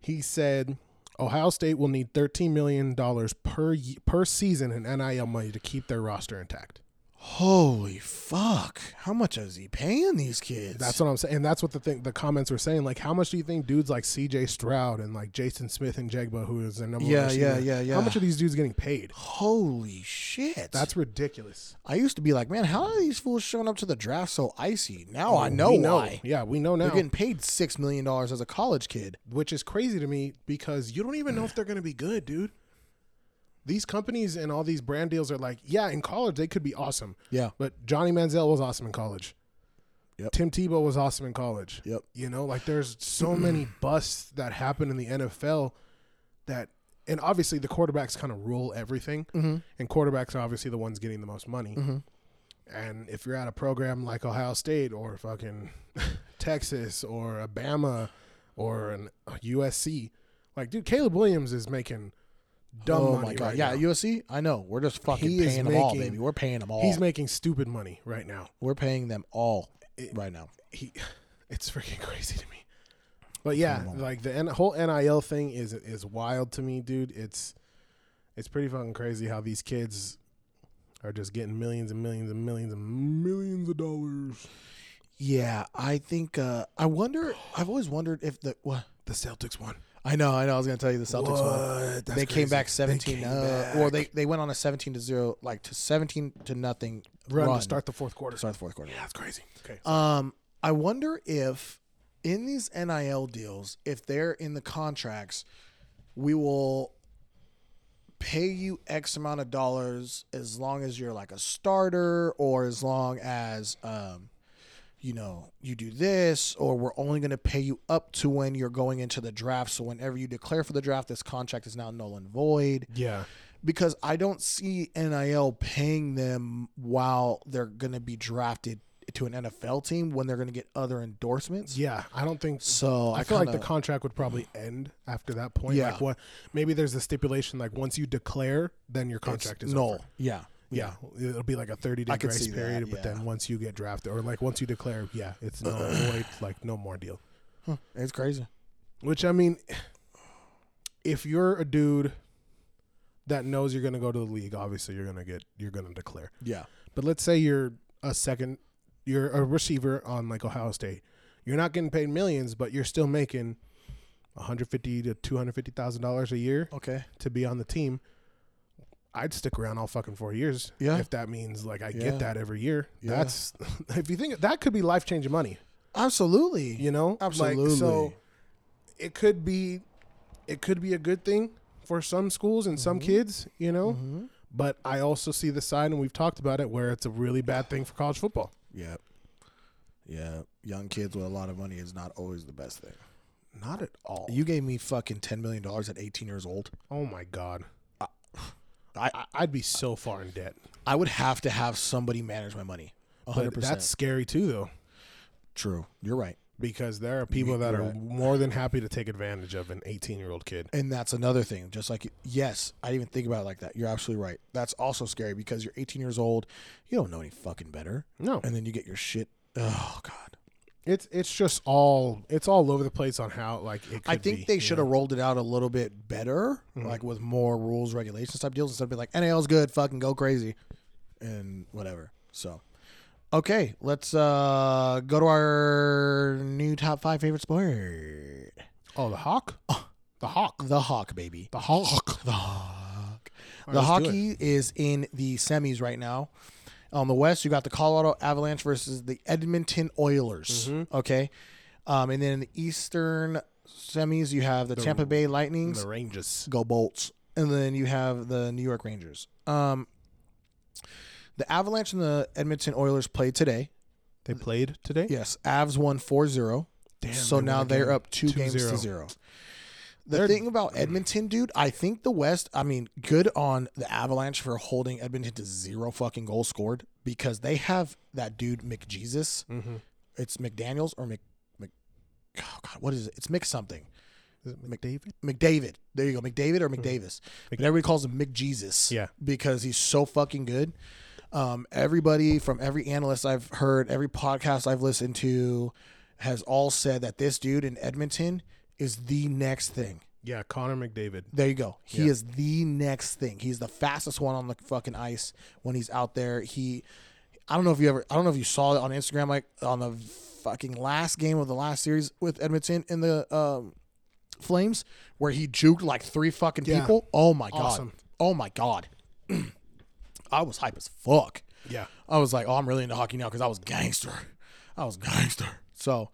Speaker 2: He said Ohio State will need 13 million dollars per ye- per season in NIL money to keep their roster intact.
Speaker 1: holy fuck! How much is he paying these kids?
Speaker 2: That's what I'm saying. And that's what the thing the comments were saying like how much do you think dudes like CJ Stroud and like Jason Smith and Jegba who is their number
Speaker 1: Yeah,
Speaker 2: one receiver,
Speaker 1: yeah, yeah, yeah.
Speaker 2: How much are these dudes getting paid?
Speaker 1: holy shit.
Speaker 2: That's ridiculous.
Speaker 1: I used to be like, man, how are these fools showing up to the draft so icy? Now Oh, I know
Speaker 2: we
Speaker 1: why.
Speaker 2: Yeah, we know now.
Speaker 1: They're getting paid six million dollars as a college kid.
Speaker 2: which is crazy to me because you don't even know if they're going to be good, dude. These companies and all these brand deals are like, yeah, in college they could be awesome.
Speaker 1: Yeah.
Speaker 2: But Johnny Manziel was awesome in college.
Speaker 1: Yep.
Speaker 2: Tim Tebow was awesome in college.
Speaker 1: Yep.
Speaker 2: You know, like there's so many busts that happen in the NFL that, and obviously the quarterbacks kind of rule everything,
Speaker 1: Mm-hmm.
Speaker 2: and quarterbacks are obviously the ones getting the most money. And if you're at a program like Ohio State or fucking Texas or Alabama or an uh, a USC, like dude, Caleb Williams is making dumb
Speaker 1: oh
Speaker 2: money
Speaker 1: my god.
Speaker 2: right
Speaker 1: yeah,
Speaker 2: now.
Speaker 1: USC. I know. We're just fucking
Speaker 2: He is
Speaker 1: paying them all,
Speaker 2: making-
Speaker 1: baby. We're paying them all.
Speaker 2: he's making stupid money right now.
Speaker 1: We're paying them all right
Speaker 2: It-
Speaker 1: now.
Speaker 2: he it's freaking crazy to me. But yeah, like the N- whole NIL thing is is wild to me, dude. It's it's pretty fucking crazy how these kids are just getting millions and millions and millions and millions of dollars.
Speaker 1: Yeah, I think. uh I wonder. I've always wondered if the. What?
Speaker 2: The Celtics won.
Speaker 1: I know. I know. I was gonna tell you the Celtics won.
Speaker 2: What? That's
Speaker 1: they came
Speaker 2: crazy.
Speaker 1: back
Speaker 2: They
Speaker 1: 17
Speaker 2: came
Speaker 1: uh,
Speaker 2: back.
Speaker 1: well they, they went on a 17 to 0 like to 17 to nothing
Speaker 2: run, to start the fourth quarter.
Speaker 1: to start the fourth quarter
Speaker 2: Yeah, that's crazy. Okay.
Speaker 1: Um, I wonder if in these NIL deals, if they're in the contracts, we will pay you X amount of dollars as long as you're like a starter or as long as um you know, you do this, or we're only going to pay you up to when you're going into the draft. So, whenever you declare for the draft, this contract is now null and void
Speaker 2: yeah.
Speaker 1: because I don't see NIL paying them while they're going to be drafted to an NFL team when they're going to get other endorsements.
Speaker 2: Yeah, I don't think
Speaker 1: So I,
Speaker 2: I feel like
Speaker 1: kinda-
Speaker 2: the contract would probably end after that point.
Speaker 1: Yeah.
Speaker 2: Like what? Maybe there's a stipulation like once you declare, then your contract is
Speaker 1: null.
Speaker 2: over.
Speaker 1: Yeah.
Speaker 2: Yeah, it'll be like a 30 day
Speaker 1: I could
Speaker 2: grace
Speaker 1: see that,
Speaker 2: period, but
Speaker 1: yeah.
Speaker 2: then once you get drafted or like once you declare, yeah, it's null and void, like no more deal.
Speaker 1: It's crazy.
Speaker 2: Which I mean, if you're a dude that knows you're going to go to the league, obviously you're going to get you're going to declare.
Speaker 1: Yeah.
Speaker 2: But let's say you're a second, you're a receiver on like Ohio State. You're not getting paid millions, but you're still making 150 to 250 thousand dollars a year
Speaker 1: Okay.
Speaker 2: to be on the team, I'd stick around all fucking four years.
Speaker 1: Yeah.
Speaker 2: If that means like I
Speaker 1: Yeah.
Speaker 2: get that every year.
Speaker 1: Yeah.
Speaker 2: That's if you think that could be life changing money,
Speaker 1: Absolutely.
Speaker 2: you know? Like,
Speaker 1: Absolutely.
Speaker 2: so it could be it could be a good thing for some schools and
Speaker 1: Mm-hmm.
Speaker 2: some kids, you know? But I also see the side and we've talked about it where it's a really bad thing for college football.
Speaker 1: Yeah. Yeah. Young kids with a lot of money is not always the best thing.
Speaker 2: Not at all.
Speaker 1: You gave me fucking ten million dollars at eighteen years old.
Speaker 2: oh my god.
Speaker 1: I-
Speaker 2: I, I'd be so far in debt.
Speaker 1: I would have to have somebody manage my money. One hundred
Speaker 2: But
Speaker 1: percent.
Speaker 2: that's scary too, though.
Speaker 1: True. You're right.
Speaker 2: because there are people that are
Speaker 1: right.
Speaker 2: more than happy to take advantage of an 18 year old kid.
Speaker 1: And that's another thing. Just like yes, I didn't even think about it like that. You're absolutely right. That's also scary because you're 18 years old. You don't know any fucking better.
Speaker 2: No,
Speaker 1: And then you get your shit. Oh god.
Speaker 2: it's it's just all it's all over the place on how like it. Could
Speaker 1: I think
Speaker 2: be,
Speaker 1: they
Speaker 2: you
Speaker 1: should
Speaker 2: know?
Speaker 1: have rolled it out a little bit better, like with more rules, regulations type deals instead of being like NAL's good, fucking go crazy, and whatever. So, okay, let's uh go to our new top five favorite sport.
Speaker 2: Oh, the hawk, the hawk,
Speaker 1: The hawk, baby.
Speaker 2: the hawk.
Speaker 1: The Hawk.
Speaker 2: All right,
Speaker 1: the
Speaker 2: let's do
Speaker 1: hockey is in the semis right now. On the West, you got the Colorado Avalanche versus the Edmonton Oilers.
Speaker 2: Mm-hmm.
Speaker 1: Okay, um, and then in the Eastern semis, you have the, Tampa Bay Lightnings.
Speaker 2: The Rangers.
Speaker 1: Go Bolts. And then you have the New York Rangers. Um, the Avalanche and the Edmonton Oilers played today.
Speaker 2: They played today.
Speaker 1: Yes, Avs won 4-0.
Speaker 2: Damn,
Speaker 1: so
Speaker 2: they won
Speaker 1: now
Speaker 2: a
Speaker 1: they're
Speaker 2: game.
Speaker 1: up 2 games to
Speaker 2: 2-0.
Speaker 1: 0. The
Speaker 2: They're-
Speaker 1: thing about Edmonton, dude, I think the West, I mean, good on the Avalanche for holding Edmonton to zero fucking goals scored because they have that dude McJesus.
Speaker 2: Mhm.
Speaker 1: It's McDaniels or Mc, Mc oh God, what is it? It's Mc something.
Speaker 2: Is it McDavid?
Speaker 1: McDavid. There you go, McDavid or McDavis. But everybody calls him McJesus.
Speaker 2: Yeah.
Speaker 1: because he's so fucking good. Um, everybody from every analyst I've heard, every podcast I've listened to, has all said that this dude in Edmonton is the next thing.
Speaker 2: Yeah, Connor McDavid.
Speaker 1: There you go. He
Speaker 2: Yeah.
Speaker 1: is the next thing. He's the fastest one on the fucking ice when he's out there. He, I don't know if you ever, I don't know if you saw it on Instagram, like on the fucking last game of the last series with Edmonton in the um, Flames, where he juked like three fucking
Speaker 2: Yeah.
Speaker 1: people. Oh my god.
Speaker 2: Awesome.
Speaker 1: Oh my god. I was hype as fuck.
Speaker 2: Yeah.
Speaker 1: I was like, oh, I'm really into hockey now because I was gangster. I was gangster. So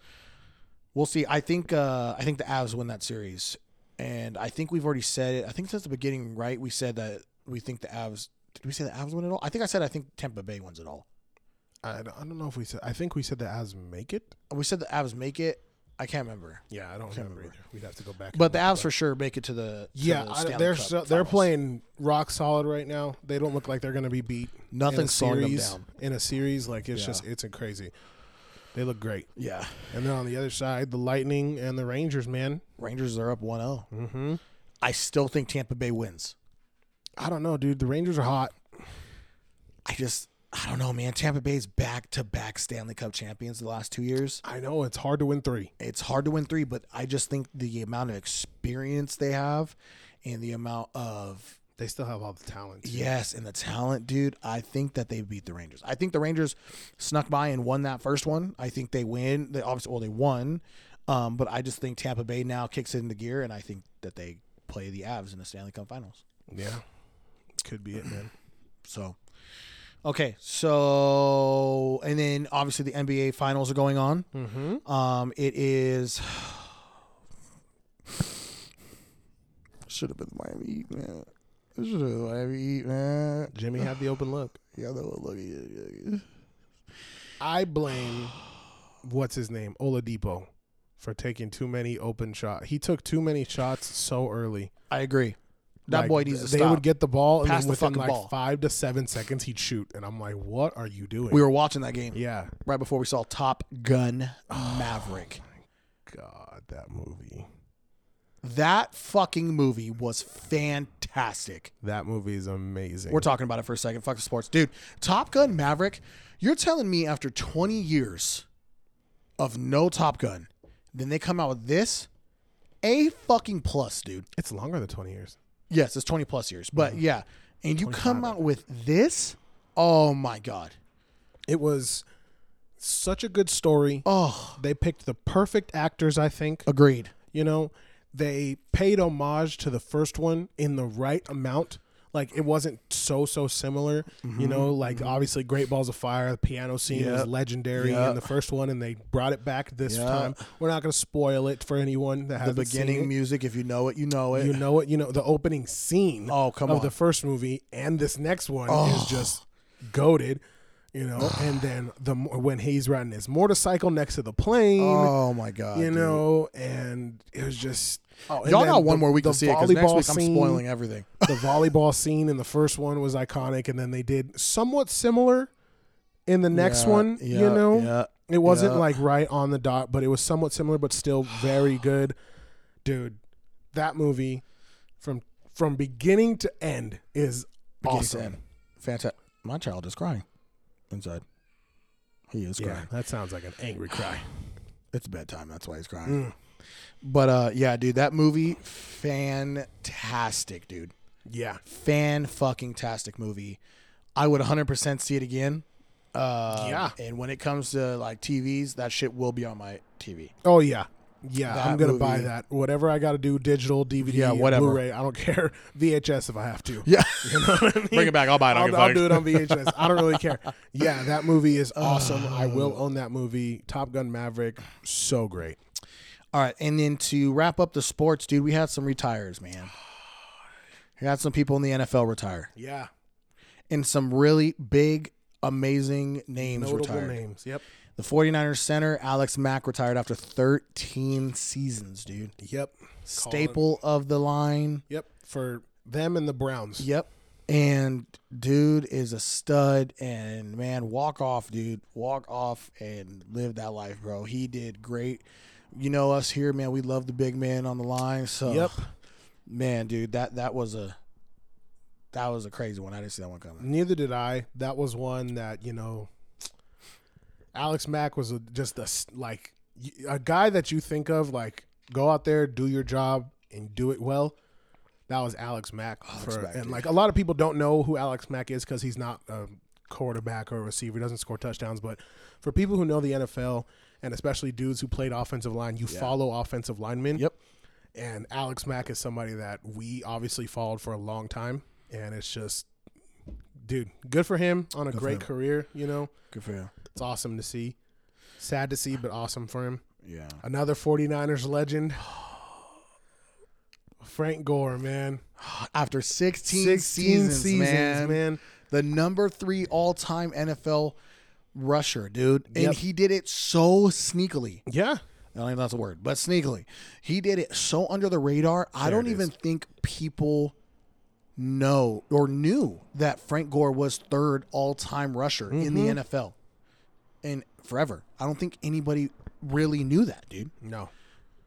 Speaker 1: we'll see. I think uh, I think the Avs win that series, and I think we've already said it. I think since the beginning, right? We said that we think the Avs. Did we say the Avs win it all? I think I said I think Tampa Bay wins it all.
Speaker 2: I, I don't know if we said. I think we said the Avs make it.
Speaker 1: We said the Avs make it. I can't remember,
Speaker 2: Yeah, I don't
Speaker 1: Can't
Speaker 2: remember.
Speaker 1: remember.
Speaker 2: Either. We'd have to go back. and
Speaker 1: but the
Speaker 2: look.
Speaker 1: Avs for sure make it to the to
Speaker 2: Yeah,
Speaker 1: the
Speaker 2: I-
Speaker 1: Stanley
Speaker 2: they're
Speaker 1: Cup
Speaker 2: so, they're
Speaker 1: finals.
Speaker 2: playing rock solid right now. They don't look like they're going to be beat. in a
Speaker 1: Nothing's slowing them
Speaker 2: series-
Speaker 1: down.
Speaker 2: in a series. Like it's
Speaker 1: Yeah.
Speaker 2: just it's crazy. They look great.
Speaker 1: Yeah,
Speaker 2: And then on the other side, the Lightning and the Rangers. Man,
Speaker 1: Rangers are up 1-0.
Speaker 2: mm-hmm.
Speaker 1: I still think Tampa Bay wins.
Speaker 2: I don't know, dude. The Rangers are hot.
Speaker 1: I just I don't know, man. Tampa Bay's back to back Stanley Cup champions the last two years.
Speaker 2: I know it's hard to win three.
Speaker 1: It's hard to win three, but I just think the amount of experience they have and the amount of
Speaker 2: They still have all the talent.
Speaker 1: yes and the talent, dude, I think that they beat the Rangers. I think the Rangers snuck by and won that first one. I think they win. They obviously well they won. Um, but I just think Tampa Bay now kicks it into gear and I think that they play the Avs in the Stanley Cup finals.
Speaker 2: Yeah, could be it, man.
Speaker 1: So, okay. So, and then obviously the NBA finals are going on. Mm-hmm. Um, it is. Should have been Miami Heat, man. Should have been Miami Heat, man.
Speaker 2: Jimmy had the open look.
Speaker 1: Yeah, that would look good.
Speaker 2: I blame what's his name Oladipo for taking too many open shots. He took too many shots so early.
Speaker 1: I agree. That
Speaker 2: Like,
Speaker 1: boy needs to
Speaker 2: They
Speaker 1: stop.
Speaker 2: would get the ball and
Speaker 1: Pass
Speaker 2: then
Speaker 1: the
Speaker 2: within
Speaker 1: fucking
Speaker 2: like
Speaker 1: ball.
Speaker 2: five to seven seconds he'd shoot, and I'm like, what are you doing?
Speaker 1: we were watching that game
Speaker 2: yeah,
Speaker 1: right before we saw Top Gun Maverick.
Speaker 2: God, that movie.
Speaker 1: That fucking movie was fantastic.
Speaker 2: That movie is amazing.
Speaker 1: We're talking about it for a second. Fuck the sports. Dude, Top Gun Maverick, you're telling me after 20 years of no Top Gun, then they come out with this? A fucking plus, dude.
Speaker 2: it's longer than twenty years.
Speaker 1: Yes, it's 20 plus years, but yeah. And you come out with this? Oh my God.
Speaker 2: It was such a good story.
Speaker 1: Oh,
Speaker 2: They picked the perfect actors, I think.
Speaker 1: agreed.
Speaker 2: You know, they paid homage to the first one in the right amount. Like it wasn't so so similar. You know, like obviously Great Balls of Fire, the piano scene was
Speaker 1: Mm-hmm. Yep.
Speaker 2: legendary in
Speaker 1: Yep.
Speaker 2: the first one, and they brought it back this
Speaker 1: Yep.
Speaker 2: time. We're not gonna spoil it for anyone that
Speaker 1: The
Speaker 2: has
Speaker 1: beginning music, if you know it, you know it.
Speaker 2: You know it. You know the opening scene.
Speaker 1: Oh, come
Speaker 2: of
Speaker 1: on.
Speaker 2: the first movie and this next one is
Speaker 1: Oh.
Speaker 2: just goaded. You know, and then the mo- when he's riding his motorcycle next to the plane
Speaker 1: oh my God.
Speaker 2: you
Speaker 1: dude.
Speaker 2: know, and it was just. Oh, and
Speaker 1: y'all
Speaker 2: then
Speaker 1: got one
Speaker 2: the-
Speaker 1: more week
Speaker 2: the
Speaker 1: to see it because next
Speaker 2: volleyball
Speaker 1: week I'm
Speaker 2: scene-
Speaker 1: spoiling everything.
Speaker 2: the volleyball scene in the first one was iconic, and then they did somewhat similar in the next
Speaker 1: Yeah,
Speaker 2: one. you
Speaker 1: yeah,
Speaker 2: know,
Speaker 1: yeah,
Speaker 2: it wasn't
Speaker 1: yeah.
Speaker 2: like right on the dot, but it was somewhat similar, but still very good, dude. That movie from from beginning to end is awesome.
Speaker 1: Awesome. Fantastic. My child is crying inside. He is
Speaker 2: Yeah,
Speaker 1: crying.
Speaker 2: that sounds like an angry cry.
Speaker 1: It's bedtime. That's why he's crying. Mm. But uh, yeah, dude, that movie, fantastic, dude.
Speaker 2: Yeah,
Speaker 1: Fan fucking tastic movie. I would 100% see it again. Uh,
Speaker 2: Yeah.
Speaker 1: And when it comes to like TVs, that shit will be on my TV.
Speaker 2: Oh yeah, Yeah,
Speaker 1: that
Speaker 2: I'm gonna
Speaker 1: movie.
Speaker 2: buy that. Whatever I got to do, digital, DVD,
Speaker 1: Yeah, whatever.
Speaker 2: Blu-ray. I don't care. VHS if I have to.
Speaker 1: Yeah.
Speaker 2: You know what I mean?
Speaker 3: Bring it back. I'll buy it. I
Speaker 2: I'll,
Speaker 3: give a
Speaker 2: I'll
Speaker 3: fuck. Uh,
Speaker 2: do it on VHS. I don't really care. Yeah, that movie is awesome. I will own that movie. Top Gun Maverick, so great.
Speaker 1: All right, and then to wrap up the sports, dude, we had some retires, man. We had some people in the NFL retire,
Speaker 2: Yeah,
Speaker 1: and some really big, amazing names
Speaker 2: notable
Speaker 1: retired.
Speaker 2: names. Yep,
Speaker 1: The 49ers center Alex Mack retired after 13 seasons, dude.
Speaker 2: yep,
Speaker 1: Staple of the line.
Speaker 2: yep. For them and the Browns.
Speaker 1: Yep. And dude is a stud, and man, walk off, dude, walk off and live that life, bro. He did great. You know us here, man. We love the big man on the line. So,
Speaker 2: Yep.
Speaker 1: man, dude, that that was a that was a crazy one. I didn't see that one coming.
Speaker 2: Neither did I. That was one that you know. Alex Mack was a, just a s- like y- a guy that you think of like go out there, do your job, and do it well. That was Alex Mack, for,
Speaker 1: Mack,
Speaker 2: and
Speaker 1: dude.
Speaker 2: like a lot of people don't know who Alex Mack is because he's not a quarterback or a receiver, doesn't score touchdowns. But for people who know the NFL and especially dudes who played offensive line, you follow offensive linemen.
Speaker 1: Yep.
Speaker 2: And Alex Mack is somebody that we obviously followed for a long time, and it's just dude, good for him on a great
Speaker 1: him.
Speaker 2: career. You know,
Speaker 1: Good for him.
Speaker 2: it's awesome to see. Sad to see, but awesome for him.
Speaker 1: Yeah.
Speaker 2: Another 49ers legend, Frank Gore, man.
Speaker 1: After 16,
Speaker 2: 16
Speaker 1: seasons, man.
Speaker 2: man.
Speaker 1: the number three all time NFL rusher, dude. And
Speaker 2: Yep.
Speaker 1: he did it so sneakily.
Speaker 2: Yeah.
Speaker 1: I don't even know if that's a word, but sneakily. He did it so under the radar. I don't
Speaker 2: it is.
Speaker 1: even think people know or knew that Frank Gore was third all time rusher in the NFL and forever. I don't think anybody really knew that, dude.
Speaker 2: No.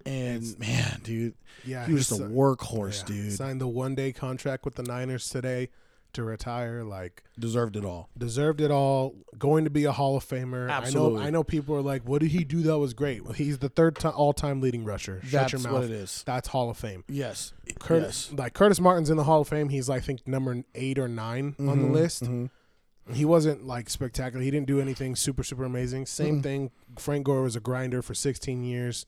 Speaker 1: And man, dude,
Speaker 2: Yeah,
Speaker 1: he was
Speaker 2: he's
Speaker 1: just a
Speaker 2: so-
Speaker 1: workhorse,
Speaker 2: Yeah.
Speaker 1: dude.
Speaker 2: Signed the one day contract with the Niners today to retire. Like,
Speaker 1: Deserved it all.
Speaker 2: deserved it all. Going to be a Hall of Famer.
Speaker 1: Absolutely.
Speaker 2: I know. I know people are like, "What did he do? That was great." Well, he's the third ti all-time leading rusher. Shut your
Speaker 1: That's
Speaker 2: mouth.
Speaker 1: what it is.
Speaker 2: That's Hall of Fame.
Speaker 1: Yes.
Speaker 2: Curtis, like Curtis Martin's in the Hall of Fame. He's I think number eight or 9 on the
Speaker 1: Mm-hmm,
Speaker 2: list. He wasn't like spectacular. He didn't do anything super super amazing. Same
Speaker 1: Mm-hmm.
Speaker 2: thing. Frank Gore was a grinder for 16 years.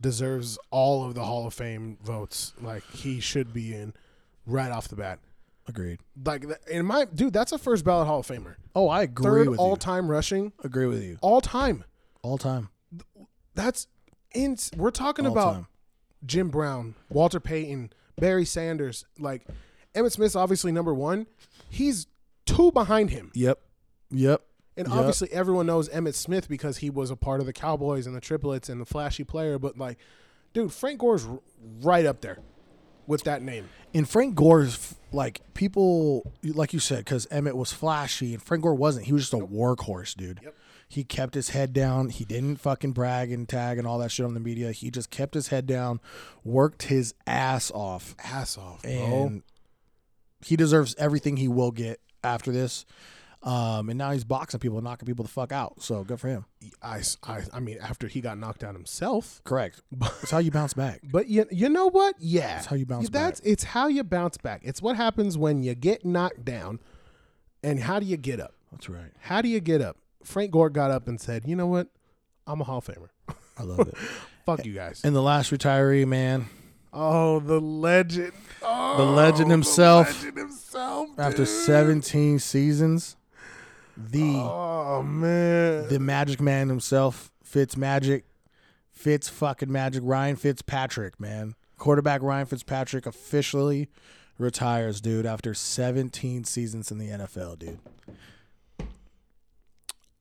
Speaker 2: Deserves all of the Hall of Fame votes. Like he should be in right off the bat.
Speaker 1: Agreed.
Speaker 2: Like th- in my dude, that's a first ballot Hall of Famer.
Speaker 1: Oh, I agree
Speaker 2: Third
Speaker 1: with
Speaker 2: all
Speaker 1: you.
Speaker 2: time rushing
Speaker 1: agree with you.
Speaker 2: all time.
Speaker 1: All time.
Speaker 2: That's ins. We're talking
Speaker 1: All
Speaker 2: about
Speaker 1: time.
Speaker 2: Jim Brown, Walter Payton, Barry Sanders. Like Emmett Smith's obviously number one. He's two behind him,
Speaker 1: Yep. Yep.
Speaker 2: and
Speaker 1: Yep.
Speaker 2: obviously everyone knows Emmett Smith because he was a part of the Cowboys and the triplets and the flashy player. But like, dude, Frank Gore's r- right up there with that name.
Speaker 1: And Frank Gore's f- like people, like you said, because Emmett was flashy and Frank Gore wasn't. He was just a workhorse, dude. He kept his head down. He didn't fucking brag and tag and all that shit on the media. He just kept his head down, worked his ass off,
Speaker 2: Ass off, bro.
Speaker 1: and he deserves everything he will get after this. Um, and now he's boxing people, and knocking people the fuck out. So good for him.
Speaker 2: I, s- I- I mean, after he got knocked out himself.
Speaker 1: Correct. That's how you bounce back.
Speaker 2: But you, you know what? Yeah.
Speaker 1: It's how you bounce
Speaker 2: that's, It's how you bounce back. It's what happens when you get knocked down. And how do you get up?
Speaker 1: That's right.
Speaker 2: How do you get up? Frank Gore got up and said, you know what? I'm a Hall of Famer.
Speaker 1: I love it.
Speaker 2: Fuck you guys.
Speaker 1: and the last retiree, man,
Speaker 2: Oh, the legend. Oh,
Speaker 1: the legend himself.
Speaker 2: legend himself.
Speaker 1: after
Speaker 2: dude.
Speaker 1: 17 seasons, the
Speaker 2: Oh, man.
Speaker 1: the Magic Man himself, Fitz Magic, Fitz fucking Magic, Ryan Fitzpatrick, man, quarterback Ryan Fitzpatrick officially retires, dude, after 17 seasons in the NFL, dude.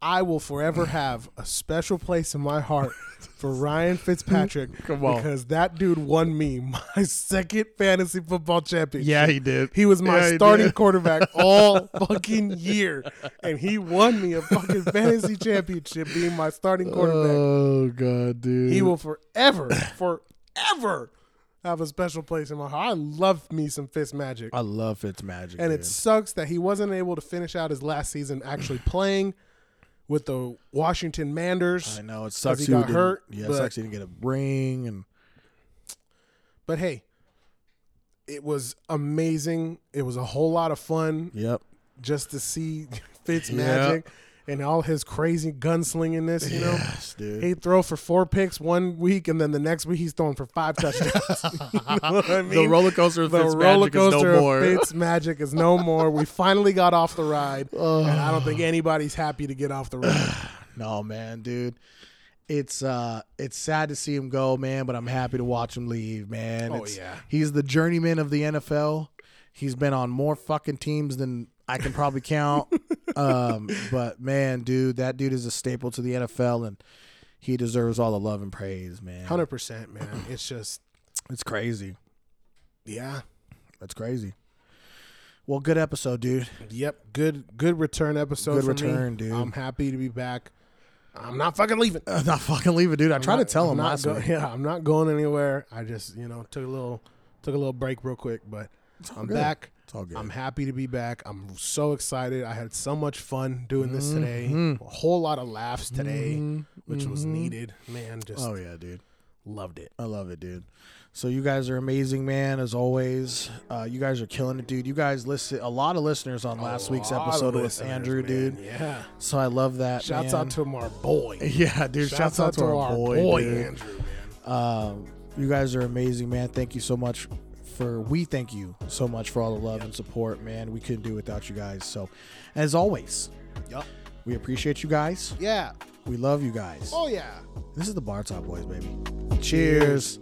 Speaker 2: I will forever have a special place in my heart for Ryan Fitzpatrick
Speaker 3: Come on.
Speaker 2: because that dude won me my second fantasy football championship.
Speaker 3: Yeah, he did.
Speaker 2: He was my
Speaker 3: Yeah, he
Speaker 2: starting
Speaker 3: did.
Speaker 2: quarterback all fucking year, and he won me a fucking fantasy championship being my starting
Speaker 1: Uh,
Speaker 2: quarterback.
Speaker 3: Oh god, dude.
Speaker 2: he will forever, forever have a special place in my heart. I love me some Fitz Magic,
Speaker 1: I love Fitz Magic,
Speaker 2: and it sucks that he wasn't able to finish out his last season actually playing with the Washington Manders.
Speaker 1: I know it sucks.
Speaker 2: he
Speaker 1: you
Speaker 2: got
Speaker 1: didn't-
Speaker 2: hurt,
Speaker 1: Yeah, it
Speaker 2: but-
Speaker 1: sucks. You didn't get a ring, and
Speaker 2: But hey, it was amazing. It was a whole lot of fun
Speaker 1: yep,
Speaker 2: just to see Fitz Magic. and all his crazy gunslingingness, you know.
Speaker 1: Yes, dude.
Speaker 2: He'd throw for four picks one week, and then the next week he's throwing for five touchdowns. You know what I
Speaker 1: the
Speaker 2: mean?
Speaker 1: roller coaster of
Speaker 2: the
Speaker 1: Fitzmagic
Speaker 2: roller
Speaker 1: is
Speaker 2: coaster
Speaker 1: no more.
Speaker 2: of Fitz magic is no more. We finally got off the ride,
Speaker 1: Oh.
Speaker 2: and I don't think anybody's happy to get off the ride.
Speaker 1: no, man, dude. It's uh, it's sad to see him go, man. But I'm happy to watch him leave, man.
Speaker 2: Oh,
Speaker 1: It's-
Speaker 2: yeah.
Speaker 1: he's the journeyman of the NFL. He's been on more fucking teams than I can probably count. um, but man, dude, that dude is a staple to the NFL, and he deserves all the love and praise, man.
Speaker 2: Hundred percent, man. It's just
Speaker 1: It's crazy.
Speaker 2: yeah,
Speaker 1: That's crazy. Well, good episode, dude.
Speaker 2: yep. Good good return episode.
Speaker 1: Good
Speaker 2: for me.
Speaker 1: return, dude.
Speaker 2: I'm happy to be back. I'm not fucking leaving.
Speaker 1: I'm not fucking leaving, dude. I tried to
Speaker 2: not-
Speaker 1: tell
Speaker 2: I'm
Speaker 1: him
Speaker 2: not
Speaker 1: last
Speaker 2: go-
Speaker 1: week.
Speaker 2: Yeah, I'm not going anywhere. I just you know took a little took a little break real quick, but
Speaker 1: all
Speaker 2: I'm
Speaker 1: good.
Speaker 2: back.
Speaker 1: It's all good.
Speaker 2: I'm happy to be back. I'm so excited. I had so much fun doing this
Speaker 1: Mm-hmm.
Speaker 2: today. A whole lot of laughs today, which was needed. Man, just
Speaker 1: oh yeah, dude.
Speaker 2: loved it.
Speaker 1: I love it, dude. So you guys are amazing, man. As always, uh, you guys are killing it, dude. You guys listen a lot of listeners on last week's
Speaker 2: Lot of
Speaker 1: episode with
Speaker 2: listeners,
Speaker 1: Andrew,
Speaker 2: man.
Speaker 1: dude.
Speaker 2: Yeah.
Speaker 1: So I love that.
Speaker 2: Shouts
Speaker 1: man.
Speaker 2: out to my boy.
Speaker 1: yeah, dude. Shouts, out, to our, boy, dude.
Speaker 2: Andrew, man.
Speaker 1: Um, you guys are amazing, man. Thank you so much for we thank you so much for all the love and support, man. We couldn't do it without you guys. So, as always,
Speaker 2: Yup.
Speaker 1: we appreciate you guys.
Speaker 2: Yeah.
Speaker 1: We love you guys.
Speaker 2: Oh yeah.
Speaker 1: This is the Bar Top Boys, baby. Cheers.